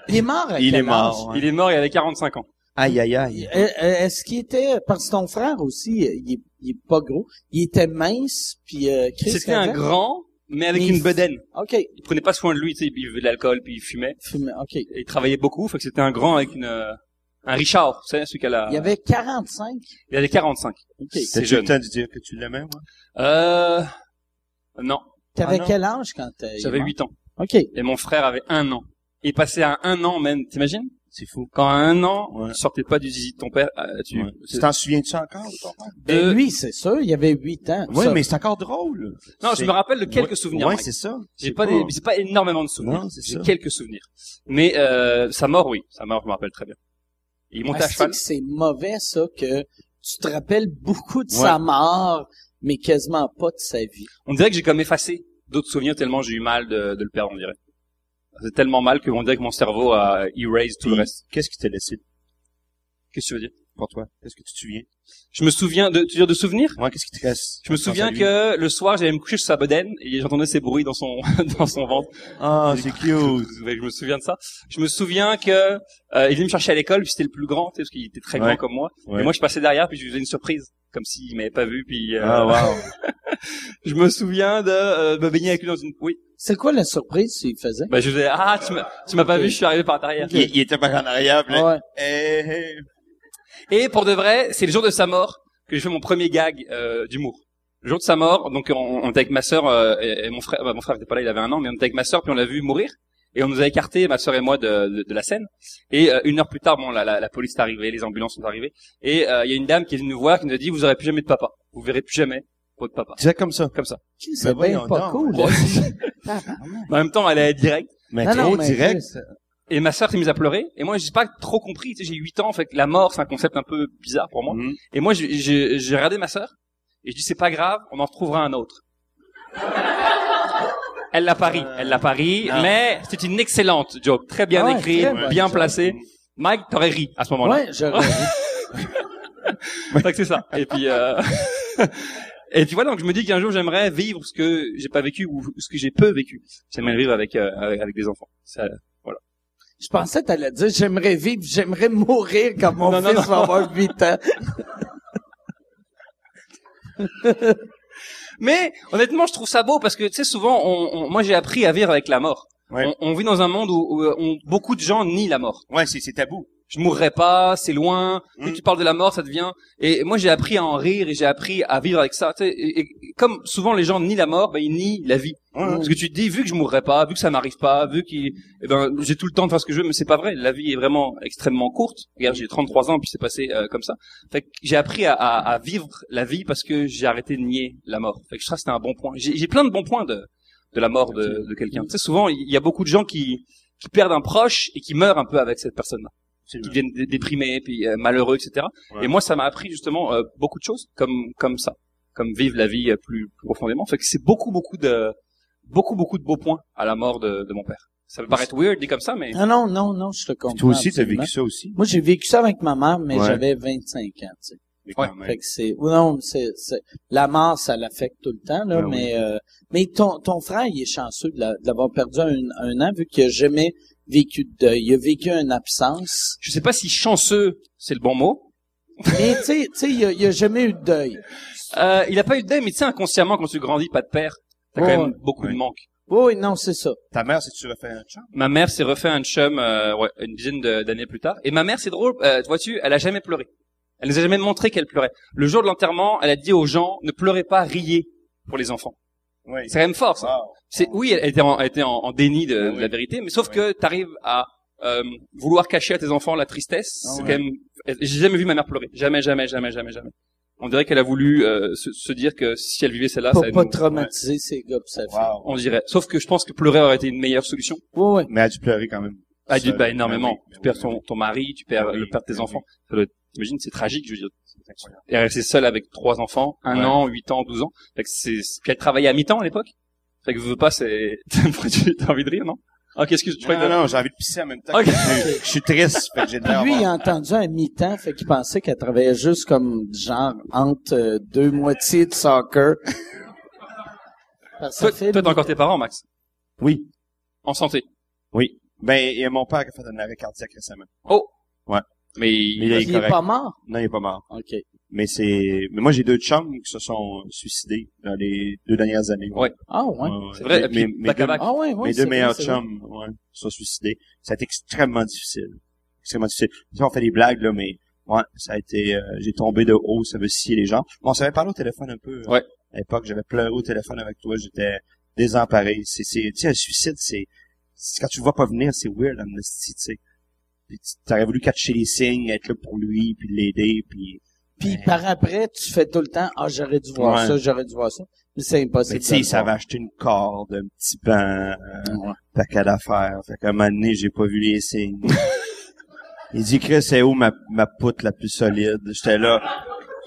il est mort à
Il
quel
est
âge?
mort. ouais.
il est mort, il avait 45 ans.
Aïe, aïe, aïe.
Euh, euh, Est-ce qu'il était... Parce que ton frère aussi, euh, il est, il est pas gros. Il était mince, puis... Euh, Chris
C'était un
Cavett-
grand, mais avec
Mais
une
il-
bedaine.
OK.
Il prenait pas soin de lui, tu sais, il buvait de l'alcool, puis il fumait.
Fumé, OK.
Et il travaillait beaucoup, fait que c'était un grand avec une, euh, un Richard, tu sais, celui qu'elle a,
Euh.
Il y avait 45.
il avait 45.
OK.
C'est
T'as-tu
jeune.
le temps de dire que tu l'aimais, moi?
Euh, non,
T'avais
Ah non.
quel âge quand t'es...
j'avais 8 ans.
OK.
Et mon frère avait un an. Et passé à un an même, t'imagines?
C'est fou.
Quand à un an,
Ouais.
tu sortais pas du zizi de ton père, euh, tu,
Ouais. Tu t'en souviens-tu encore, de ton père?
Ben,
de-
lui, c'est sûr, il avait 8 ans.
Oui,
Ça,
Euh, mais c'est encore drôle.
Non, je
C'est-
me rappelle de quelques
Ouais,
souvenirs.
Ouais,
Mike.
c'est ça.
J'ai
c'est
pas,
pas-
des- j'ai pas énormément de souvenirs.
Non, c'est
J'ai
ça.
quelques souvenirs. Mais euh, sa mort, oui, sa mort, je me rappelle très bien. Il monte à
Asti que
cheval.
Ah, C'est mauvais, ça, que tu te rappelles beaucoup de
Ouais.
sa mort, mais quasiment pas de sa vie.
On dirait que j'ai comme effacé d'autres souvenirs tellement j'ai eu mal de, de le perdre, on dirait. C'est tellement mal que on dirait que mon cerveau a erased tout le reste.
Qu'est-ce qui t'a laissé
Qu'est-ce que tu veux dire
pour toi? Qu'est-ce que tu te souviens?
Je me souviens de, tu veux dire de souvenirs
Moi, qu'est-ce qui te reste?
Je me
Pense à
souviens
lui.
que le soir, j'allais me coucher sur sa bedaine et j'entendais ces bruits dans son dans son ventre.
Ah, c'est cute.
Ouais, je me souviens de ça. Je me souviens que euh, il venait me chercher à l'école, puis c'était le plus grand, tu sais, parce qu'il était très grand
Ouais.
comme moi.
Ouais.
Et moi, je passais derrière, puis je lui faisais une surprise, comme s'il m'avait pas vu. Puis euh,
Ah, wow.
je me souviens de euh, me baigner avec lui dans une. Oui.
C'est quoi la surprise qu'il faisait?
Bah, je faisais ah tu m'as tu m'as pas vu, je suis arrivé par derrière.
il, il était pas en arrière, puis là,
Ouais.
hey, hey.
Et pour de vrai, c'est le jour de sa mort que j'ai fait mon premier gag euh, d'humour. Le jour de sa mort, donc on, on était avec ma sœur euh, et, et mon frère. bah, mon frère était pas là, il avait un an, mais on était avec ma sœur, puis on l'a vu mourir. Et on nous a écartés, ma sœur et moi, de, de, de la scène. Et euh, une heure plus tard, bon, la, la, la police est arrivée, les ambulances sont arrivées. Et euh, il y a une dame qui est venue nous voir, qui nous a dit, vous aurez plus jamais de papa. Vous verrez plus jamais votre papa.
Tu sais, comme ça.
Comme ça.
C'est
Ben
bien
voyons
pas
donc.
cool.
Bon, en même temps, elle est directe.
Mais
Non, non,
trop
mais
direct.
Chris,
Et ma sœur s'est mise à pleurer. Et moi, j'ai pas trop compris. Tu sais, j'ai 8 ans. Fait que la mort, c'est un concept un peu bizarre pour moi.
Mhm.
Et moi, j'ai- j'ai j'ai regardé ma sœur. Et je dis, c'est pas grave, on en retrouvera un autre. Elle l'a pari, elle l'a pari,
non.
mais c'est une excellente joke, très bien
Ah. Ouais,
écrite,
très bonne
bien
joke.
placée. Mike, t'aurais ri à ce moment-là.
Ouais, j'aurais
Fait que c'est ça. Et puis, euh... et puis voilà. Donc je me dis qu'un jour j'aimerais vivre ce que j'ai pas vécu ou ce que j'ai peu vécu. J'aimerais vivre avec euh, avec, avec des enfants. Ça-
Je pensais que t'allais dire, j'aimerais vivre, j'aimerais mourir quand mon
Non, non,
fils
non.
va avoir 8 ans.
Mais honnêtement, je trouve ça beau parce que tu sais souvent, on, on- moi j'ai appris à vivre avec la mort.
Ouais.
On, on vit dans un monde où, où, euh, on- beaucoup de gens nient la mort.
Ouais, c'est, c'est tabou.
Je mourrai pas, c'est loin. Dès
Mm.
que tu parles de la mort, ça devient. Et moi j'ai appris à en rire et j'ai appris à vivre avec ça. tu sais. Et, et comme souvent les gens nient la mort, ben, ils nient la vie.
Ouais, ouais.
Hein, Parce que tu te dis, vu que je mourrai pas, vu que ça m'arrive pas, vu que ben, j'ai tout le temps de faire ce que je veux, mais c'est pas vrai. La vie est vraiment extrêmement courte. Regarde, j'ai 33 ans, puis c'est passé euh, comme ça. Fait que j'ai appris à, à- à vivre la vie parce que j'ai arrêté de nier la mort. Fait que je trouve que c'était un bon point. J'ai j'ai plein de bons points de, de la mort de, de quelqu'un. Tu sais, souvent, il y a beaucoup de gens qui, qui perdent un proche et qui meurent un peu avec cette personne-là. Qui
Absolument.
deviennent dé- déprimés, puis euh, malheureux, etc.
Ouais.
Et moi, ça m'a appris justement euh, beaucoup de choses comme comme ça, comme vivre la vie euh, plus, plus profondément. Fait que c'est beaucoup beaucoup de beaucoup, beaucoup de beaux points à la mort de, de mon père. Ça peut paraître weird dit comme ça, mais
Ah non, non, non, je te comprends.
Toi aussi, t'as
absolument.
vécu ça aussi.
Moi, j'ai vécu ça avec ma mère, mais
Ouais.
j'avais 25 ans, tu sais.
Mais euh,
Ouais.
quand même.
Fait que c'est, ou non, c'est, c'est- la mort, ça l'affecte tout le temps, là,
Ben oui.
mais, euh, mais ton, ton frère, il est chanceux de, la- de l'avoir perdu un, un an, vu qu'il a jamais vécu de deuil. Il a vécu une absence.
je sais pas si chanceux, c'est le bon mot.
Mais, tu sais, tu sais, il a, il a jamais eu de deuil.
Euh, il a pas eu de deuil, mais tu sais, inconsciemment, quand tu grandis, pas de père, t'as
Ouais,
quand même beaucoup
Ouais.
de manque.
Oui, non, c'est ça.
Ta mère, si tu refais un chant.
Ma mère s'est refait un chum euh, ouais, une dizaine de- d'années plus tard. Et ma mère, c'est drôle, euh, vois-tu, elle a jamais pleuré. Elle nous a jamais montré qu'elle pleurait. Le jour de l'enterrement, elle a dit aux gens ne pleurez pas, riez pour les enfants.
Oui.
C'est quand même fort. Ça.
Wow.
C'est oui, elle était en, elle était en, en déni de, de la vérité, mais sauf
Ouais.
que t'arrives à euh, vouloir cacher à tes enfants la tristesse.
Ah
c'est
ouais.
quand même. elle- J'ai jamais vu ma mère pleurer. Jamais, jamais, jamais, jamais, jamais. On dirait qu'elle a voulu euh, se, se dire que si elle vivait celle-là,
Pour
ça
pas
nous-
traumatiser ces gars, pis ça fait.
Wow.
on dirait. Sauf que je pense que pleurer aurait été une meilleure solution.
Oui, oui.
Mais elle a dû pleurer quand même.
Ah, du,
Ça,
bah, énormément.
ben oui, ben
tu
oui,
perds
ben
ton, ton mari, tu perds
Ben
le
oui,
père de tes
ben
enfants. Ça doit être- T'imagines, c'est tragique, je veux dire. Et elle restait seule avec trois enfants, un
Ouais.
an, huit ans, douze ans. Fait que c'est, puis elle travaillait à mi-temps à l'époque. Fait que veux veux pas, c'est, t'as envie de rire, non? Ah, qu'est-ce que tu
Non,
crois
non,
que-
non, j'ai envie de pisser en même temps.
Ok.
que Je, je suis triste, fait que j'ai de
Puis
l'air.
lui, hein. il
mort.
a entendu un mi-temps, fait qu'il pensait qu'elle travaillait juste comme, genre, entre euh, deux moitiés de soccer. Parce que ça
Toi,
fait
toi, t'as encore tes parents, Max?
Oui,
En santé.
oui. Ben, il y a mon père qui a fait un arrêt cardiaque récemment.
Mais,
Mais il est
il est
correct.
pas mort.
Non, il est pas mort.
OK.
Mais c'est, mais moi, j'ai deux chums qui se sont suicidés dans les deux dernières années.
Ouais.
Ah, ouais.
C'est vrai, et puis,
Mais,
bac à
deux,
bac.
Ah, ouais, ouais.
mes
c'est
deux
vrai,
meilleurs
c'est vrai.
chums, ouais, se sont suicidés. Ça a été extrêmement difficile. Extrêmement difficile. Tu sais, on fait des blagues, là, mais, ouais, ça a été, euh, j'ai tombé de haut, ça veut scier les gens. Bon, on s'avait parlé au téléphone un peu. euh,
Ouais.
À l'époque, j'avais pleuré au téléphone avec toi, j'étais désemparé. C'est, c'est, tu sais, un suicide, c'est, c'est quand tu le vois pas venir, c'est weird, amnesty, tu sais. Puis tu- T'aurais voulu catcher les signes, être là pour lui, puis l'aider, puis...
Puis par après, tu fais tout le temps, ah, j'aurais dû voir
Ouais.
ça, j'aurais dû voir ça. Mais c'est
Mais
impossible.
tu sais,
de
il
le voir.
savait acheter une corde, un petit banc, euh,
Ouais.
paquet d'affaires. Fait qu'à un moment donné, j'ai pas vu les signes. Il dit, Chris, c'est où ma, ma poutre la plus solide? J'étais là.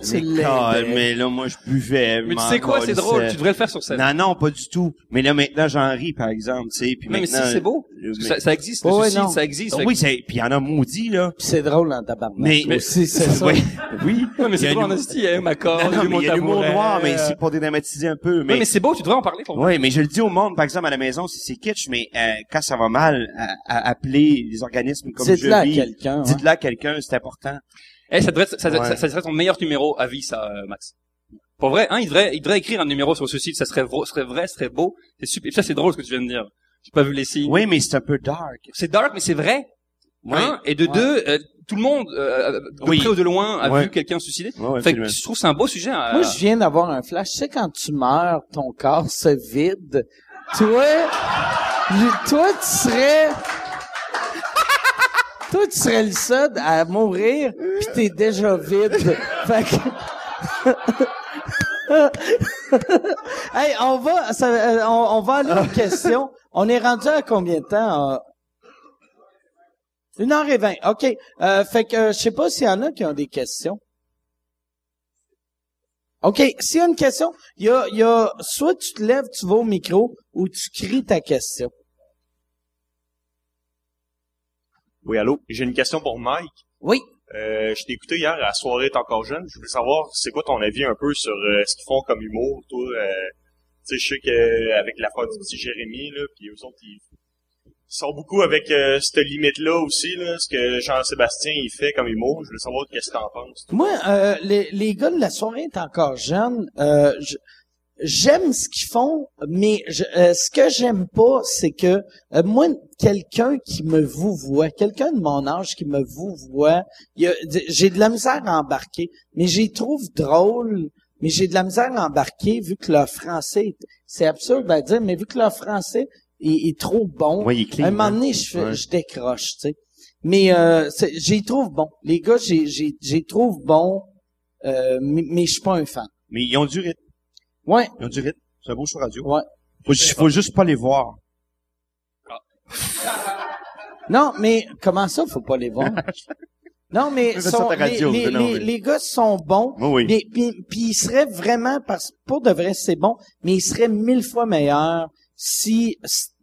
C'est
mais
laid.
calme, mais là, moi, je buvais. je
Mais tu
m'en
sais quoi, c'est
calissais.
drôle, tu devrais le faire sur scène.
Non, non, pas du tout. Mais là, maintenant, j'en ris, par exemple, tu sais. Puis
Non, mais si,
maintenant,
c'est beau.
euh,
Parce que
mais-
Ça, ça existe, le
Oh, Ouais, ouais,
suicide,
non.
ça existe.
Oui, c'est, puis il y en a maudit, là.
Puis c'est drôle en tabarnak.
Mais- mais-
aussi, c'est ça.
Oui. oui.
Ouais, mais
Il y a
c'est drôle,
une-
en esti, il y a ma corde,
Non, non, mais il y a l'humour
tabouret,
noir, mais
euh,
c'est pour dédramatiser un peu.
Ouais, mais c'est beau, tu devrais en parler pour
Oui, mais je le dis au monde, par exemple, à la maison, si c'est kitsch, mais euh, quand ça va mal, à, à appeler les organismes comme je
Dites-le à
vis.
quelqu'un. hein.
Dites-le à quelqu'un, c'est important.
Eh, ça devrait, être- ça,
Ouais.
ça, ça serait ton meilleur numéro à vie, ça, euh, Max. Pour vrai, hein, il devrait, il devrait écrire un numéro sur ce site, ça serait, vro- serait vrai, serait beau. C'est super. Et ça, c'est drôle ce que tu viens de dire. J'ai pas vu les signes.
Oui, mais c'est un peu dark.
C'est dark, mais c'est vrai.
Oui.
Hein Et de
Ouais.
deux, euh, tout le monde, euh, de
Oui.
près ou de loin, a
Ouais.
vu quelqu'un se suicider.
Ouais, ouais,
fait
absolument.
que je trouve que c'est un beau sujet. hein. à-
Moi, je viens d'avoir un flash. Tu sais, quand tu meurs, ton corps se vide. Toi, le- toi, tu serais... Toi, tu serais le seul à mourir, pis t'es déjà vide. Fait que... hey, on va, ça- euh, on, on va aller aux questions. On est rendu à combien de temps? euh? Une heure et vingt. OK. Euh, fait que, euh, je sais pas s'il y en a qui ont des questions. OK. S'il y a une question, il y a, il y a, soit tu te lèves, tu vas au micro, ou tu cries ta question.
Oui, allô? J'ai une question pour Mike.
Oui.
Euh, je t'ai écouté hier à la soirée T'es encore jeune. Je voulais savoir, c'est quoi ton avis un peu sur euh, ce qu'ils font comme humour, toi? euh, tu sais, je sais qu'avec l'affaire du petit Jérémy, là, puis eux autres, ils, ils sortent beaucoup avec euh, cette limite-là aussi, là, ce que Jean-Sébastien, il fait comme humour. Je voulais savoir qu'est-ce que t'en penses.
Moi, euh, les, les gars de la soirée est encore jeune. Euh, je- j'aime ce qu'ils font, mais je- euh, ce que j'aime pas, c'est que euh, moi, quelqu'un qui me vouvoie, quelqu'un de mon âge qui me vouvoie, il y a- d- j'ai de la misère à embarquer, mais j'y trouve drôle, mais j'ai de la misère à embarquer vu que leur français, est- c'est absurde à dire, mais vu que leur français est, est trop bon,
Oui, il est clean,
à un moment
hein.
donné, je, fais-
Ouais.
je décroche, tu sais. Mais euh, c'est- j'y trouve bon. Les gars, j'y- j'y j'y trouve bon, euh, mais, mais je suis pas un fan.
Mais ils ont du rythme.
Ouais,
Ils ont du rythme. C'est un beau show radio.
ouais.
Faut, ju- faut juste pas les voir.
Non, mais comment ça, faut pas les voir? non, mais
Mais ça,
sont-
ta radio,
les, les-
non,
les-
mais-
les gars sont bons.
Oui, oui.
Mais- Puis, puis ils seraient vraiment, parce pour de vrai, c'est bon, mais ils seraient mille fois meilleurs si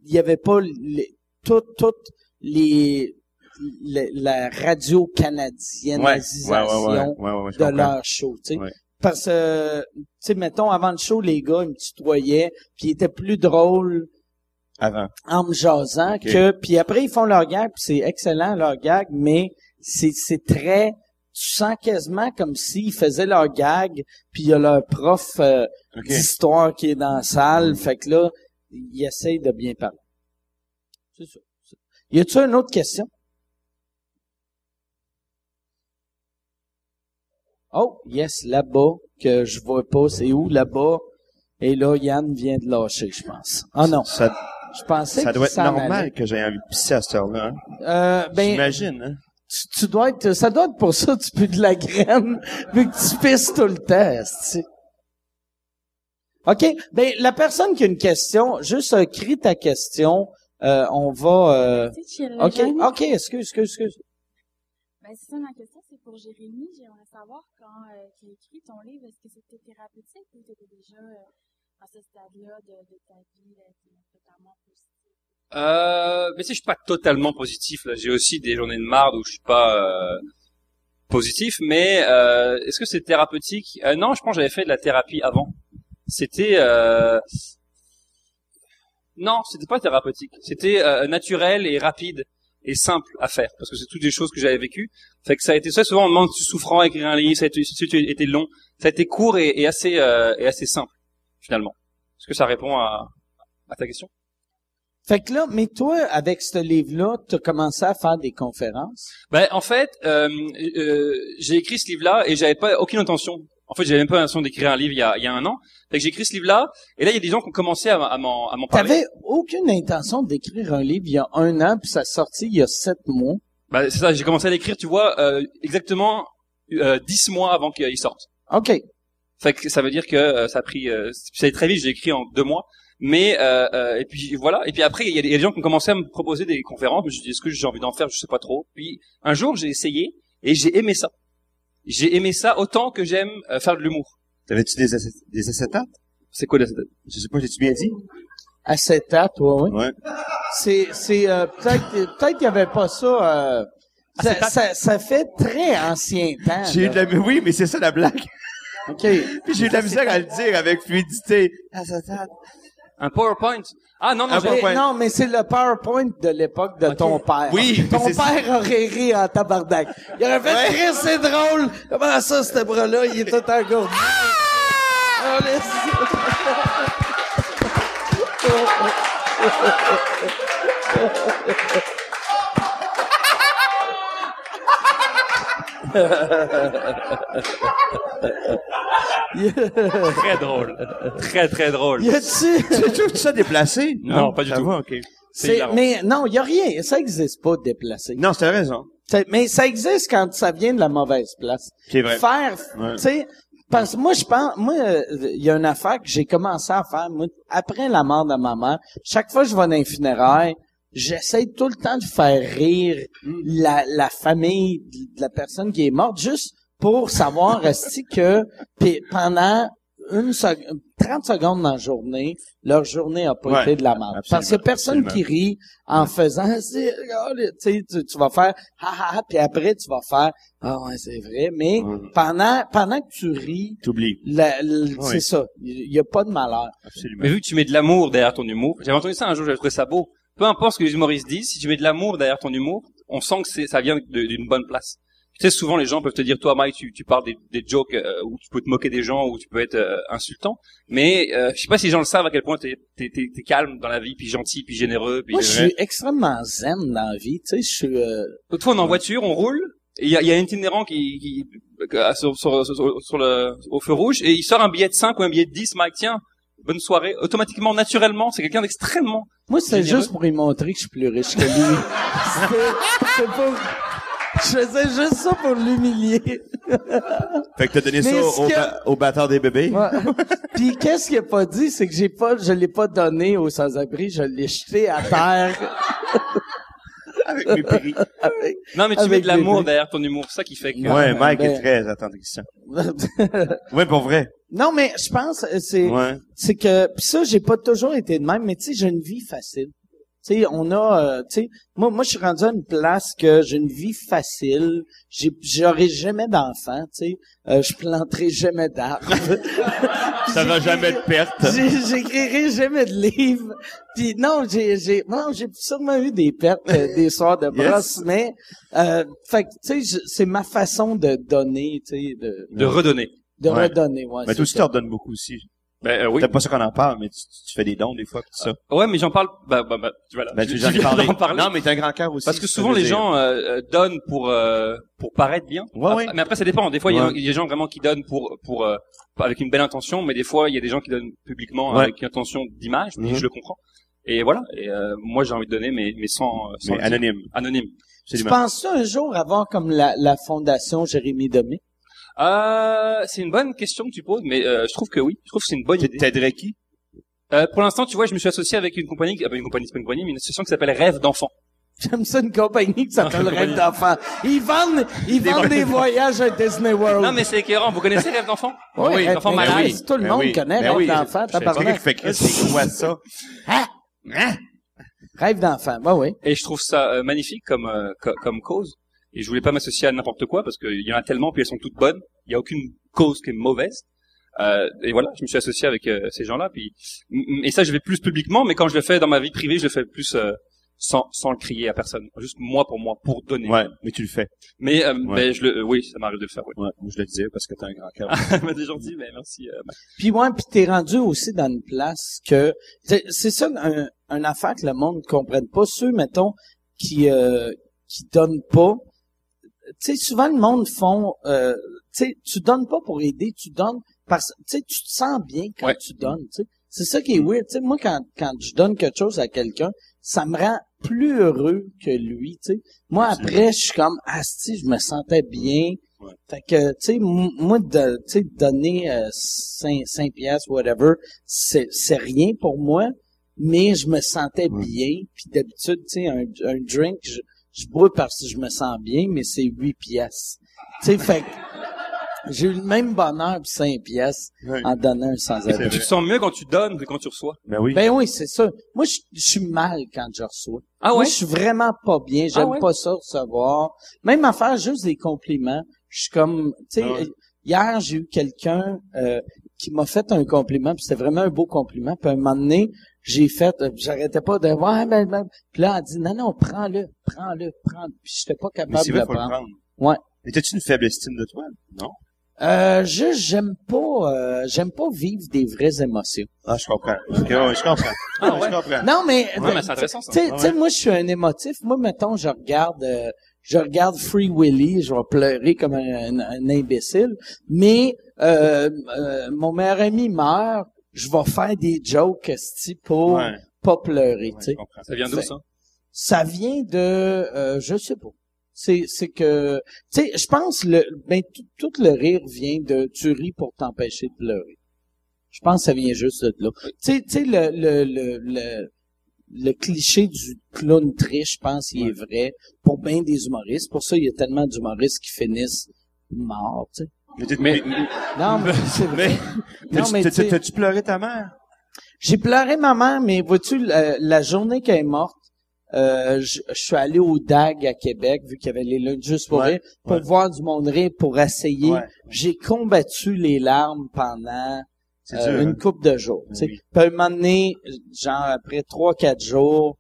il n'y avait pas les, tout, toutes les, le- la radio canadiennisation
Ouais, ouais, ouais, ouais, ouais, ouais, je
de
comprends.
leur show, tu sais.
Ouais.
Parce que, tu sais, mettons, avant le show, les gars, ils me tutoyaient, puis ils étaient plus drôles
Avant.
en me jasant que puis après ils font leur gag puis c'est excellent leur gag mais c'est c'est très tu sens quasiment comme s'ils faisaient leur gag puis il y a leur prof euh,
OK.
d'histoire qui est dans la salle fait que là ils essayent de bien parler c'est ça c'est- y a-tu une autre question oh yes là-bas que je vois pas c'est où là-bas et là Yann vient de lâcher je pense ah non
Ça,
je pensais
ça
qu'il
doit être
s'en
normal
allait.
que j'aie envie de pisser à cette heure-là. Hein?
Euh, ben,
J'imagine, hein?
tu, tu dois être, ça doit être pour ça que tu peux de la graine, vu que tu pisses tout le temps, esti. OK. Ben, la personne qui a une question, juste euh, crie ta question. Euh, on va... euh, OK, OK, excuse, excuse, excuse.
Ben, c'est ça ma question, c'est pour Jérémy. J'aimerais savoir quand euh, tu as écrit ton livre, est-ce que c'était thérapeutique ou tu étais déjà euh, à ce stade-là de, de ta vie, euh, qui est totalement positive?
Euh, mais si je suis pas totalement positif, là, j'ai aussi des journées de marde où je suis pas euh, positif. Mais euh, est-ce que c'est thérapeutique Euh, Non, je pense que j'avais fait de la thérapie avant. C'était euh, non, c'était pas thérapeutique. C'était euh, naturel et rapide et simple à faire parce que c'est toutes des choses que j'avais vécues. Fait que ça a été ça. Souvent on me demande si tu souffrant à écrire un livre, ça a été, si tu étais long, ça a été court et, et assez euh, et assez simple finalement. Est-ce que ça répond à, à ta question
Fait que là, mais toi, avec ce livre-là, tu as commencé à faire des conférences.
Ben en fait, euh, euh, j'ai écrit ce livre-là et j'avais pas aucune intention. En fait, j'avais même pas l'intention d'écrire un livre il y a, il y a un an. Fait que j'ai écrit ce livre-là et là il y a des gens qui ont commencé à, m- à m'en à m'en parler.
T'avais aucune intention d'écrire un livre il y a un an, puis ça sortit il y a sept mois.
Ben, c'est ça, j'ai commencé à l'écrire, tu vois, euh, exactement euh, dix mois avant qu'il sorte.
OK.
Fait que ça veut dire que euh, ça a pris, euh, ça a été très vite. J'ai écrit en deux mois, mais euh, euh, et puis voilà. Et puis après, il y, a des il y a des gens qui ont commencé à me proposer des conférences. Je me suis dit, est-ce que j'ai envie d'en faire Je sais pas trop. Puis un jour, j'ai essayé et j'ai aimé ça. J'ai aimé ça autant que j'aime euh, faire de l'humour.
T'avais-tu des, acé- des acétates?
C'est quoi cette
Je sais pas, j'ai-tu bien dit?
À cette date, ouais, ouais.
Ouais.
C'est, c'est euh, peut-être, peut-être qu'il n'y avait pas ça. euh, ça, ça, ça fait très ancien temps.
J'ai eu de
là.
la, oui, mais c'est ça la blague.
Ok.
Puis j'ai eu de la misère à le dire avec fluidité.
Ah,
Acétate.
Un PowerPoint Ah non, non,
Un
j'ai-
PowerPoint.
Mais non, mais c'est le PowerPoint de l'époque de ton père.
Oui,
Ton
mais c'est-
père aurait ri en tabarnak. Il aurait fait Chris, c'est drôle. Comment ça, ce bras-là, il est tout engourdi. Ah!
très drôle. Très, très drôle.
y a-tu...
Tu trouves ça déplacé?
Non, pas du
ça
tout.
va, ok.
C'est
C'est,
hilarant.
mais non, il y a rien. Ça existe pas, déplacer.
Non, t'as raison.
Ça- Mais ça existe quand ça vient de la mauvaise place.
C'est vrai.
Faire,
Ouais.
tu sais, parce que moi, je pense, moi, euh, il y a une affaire que j'ai commencé à faire, moi, après la mort de ma mère, chaque fois que je vais dans les funérailles, j'essaie tout le temps de faire rire
Mm.
la, la famille de de la personne qui est morte, juste pour savoir, est que, puis pendant une seconde, 30 secondes dans la journée, leur journée a pas
Ouais,
été de la merde. Parce que
absolument,
personne
absolument.
qui rit en faisant, c'est, oh, le- tu sais, tu, tu vas faire, ha, ha, ha, puis après, tu vas faire, ah ouais, c'est vrai, mais
Mm.
pendant, pendant que tu ris,
T'oublies.
la- la-
Oui.
c'est ça, il n'y a pas de malheur.
Absolument.
Mais vu que tu mets de l'amour derrière ton humour, j'avais entendu ça un jour, j'avais trouvé ça beau. Peu importe ce que les humoristes disent, si tu mets de l'amour derrière ton humour, on sent que c'est- ça vient de- d'une bonne place. Tu sais, souvent les gens peuvent te dire, toi Mike, tu, tu parles des, des jokes euh, où tu peux te moquer des gens, où tu peux être euh, insultant, mais euh, je sais pas si les gens le savent à quel point t'es es, calme dans la vie, puis gentil, puis généreux. Puis
Moi, je suis extrêmement zen dans la vie, tu sais, je suis, euh,
L'autre fois, on est en voiture, on roule, et il y a, il y a un itinérant qui, qui euh, sur, sur, sur, sur le, au feu rouge, et il sort un billet de 5 ou un billet de 10, Mike, tiens, bonne soirée. Automatiquement, naturellement, c'est quelqu'un d'extrêmement...
moi, c'est
Généreux.
juste pour lui montrer que je suis plus riche que lui. C'était- c'est pour, je faisais juste ça pour l'humilier.
Fait que t'as donné
Mais
ça
est-ce
au,
que-
ba- au batteur des bébés?
Ouais. Puis qu'est-ce qu'il a pas dit, c'est que j'ai pas, je l'ai pas donné au sans-abri, je l'ai jeté à terre.
Avec mes péris.
avec-
Non, mais tu
Avec
mets de l'amour
bébé.
derrière ton humour, c'est ça qui fait que...
Ouais, Mike
ben-
est très attentif. Ouais, pour vrai.
Non, mais je pense, euh, c'est,
Ouais.
c'est que, pis ça, j'ai pas toujours été de même, mais tu sais, j'ai une vie facile. Tu sais, on a, euh, tu sais, moi, moi, je suis rendu à une place que j'ai une vie facile. J'ai, j'aurai jamais d'enfants, tu sais. Euh, je planterai jamais d'arbres.
Ça va jamais de perte.
J'ai- J'écrirai jamais de livre. Puis non, j'ai, j'ai, non, j'ai sûrement eu des pertes, euh, des soirs de
Yes.
brosse, mais, euh, fait que, tu sais, je- c'est ma façon de donner, tu sais, de,
De redonner.
de
Ouais.
redonner, ouais.
Mais
c'est
toi aussi,
ça.
t'en donnes beaucoup aussi.
Ben euh, oui.
T'aimes pas ça qu'on en parle, mais tu, tu fais des dons des fois, pis tout ça.
Ouais, mais j'en parle. Bah, bah, bah, voilà.
Ben,
Je-
tu
je
viens de
viens
parler.
d'en parler.
Non, mais t'as un grand cœur aussi.
Parce que
ça
souvent
veut
les
dire.
gens euh, euh, donnent pour euh, pour paraître bien.
Ouais,
Après-
ouais.
Mais après ça dépend. Des fois il y a-
Ouais.
il y, a des gens vraiment qui donnent pour pour euh, avec une belle intention, mais des fois il y a des gens qui donnent publiquement
Ouais.
avec une intention d'image. puis
Mhm.
Je le comprends. Et voilà. Et euh, moi j'ai envie de donner, mais mais sans, euh, sans
Mais
le-
anonyme.
Ah,
anonyme.
Tu
Absolument.
penses un jour avoir comme la, la fondation Jérémy Domé?
Euh, c'est une bonne question que tu poses, mais euh, je trouve que oui. Je trouve que c'est une bonne idée.
T'aiderais qui?
Euh, pour l'instant, tu vois, je me suis associé avec une compagnie, euh, une compagnie, c'est pas une compagnie, mais une association qui s'appelle Rêve d'enfant.
J'aime ça une compagnie qui s'appelle Rêve d'enfant. Ils vendent, ils vendent des voyages à Disney World.
Non, mais c'est écœurant. Vous connaissez Rêve d'enfant
Ouais,
oui,
Rêve-
Enfant
mais
malade.
oui, tout le
Ben
monde
oui.
connaît
Ben
Rêve
oui.
d'enfant,
C'est quelqu'un qui
tabarnak.
fait Chris, c'est quoi ça?
Hein?
Hein?
Rêve d'enfant, bah oui.
Et je trouve ça euh, magnifique comme euh, co- comme cause. Et je voulais pas m'associer à n'importe quoi parce qu'il y en a tellement, puis elles sont toutes bonnes. Il y a aucune cause qui est mauvaise. Euh, et voilà, je me suis associé avec euh, ces gens-là. Puis m- m- et ça, je vais plus publiquement, mais quand je le fais dans ma vie privée, je le fais plus euh, sans sans le crier à personne, juste moi pour moi, pour donner.
Ouais, mais tu le fais.
Mais euh,
Ouais.
ben, je le, euh, oui, ça m'arrive de le faire.
Ouais, moi je le disais parce que t'as un grand cœur.
Ah.
Ouais. T'es gentil, mais merci. euh,
Puis ouais, puis t'es rendu aussi dans une place que c'est c'est ça un, un affaire que le monde ne comprenne pas ceux mettons qui euh, qui donnent pas. Tu sais souvent le monde font euh, tu sais tu donnes pas pour aider, tu donnes parce tu sais tu te sens bien quand
Ouais.
tu donnes, tu sais. C'est ça qui est weird, tu sais moi quand quand je donne quelque chose à quelqu'un, ça me rend plus heureux que lui, tu sais. Moi après je suis comme asti, je me sentais bien. Fait que, tu sais, m- moi, de, tu sais, donner euh, 5, piastres, whatever, c'est, c'est rien pour moi, mais je me sentais bien. Puis d'habitude, tu sais, un, un drink, je, je bois parce que je me sens bien, mais c'est 8 piastres. Tu sais, fait que j'ai eu le même bonheur pour 5 piastres
Ouais.
en donnant un sans
Tu te sens mieux quand tu donnes que quand tu reçois.
Ben oui.
Ben oui, c'est ça. Moi, je, je suis mal quand je reçois.
Ah
Moi,
ouais?
je suis vraiment pas bien. J'aime
Ah ouais?
pas ça recevoir. Même à faire juste des compliments. Je suis comme, tu sais,
Ah ouais.
hier, j'ai eu quelqu'un euh, qui m'a fait un compliment, puis c'était vraiment un beau compliment. Puis à un moment donné, j'ai fait, euh, j'arrêtais pas de, ouais, ben, ben. Puis là, elle dit, non, non, prends-le, prends-le, prends-le. Puis j'étais pas
mais
capable
c'est
de
vrai,
le
faut le
prendre.
prendre.
Ouais.
Mais t'as-tu une faible estime de toi? Non.
Euh, juste, j'aime pas, euh, j'aime pas vivre des vraies émotions.
Ah, je comprends. Ok, ouais, je comprends.
Ah ouais.
Je comprends.
Non, mais,
Ouais, mais c'est intéressant ça.
Tu sais,
Ah
tu sais, moi, je suis un émotif. Moi, mettons, je regarde, euh, je regarde Free Willy, je vais pleurer comme un, un- un imbécile. Mais euh, euh, mon meilleur ami meurt, je vais faire des jokes esti, pour
Ouais.
pas pleurer. tu sais.
Je comprends.
Ça vient d'où ça
Ça vient de, euh, je sais pas. C'est, c'est que, tu sais, je pense le, ben, tout- tout le rire vient de, tu ris pour t'empêcher de pleurer. Je pense que ça vient juste de là. Tu sais, tu sais, le, le, le, le, le cliché du clown triche, je pense, il est vrai pour bien des humoristes. Pour ça, il y a tellement d'humoristes qui finissent morts, tu sais.
Mais t'as-
Mais-
mais-
Non, mais c'est vrai. Non,
t'as-tu-
mais tu
t'as-
sais-
T'as-tu pleuré ta mère?
J'ai pleuré ma mère, mais vois-tu, la, la journée qu'elle est morte, euh, je je suis allé au DAG à Québec, vu qu'il y avait les lunes juste pour
Ouais,
rire, pour
ouais.
voir du monde rire, pour essayer.
Ouais.
J'ai combattu les larmes pendant
C'est
euh,
dur. hein? Ben
une coupe de jours. tu sais.
oui.
Puis à un moment donné, genre après trois, quatre jours,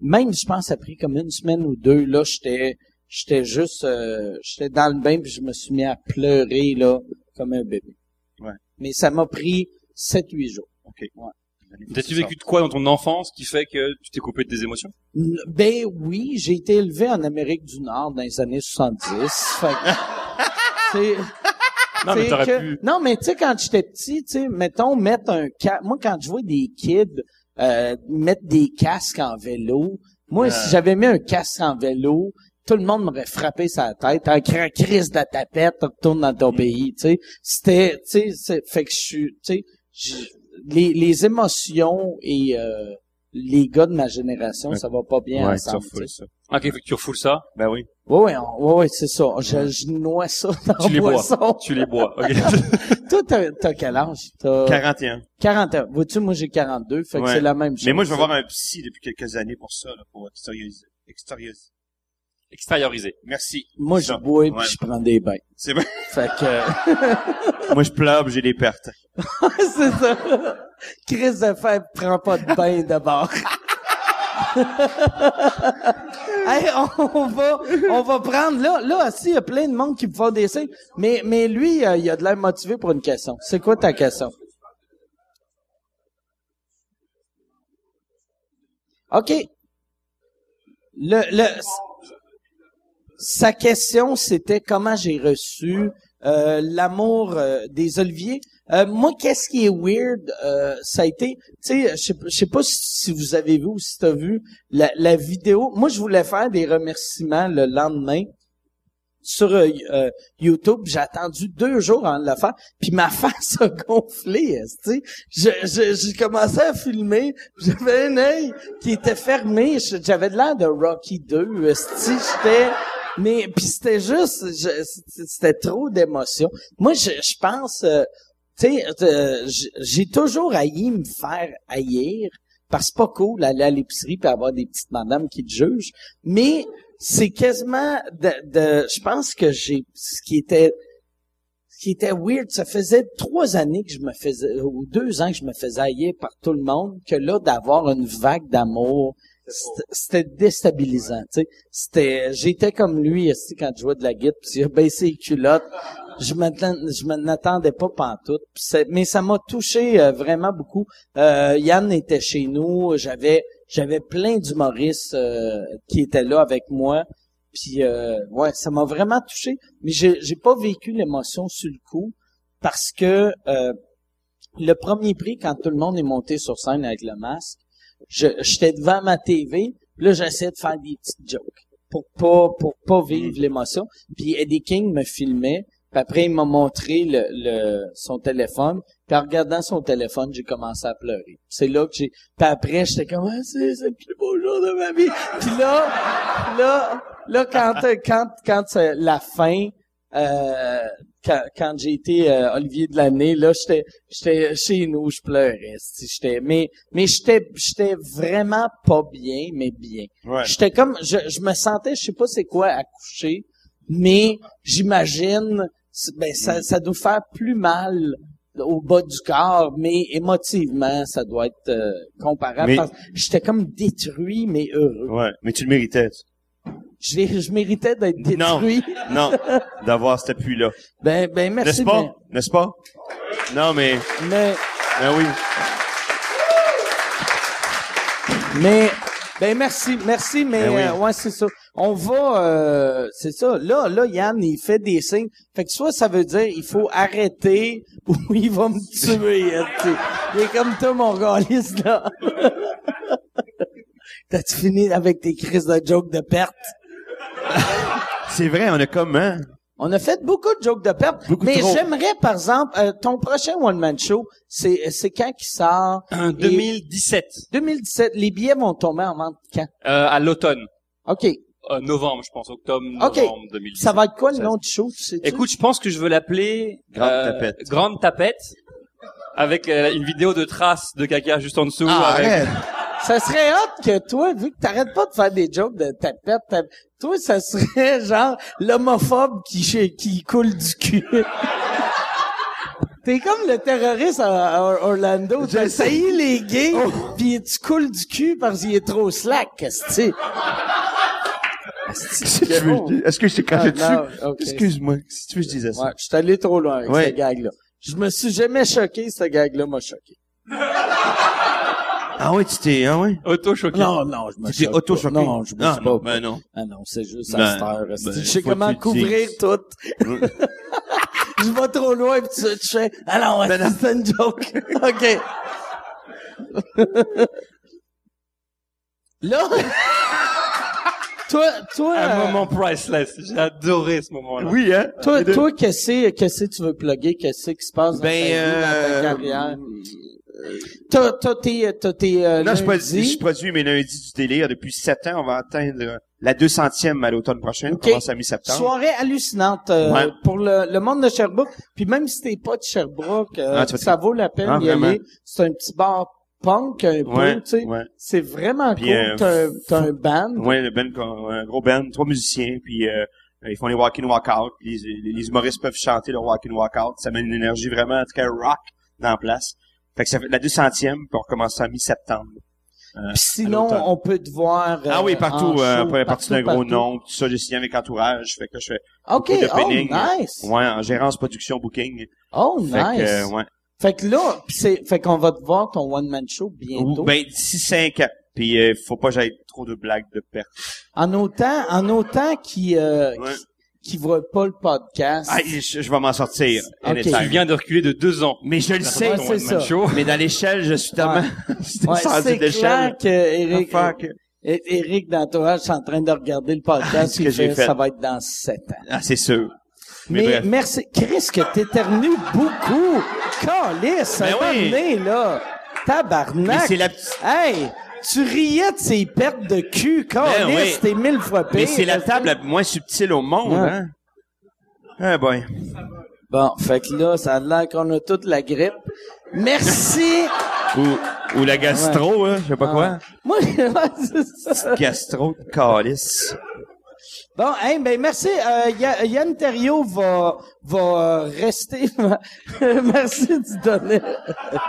même je pense après comme une semaine ou deux, là, j'étais j'étais juste euh, j'étais dans le bain puis je me suis mis à pleurer là comme un bébé.
Ouais.
Mais ça m'a pris sept, huit jours.
Ok.
Ouais.
Ben
T'as-tu vécu de quoi dans ton enfance qui fait que tu t'es coupé de tes émotions
N- Ben oui, j'ai été élevé en Amérique du Nord dans les années 70. fait que- c'est-
Non, mais
c'est
t'aurais
que-
pu.
Non, mais tu sais, quand j'étais petit, tu sais, mettons, mettre un casque... Moi, quand je vois des kids euh, mettre des casques en vélo, moi, si j'avais mis un casque en vélo, tout le monde m'aurait frappé sa tête. En criant « crise de la tapette, retourne dans
Mm.
ton pays », tu sais. C'était, tu sais, c'est- fait que je suis, tu sais, j'ai- les, les émotions et... euh, les gars de ma génération,
Ouais.
ça va pas bien
ouais, ça
ensemble.
refoule ça.
Ok, Ah, fait que tu refoules ça,
Ben oui.
Oui, oui, oui, c'est ça. Je, je noie ça dans
tu les
le
bois.
boisson.
Tu les bois. ok.
Toi, t'as, t'as quel âge? T'as
41.
40 ans. Vois-tu, moi, j'ai 42, fait que
Ouais.
c'est la même chose.
Mais moi, je vais voir un psy depuis quelques années pour ça, là, pour extérioriser. Extérioriser.
Extériorisé.
Merci.
Moi, je
Ça.
bois puis
Ouais.
je prends des bains.
C'est bon.
Fait que, euh,
moi, je pleure, j'ai des pertes.
c'est ça. Chris de Fèvre prend pas de bain d'abord. hey, on, on va, on va prendre, là, là, aussi, il y a plein de monde qui me font des signes. Mais, mais lui, euh, il a de l'air motivé pour une question. C'est quoi ta question? OK. Le, le, sa question, c'était comment j'ai reçu euh, l'amour euh, des oliviers. Euh, moi, qu'est-ce qui est weird, euh, ça a été, tu sais, je sais- je sais pas si vous avez vu ou si t'as vu la, la vidéo. Moi, je voulais faire des remerciements le lendemain sur euh, euh, YouTube. J'ai attendu deux jours avant de la faire, puis ma face a gonflé. Tu sais, Je- je- j'ai commencé à filmer, j'avais un œil qui était fermé. Je- J'avais de l'air de Rocky 2. Esti, j'étais mais puis c'était juste, je- c'était- c'était trop d'émotion. Moi, je, je pense, euh, tu sais, euh, j- j'ai toujours haï me faire haïr parce que c'est pas cool d'aller à l'épicerie puis avoir des petites madames qui te jugent. Mais c'est quasiment de, de- je pense que j'ai ce qui était ce qui était weird, ça faisait trois années que je me faisais, ou deux ans que je me faisais haïr par tout le monde, que là, d'avoir une vague d'amour, c'était- c'était déstabilisant, tu sais. C'était, j'étais comme lui, esti, quand je jouais de la guitare, puis j'ai baissé les culottes. Je m'attend- je m'en attendais pas pantoute. Puis c'est- mais ça m'a touché euh, vraiment beaucoup. Euh, Yann était chez nous, j'avais, j'avais plein d'humoristes euh, qui étaient là avec moi. Puis euh, ouais, ça m'a vraiment touché, mais j'ai j'ai pas vécu l'émotion sur le coup parce que euh, le premier prix quand tout le monde est monté sur scène avec le masque, je j'étais devant ma TV, puis là j'essayais de faire des petites jokes pour pas pour pas vivre l'émotion. Puis Eddie King me filmait, puis après il m'a montré le, le son téléphone, puis en regardant son téléphone, j'ai commencé à pleurer. C'est là que j'ai puis après j'étais comme ah, c'est c'est le plus beau jour de ma vie. Puis là là, là, quand, euh, quand, quand euh, la fin, euh, quand, quand j'ai été euh, Olivier de l'année, là, j'étais, j'étais chez nous, je pleurais. si J'étais, mais, mais j'étais, j'étais vraiment pas bien, mais bien.
Ouais.
J'étais comme, je, je me sentais, je sais pas c'est quoi, accouché, mais j'imagine, c'est- ben,
Mm.
ça, ça doit faire plus mal au bas du corps, mais émotivement, ça doit être euh, comparable.
Mais-
parce que J'étais comme détruit, mais heureux.
Ouais. Mais tu le méritais. tu-
Je, l'ai- je méritais d'être
Non.
détruit.
Non. D'avoir cet appui-là.
Ben, ben, merci.
N'est-ce pas?
mais-
N'est-ce pas? Non, mais,
Mais,
ben oui.
mais, ben, merci, merci, mais,
Ben oui.
euh, ouais, c'est ça. On va, euh, c'est ça. Là, là, Yann, il fait des signes. Fait que soit ça veut dire, il faut arrêter ou il va me tuer. hein, tu sais. Il est comme toi, mon gaulliste, là. T'as-tu fini avec tes crises de jokes de perte?
C'est vrai, on a comme, hein?
On a fait beaucoup de jokes de perte,
Beaucoup
mais
trop.
j'aimerais, par exemple, euh, ton prochain one-man show, c'est, euh, c'est quand qui sort?
En 2017,
2017, les billets vont tomber en vente quand?
euh, à l'automne,
OK.
Euh, novembre, je pense, octobre, novembre
Ok.
2017.
Ça va être quoi le nom du show, tu sais
Écoute, je pense que je veux l'appeler euh,
Grande tapette.
Grande tapette, avec euh, une vidéo de traces de caca juste en dessous.
Ah,
avec...
Ça serait hot que toi, vu que t'arrêtes pas de faire des jokes de tapette, ta- toi, ça serait genre l'homophobe qui, ch- qui coule du cul. T'es comme le terroriste à, à Orlando. T'as essayé les gays,
Oh.
puis tu coules du cul parce qu'il est trop slack, qu'est-ce que
Si tu veux, Est-ce que je t'ai craché dessus?
Ah, non, ok.
Excuse-moi. Si tu veux, je disais ça.
Ouais, je suis allé trop loin avec
Ouais.
ce gag-là. Je me suis jamais choqué, ce gag-là m'a choqué.
Ah ouais, tu t'es, ah ouais?
Auto-choqué.
Non, non, je me
Tu t'es
suis
auto-choqué?
Non, je me
Ah,
suis
non,
pas.
ben non.
Ah non, c'est juste
Ben,
à cette heure. esti.
ben,
je sais
faut que
comment
tu le
couvrir
dises.
tout. je vais trop loin puis tu, tu fais Ah non,
Ben
esti, c'est une joke. OK. Là Toi toi
Un
euh,
moment priceless. J'ai adoré ce moment-là.
Oui, hein?
toi toi qu'est-ce que qu'est-ce que tu veux plugger, qu'est-ce qui se passe dans ta,
Ben,
vie, dans ta
euh,
carrière T'as, t'as tes, t'as tes, euh,
non, je produis,
lundis.
je produis mes lundis du délire depuis sept ans. On va atteindre la 200e à l'automne prochain. On
Ok.
commence à mi-septembre.
Soirée hallucinante euh,
Ouais.
pour le, le monde de Sherbrooke. Puis même si t'es pas de Sherbrooke, euh,
Ah, tu vas te-
ça vaut la peine
Ah,
d'y
vraiment?
aller. C'est un petit bar punk, un
Ouais,
peu, tu sais.
ouais.
C'est vraiment
Puis,
cool.
euh,
t'as, un- t'as un band.
Ouais, le band, qu'on- un gros band, trois musiciens, puis euh, ils font les walk-in, walk-out. puis Les, les, les humoristes peuvent chanter le walk-in, walk-out. Ça met une énergie vraiment très rock dans la place. Fait que ça fait la 200e, puis on recommence ça à mi-septembre.
Puis sinon,
l'automne.
on peut te voir. euh,
ah oui,
en
partout, euh,
show,
pour la partie d'un gros
partout.
nom, tout ça, j'ai signé avec Entourage, fait que là, je fais
OK,
beaucoup
oh,
d'opening.
nice.
ouais, en gérance, production, booking.
Oh,
Fait
nice.
que, euh, ouais.
Fait que là, pis c'est, fait qu'on va te voir ton one-man show bientôt.
Ou, ben, d'ici 5 ans. Puis euh, faut pas que j'aille trop de blagues de perte.
en autant, en autant qui, euh,
Ouais.
qui, qui voit pas le podcast.
Ah, je, je vais m'en sortir.
Ok.
anytime.
Tu viens de reculer de deux ans.
Mais je le sais.
Ouais, c'est ça.
Mais dans l'échelle, je suis tellement
Ouais,
descendu
c'est
d'échelle.
clair que Eric,
Ah, fuck.
Eric d'Entourage est en train de regarder le podcast.
ce que
il
j'ai
fait,
fait.
Ça va être dans sept ans.
Ah, c'est sûr. Mais
Mais,
bref.
merci. Chris, que t'éternues beaucoup. Calice, à un
Mais
moment
oui.
donné, là. Tabarnak.
Mais c'est la petite-
Hey, tu riais de ces pertes de cul. Calice,
Ben oui.
t'es mille fois pire.
Mais c'est la table la moins subtile au monde,
Ouais.
hein? Ah boy.
Bon, fait que là, ça a l'air qu'on a toute la grippe. Merci.
Ou, ou la gastro, hein, je sais pas
Ah.
quoi.
Moi, c'est ça.
Gastro, calice.
Bon, hey, ben merci. Euh, Ya- Yann Terriot va va euh, rester. merci de donner.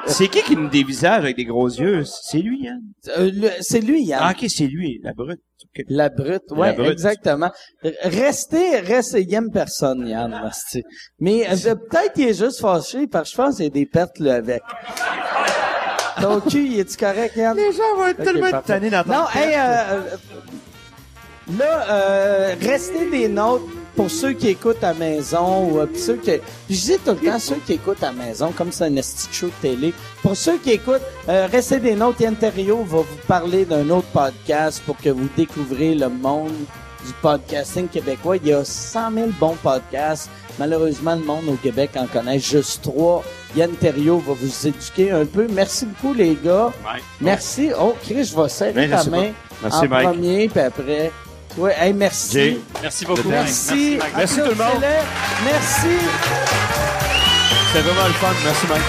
C'est qui qui nous dévisage avec des gros yeux? C'est lui, hein?
Euh, le- C'est lui, Yann.
Ah, ok, c'est lui, la brute. Ok.
La brute, ouais,
brute.
exactement. R- Restez, restez, il aime personne, Yann, asti. Mais euh, peut-être qu'il est juste fâché, parce que je pense qu'il y a des pertes, là, avec. Ton cul, il est-tu correct, Yann?
Les gens vont être
Ok,
tellement
parfait.
tannés d'entendre.
Non, hey, euh, euh, là, euh, restez des notes pour ceux qui écoutent à maison ou euh, pis ceux qui. Je dis tout le temps ceux qui écoutent à maison, comme c'est un esti de show de télé. Pour ceux qui écoutent, euh, restez des notes. Yann Terriot va vous parler d'un autre podcast pour que vous découvrez le monde du podcasting québécois. Il y a 100 000 bons podcasts. Malheureusement, le monde au Québec en connaît juste trois. Yann Terriot va vous éduquer un peu. Merci beaucoup, les gars.
Ouais.
Merci. Oh, Chris, je vais serrer
Ben, je
ta
sais
main
Merci,
en
Mike.
premier, puis après. Oui, hey, merci.
Jay.
Merci beaucoup.
Merci.
Mike.
Merci tout le monde.
Applaudissez-le. Merci.
C'était vraiment le fun. Merci, Mike.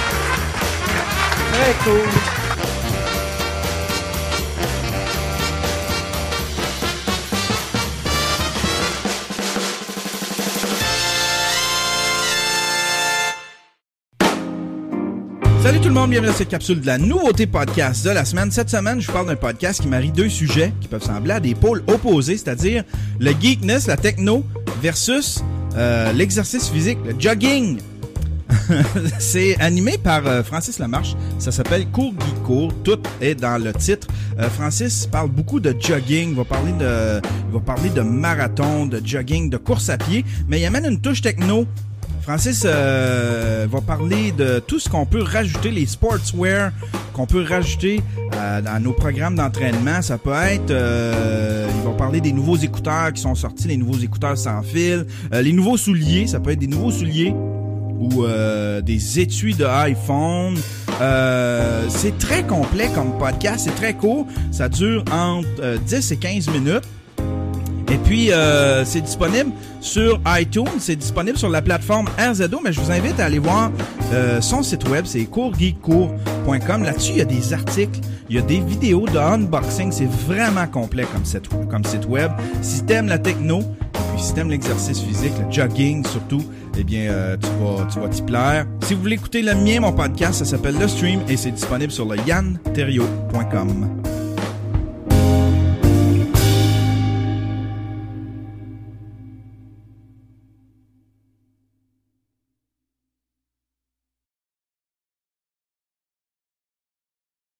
Très cool.
Salut tout le monde, bienvenue dans cette capsule de la nouveauté podcast de la semaine. Cette semaine, je vous parle d'un podcast qui marie deux sujets qui peuvent sembler à des pôles opposés, c'est-à-dire le geekness, la techno, versus euh, l'exercice physique, le jogging. C'est animé par euh, Francis Lamarche. Ça s'appelle Court Geek Court. Tout est dans le titre. Euh, Francis parle beaucoup de jogging. Il va parler de, il va parler de marathon, de jogging, de course à pied. Mais il amène une touche techno. Francis euh, va parler de tout ce qu'on peut rajouter, les sportswear qu'on peut rajouter euh, dans nos programmes d'entraînement. Ça peut être, euh, il va parler des nouveaux écouteurs qui sont sortis, les nouveaux écouteurs sans fil, euh, les nouveaux souliers. Ça peut être des nouveaux souliers ou euh, des étuis de iPhone. Euh, c'est très complet comme podcast, c'est très court. Ça dure entre euh, 10 et 15 minutes. Et puis, euh, c'est disponible sur iTunes, c'est disponible sur la plateforme RZO, mais je vous invite à aller voir euh, son site web, c'est courgeekcourt.com. Là-dessus, il y a des articles, il y a des vidéos de unboxing, c'est vraiment complet comme site, comme site web. Si t'aimes la techno, et puis si t'aimes l'exercice physique, le jogging surtout, eh bien, euh, tu vas tu vas t'y plaire. Si vous voulez écouter le mien, mon podcast, ça s'appelle Le Stream et c'est disponible sur le yanterrio.com.